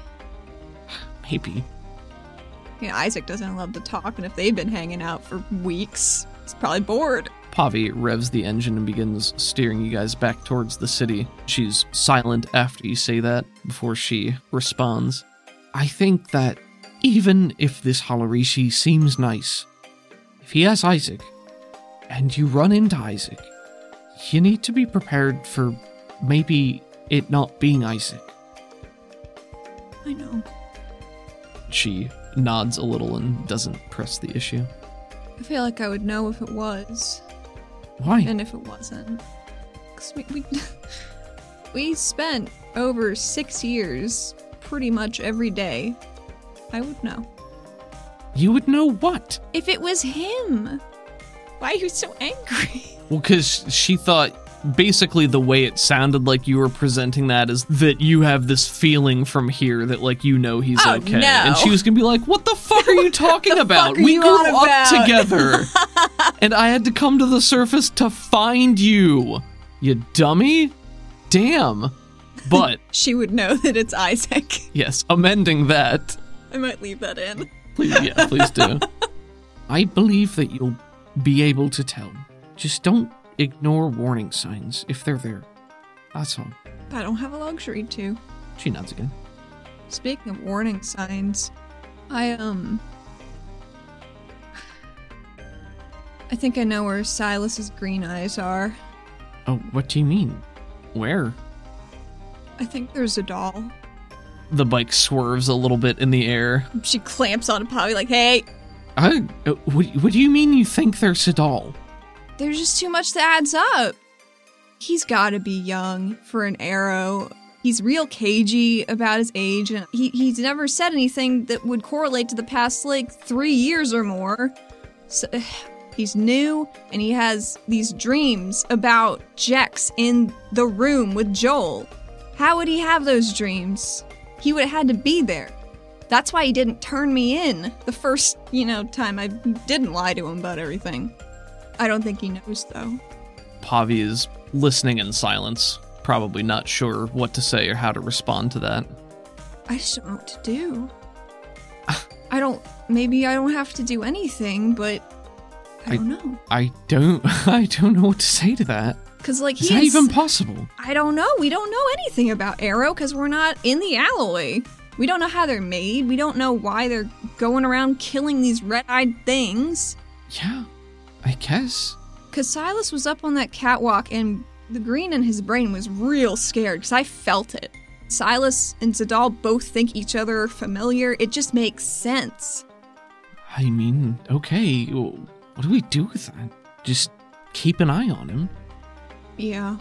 [SPEAKER 1] Maybe.
[SPEAKER 2] You know, Isaac doesn't love to talk, and if they've been hanging out for weeks, he's probably bored.
[SPEAKER 1] Pavi revs the engine and begins steering you guys back towards the city. She's silent after you say that before she responds. I think that even if this Halarishi seems nice, if he has Isaac and you run into Isaac, you need to be prepared for maybe it not being Isaac.
[SPEAKER 3] I know.
[SPEAKER 1] She nods a little and doesn't press the issue.
[SPEAKER 2] I feel like I would know if it was,
[SPEAKER 1] Why?
[SPEAKER 2] and if it wasn't. 'Cause we, we, we spent over six years pretty much every day. I would know.
[SPEAKER 1] you would know what?
[SPEAKER 2] If it was him! Why are you so angry?
[SPEAKER 1] Well, because she thought basically the way it sounded like you were presenting that is that you have this feeling from here that like you know he's
[SPEAKER 2] Oh,
[SPEAKER 1] okay,
[SPEAKER 2] no.
[SPEAKER 1] and she was gonna be like, "What the fuck are you talking
[SPEAKER 2] the
[SPEAKER 1] about?
[SPEAKER 2] fuck are
[SPEAKER 1] We
[SPEAKER 2] you
[SPEAKER 1] grew
[SPEAKER 2] on
[SPEAKER 1] up
[SPEAKER 2] about?"
[SPEAKER 1] together, and I had to come to the surface to find you, you dummy. Damn." But
[SPEAKER 2] She would know that it's Isaac.
[SPEAKER 1] yes, amending that.
[SPEAKER 2] I might leave that in.
[SPEAKER 1] Please, yeah, please do. I believe that you'll be able to tell. Just don't ignore warning signs if they're there. That's all.
[SPEAKER 2] I don't have a luxury to.
[SPEAKER 1] She nods again.
[SPEAKER 2] Speaking of warning signs, I um I think I know where Silas's green eyes are.
[SPEAKER 1] Oh, what do you mean? Where?
[SPEAKER 2] I think there's a doll.
[SPEAKER 1] The bike swerves a little bit in the air.
[SPEAKER 2] She clamps on Poppy like, "Hey,
[SPEAKER 1] I, uh, what, what do you mean you think there's a doll?
[SPEAKER 2] there's just too much that adds up." He's got to be young for an arrow. He's real cagey about his age, and he, he's never said anything that would correlate to the past like three years or more. So, he's new, and he has these dreams about Jex in the room with Joel. How would he have those dreams? He would have had to be there. That's why he didn't turn me in the first, you know, time I didn't lie to him about everything. I don't think he knows, though.
[SPEAKER 1] Pavi is listening in silence, probably not sure what to say or how to respond to that.
[SPEAKER 2] I just don't know what to do. I don't. Maybe I don't have to do anything, but I,
[SPEAKER 1] I-
[SPEAKER 2] don't know.
[SPEAKER 1] I don't, I don't know what to say to that.
[SPEAKER 2] Cause like
[SPEAKER 1] Is
[SPEAKER 2] he
[SPEAKER 1] that
[SPEAKER 2] is-
[SPEAKER 1] even possible?
[SPEAKER 2] I don't know. We don't know anything about Arrow because we're not in the alloy. We don't know how they're made. We don't know why they're going around killing these red eyed things.
[SPEAKER 1] Yeah. I guess.
[SPEAKER 2] Because Silas was up on that catwalk and the green in his brain was real scared because I felt it. Silas and Zadal both think each other are familiar. It just makes sense.
[SPEAKER 1] I mean, okay. w- What do we do with that? Just keep an eye on him.
[SPEAKER 2] Yeah.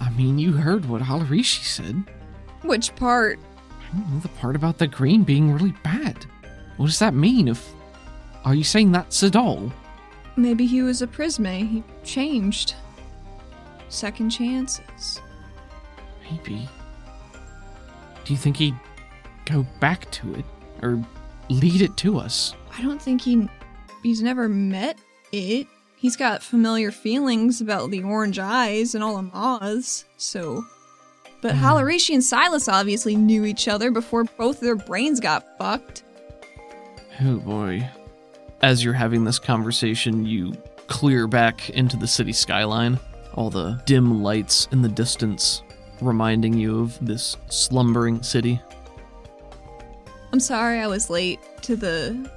[SPEAKER 1] I mean, you heard what Halarishi said.
[SPEAKER 2] Which part?
[SPEAKER 1] I don't know the part about the green being really bad. What does that mean? If are you saying that's at all?
[SPEAKER 2] Maybe he was a Prisme. He changed. Second chances.
[SPEAKER 1] Maybe. Do you think he'd go back to it or lead it to us?
[SPEAKER 2] I don't think he. He's never met it. He's got familiar feelings about the orange eyes and all the moths, so. But Halarishi and Silas obviously knew each other before both their brains got fucked.
[SPEAKER 1] Oh boy.
[SPEAKER 8] As you're having this conversation, you clear back into the city skyline, all the dim lights in the distance reminding you of this slumbering city.
[SPEAKER 2] I'm sorry I was late to the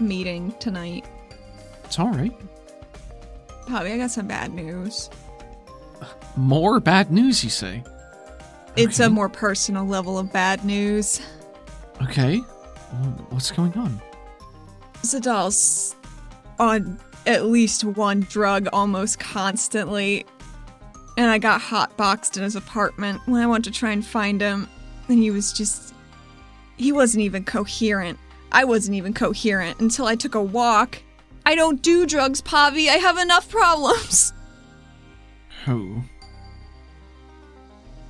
[SPEAKER 2] meeting tonight.
[SPEAKER 1] It's all right.
[SPEAKER 2] Poppy, I got some bad news.
[SPEAKER 1] More bad news, you say?
[SPEAKER 2] It's a more personal level of bad news.
[SPEAKER 1] Okay. Well, What's going on?
[SPEAKER 2] Zadal's on at least one drug almost constantly. And I got hotboxed in his apartment when I went to try and find him. And he was just. He wasn't even coherent. I wasn't even coherent until I took a walk. I don't do drugs, Pavi. I have enough problems.
[SPEAKER 1] Oh.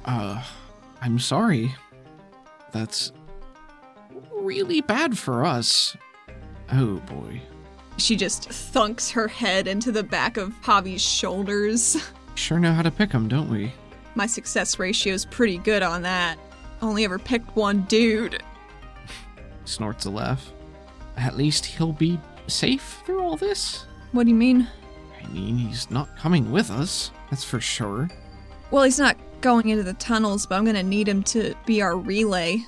[SPEAKER 1] Uh, I'm sorry. That's really bad for us. Oh boy.
[SPEAKER 2] She just thunks her head into the back of Pavi's shoulders.
[SPEAKER 1] Sure know how to pick 'em, don't we?
[SPEAKER 2] My success ratio's pretty good on that. Only ever picked one dude.
[SPEAKER 1] Snorts a laugh. At least he'll be safe through all this.
[SPEAKER 2] What do you mean?
[SPEAKER 1] I mean, he's not coming with us, that's for sure.
[SPEAKER 2] Well, he's not going into the tunnels, but I'm going to need him to be our relay.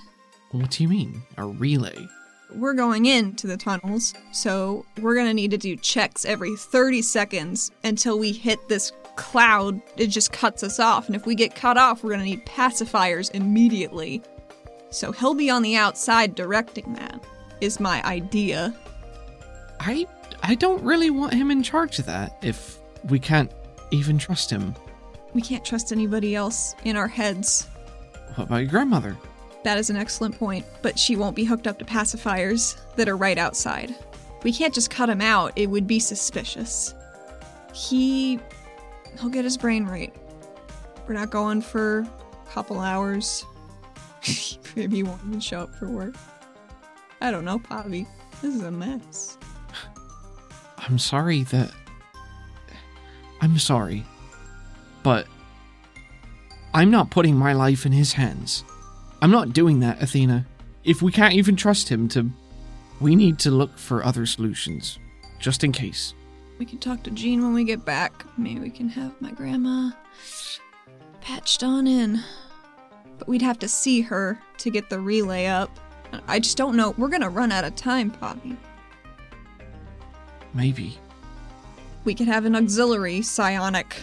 [SPEAKER 1] What do you mean? A relay?
[SPEAKER 2] We're going into the tunnels, so we're going to need to do checks every 30 seconds until we hit this cloud. It just cuts us off, and if we get cut off, we're going to need pacifiers immediately. So he'll be on the outside directing that, is my idea.
[SPEAKER 1] I I don't really want him in charge of that if we can't even trust him.
[SPEAKER 2] We can't trust anybody else in our heads.
[SPEAKER 1] What about your grandmother?
[SPEAKER 2] That is an excellent point, but she won't be hooked up to pacifiers that are right outside. We can't just cut him out, it would be suspicious. He. he'll get his brain right. We're not going for a couple hours. Maybe he won't even show up for work. I don't know, Pavi. This is a mess.
[SPEAKER 1] I'm sorry that. I'm sorry. But. I'm not putting my life in his hands. I'm not doing that, Athena. If we can't even trust him to. We need to look for other solutions, just in case.
[SPEAKER 9] We can talk to Jean when we get back. Maybe we can have my grandma patched on in.
[SPEAKER 2] But we'd have to see her to get the relay up. I just don't know. We're gonna run out of time, Pavi.
[SPEAKER 1] Maybe.
[SPEAKER 2] We could have an auxiliary psionic,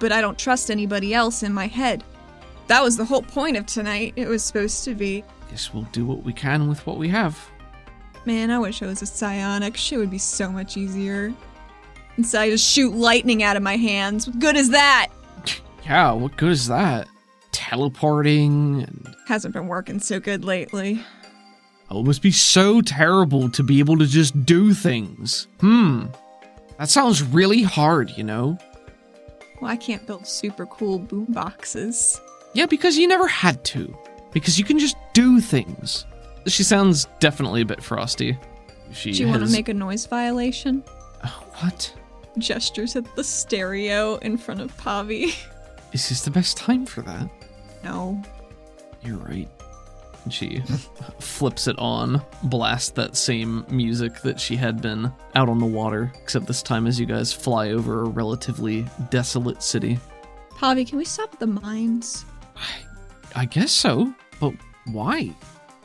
[SPEAKER 2] but I don't trust anybody else in my head. That was the whole point of tonight. It was supposed to be.
[SPEAKER 1] Guess we'll do what we can with what we have.
[SPEAKER 2] Man, I wish I was a psionic. Shit would be so much easier. Instead, I just shoot lightning out of my hands. What good is that?
[SPEAKER 1] Yeah, what good is that? Teleporting and.
[SPEAKER 2] Hasn't been working so good lately.
[SPEAKER 1] Oh, it must be so terrible to be able to just do things. Hmm. That sounds really hard, you know?
[SPEAKER 2] Well, I can't build super cool boom boxes.
[SPEAKER 1] Yeah, because you never had to. Because you can just do things.
[SPEAKER 8] She sounds definitely a bit frosty. She
[SPEAKER 2] Do you want to
[SPEAKER 8] has- Uh,
[SPEAKER 2] make a noise violation?
[SPEAKER 1] What?
[SPEAKER 2] Gestures at the stereo in front of Pavi.
[SPEAKER 1] Is this the best time for that?
[SPEAKER 2] no.
[SPEAKER 1] You're right.
[SPEAKER 8] And she flips it on, blasts that same music that she had been out on the water, except this time as you guys fly over a relatively desolate city.
[SPEAKER 2] Pavi, can we stop at the mines?
[SPEAKER 1] I guess so. But why?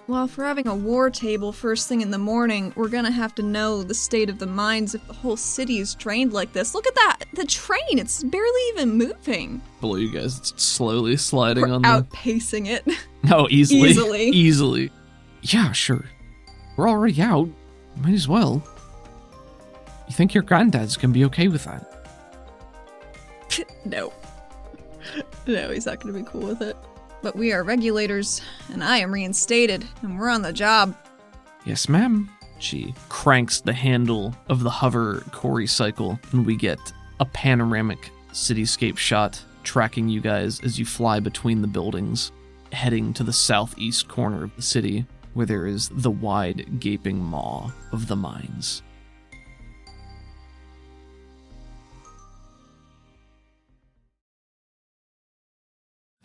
[SPEAKER 2] Well, if we're having a war table first thing in the morning, we're gonna have to know the state of the mines if the whole city is drained like this. Look at that! The train, it's barely even moving.
[SPEAKER 1] Below you guys, it's slowly sliding
[SPEAKER 2] We're
[SPEAKER 1] on
[SPEAKER 2] outpacing it.
[SPEAKER 1] the. No, easily.
[SPEAKER 2] Easily.
[SPEAKER 1] Easily. Yeah, sure. We're already out. Might as well. You think your granddad's gonna be okay with that?
[SPEAKER 2] no. No, he's not gonna be cool with it. But we are regulators, and I am reinstated, and we're on the job.
[SPEAKER 1] Yes, ma'am. She cranks the handle of the hover Cory cycle, and we get a panoramic cityscape shot tracking you guys as you fly between the buildings, heading to the southeast corner of the city, where there is the wide, gaping maw of the mines.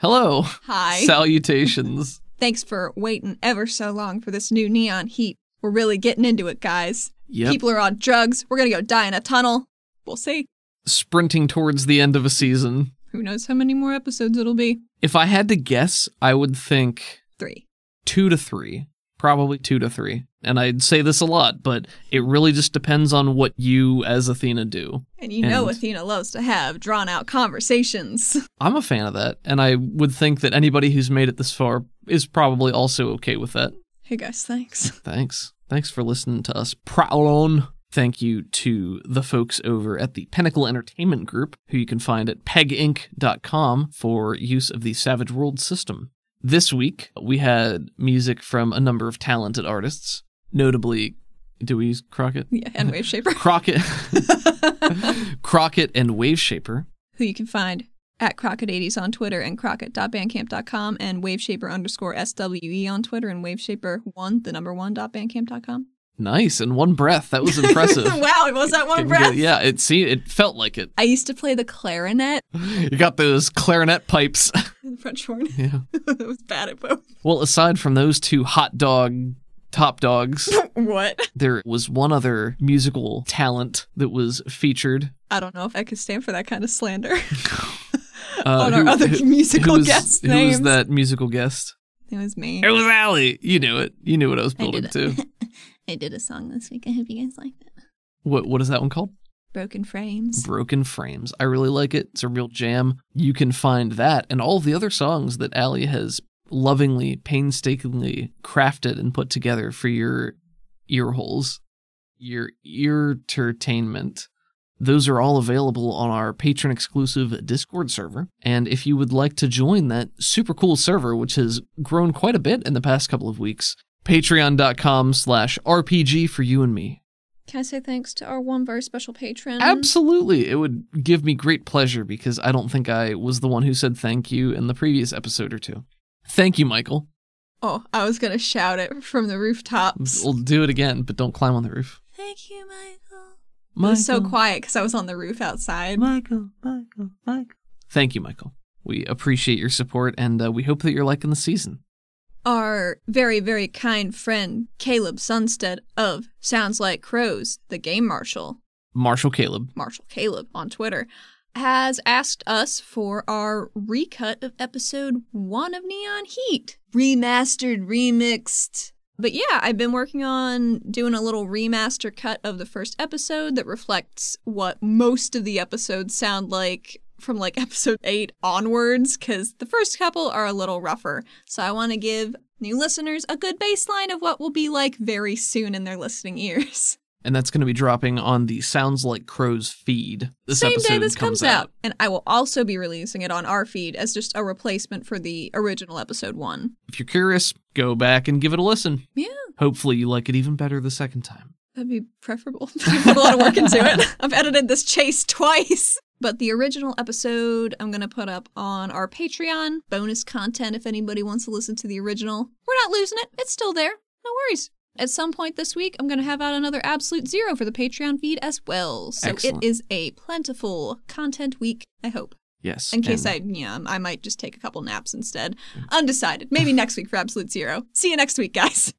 [SPEAKER 1] Hello.
[SPEAKER 2] Hi.
[SPEAKER 1] Salutations.
[SPEAKER 2] Thanks for waiting ever so long for this new neon heat. We're really getting into it, guys.
[SPEAKER 1] Yep.
[SPEAKER 2] People are on drugs. We're gonna go die in a tunnel. We'll see.
[SPEAKER 1] Sprinting towards the end of a season.
[SPEAKER 2] Who knows how many more episodes it'll be?
[SPEAKER 1] If I had to guess, I would think
[SPEAKER 2] Three.
[SPEAKER 1] two to three, probably two to three. And I'd say this a lot, but it really just depends on what you as Athena do.
[SPEAKER 2] And you know
[SPEAKER 1] And-
[SPEAKER 2] Athena loves to have drawn out conversations.
[SPEAKER 1] I'm a fan of that, and I would think that anybody who's made it this far is probably also okay with that.
[SPEAKER 2] hey guys, thanks.
[SPEAKER 1] Thanks. Thanks for listening to us prowl on. Thank you to the folks over at the Pinnacle Entertainment Group, who you can find at peginc.com for use of the Savage World system. This week, we had music from a number of talented artists, notably, do we use Crockett?
[SPEAKER 2] Yeah, and Wave Shaper,
[SPEAKER 1] Crockett. Crockett and Wave Shaper.
[SPEAKER 2] who you can find at Crockett80s on Twitter and Crockett.bandcamp.com and Waveshaper underscore SWE on Twitter and Waveshaper1, the number one dot bandcamp.com.
[SPEAKER 1] Nice, in one breath. That was impressive.
[SPEAKER 2] wow, it was that one
[SPEAKER 1] Couldn't
[SPEAKER 2] breath.
[SPEAKER 1] get- yeah, it seemed, it felt like it.
[SPEAKER 2] I used to play the clarinet
[SPEAKER 1] You got those clarinet pipes.
[SPEAKER 2] in the French horn.
[SPEAKER 1] yeah.
[SPEAKER 2] I was bad at both.
[SPEAKER 1] Well, aside from those two hot dog top dogs,
[SPEAKER 2] What?
[SPEAKER 1] there was one other musical talent that was featured.
[SPEAKER 2] I don't know if I could stand for that kind of slander
[SPEAKER 1] Uh,
[SPEAKER 2] on our other musical
[SPEAKER 1] who was-
[SPEAKER 2] guest
[SPEAKER 1] who
[SPEAKER 2] names.
[SPEAKER 1] was that musical guest?
[SPEAKER 2] It was me.
[SPEAKER 1] It was Allie. You knew it. You knew what I was
[SPEAKER 2] I did
[SPEAKER 1] building
[SPEAKER 2] it.
[SPEAKER 1] to.
[SPEAKER 2] I did a song this week. I hope you guys liked it.
[SPEAKER 1] What What is that one called?
[SPEAKER 2] Broken Frames.
[SPEAKER 1] Broken Frames. I really like it. It's a real jam. You can find that and all of the other songs that Allie has lovingly, painstakingly crafted and put together for your ear holes, your entertainment. Those are all available on our patron exclusive Discord server. And if you would like to join that super cool server, which has grown quite a bit in the past couple of weeks, patreon.com slash RPG for you and me.
[SPEAKER 2] Can I say thanks to our one very special patron?
[SPEAKER 1] Absolutely. It would give me great pleasure because I don't think I was the one who said thank you in the previous episode or two. Thank you, Michael.
[SPEAKER 2] Oh, I was going to shout it from the rooftops.
[SPEAKER 1] We'll do it again, but don't climb on the roof.
[SPEAKER 2] Thank you, Michael. It was so quiet because I was on the roof outside.
[SPEAKER 1] Michael, Michael, Michael. Thank you, Michael. We appreciate your support and uh, we hope that you're liking the season.
[SPEAKER 2] Our very, very kind friend, Caleb Sunstead of Sounds Like Crows, the game marshal,
[SPEAKER 1] Marshall Caleb.
[SPEAKER 2] Marshall Caleb on Twitter, has asked us for our recut of episode one of Neon Heat. Remastered, remixed. But yeah, I've been working on doing a little remaster cut of the first episode that reflects what most of the episodes sound like from like episode 8 onwards cuz the first couple are a little rougher. So I want to give new listeners a good baseline of what will be like very soon in their listening ears.
[SPEAKER 1] And that's going to be dropping on the Sounds Like Crows feed. This
[SPEAKER 2] same
[SPEAKER 1] episode
[SPEAKER 2] day this comes, out.
[SPEAKER 1] out.
[SPEAKER 2] and i will also be releasing it on our feed as just a replacement for the original episode one
[SPEAKER 1] If you're curious, go back and give it a listen.
[SPEAKER 2] yeah
[SPEAKER 1] Hopefully, you like it even better the second time.
[SPEAKER 2] that'd be preferable i put a lot of work into it i've edited this chase twice but the original episode i'm going to put up on our patreon bonus content if anybody wants to listen to the original we're not losing it it's still there no worries at some point this week i'm going to have out another absolute zero for the patreon feed as well so
[SPEAKER 1] Excellent.
[SPEAKER 2] it is a plentiful content week i hope
[SPEAKER 1] Yes.
[SPEAKER 2] In case
[SPEAKER 1] and-
[SPEAKER 2] I, yeah, I might just take a couple naps instead. Undecided. Maybe next week for Absolute Zero. See you next week, guys.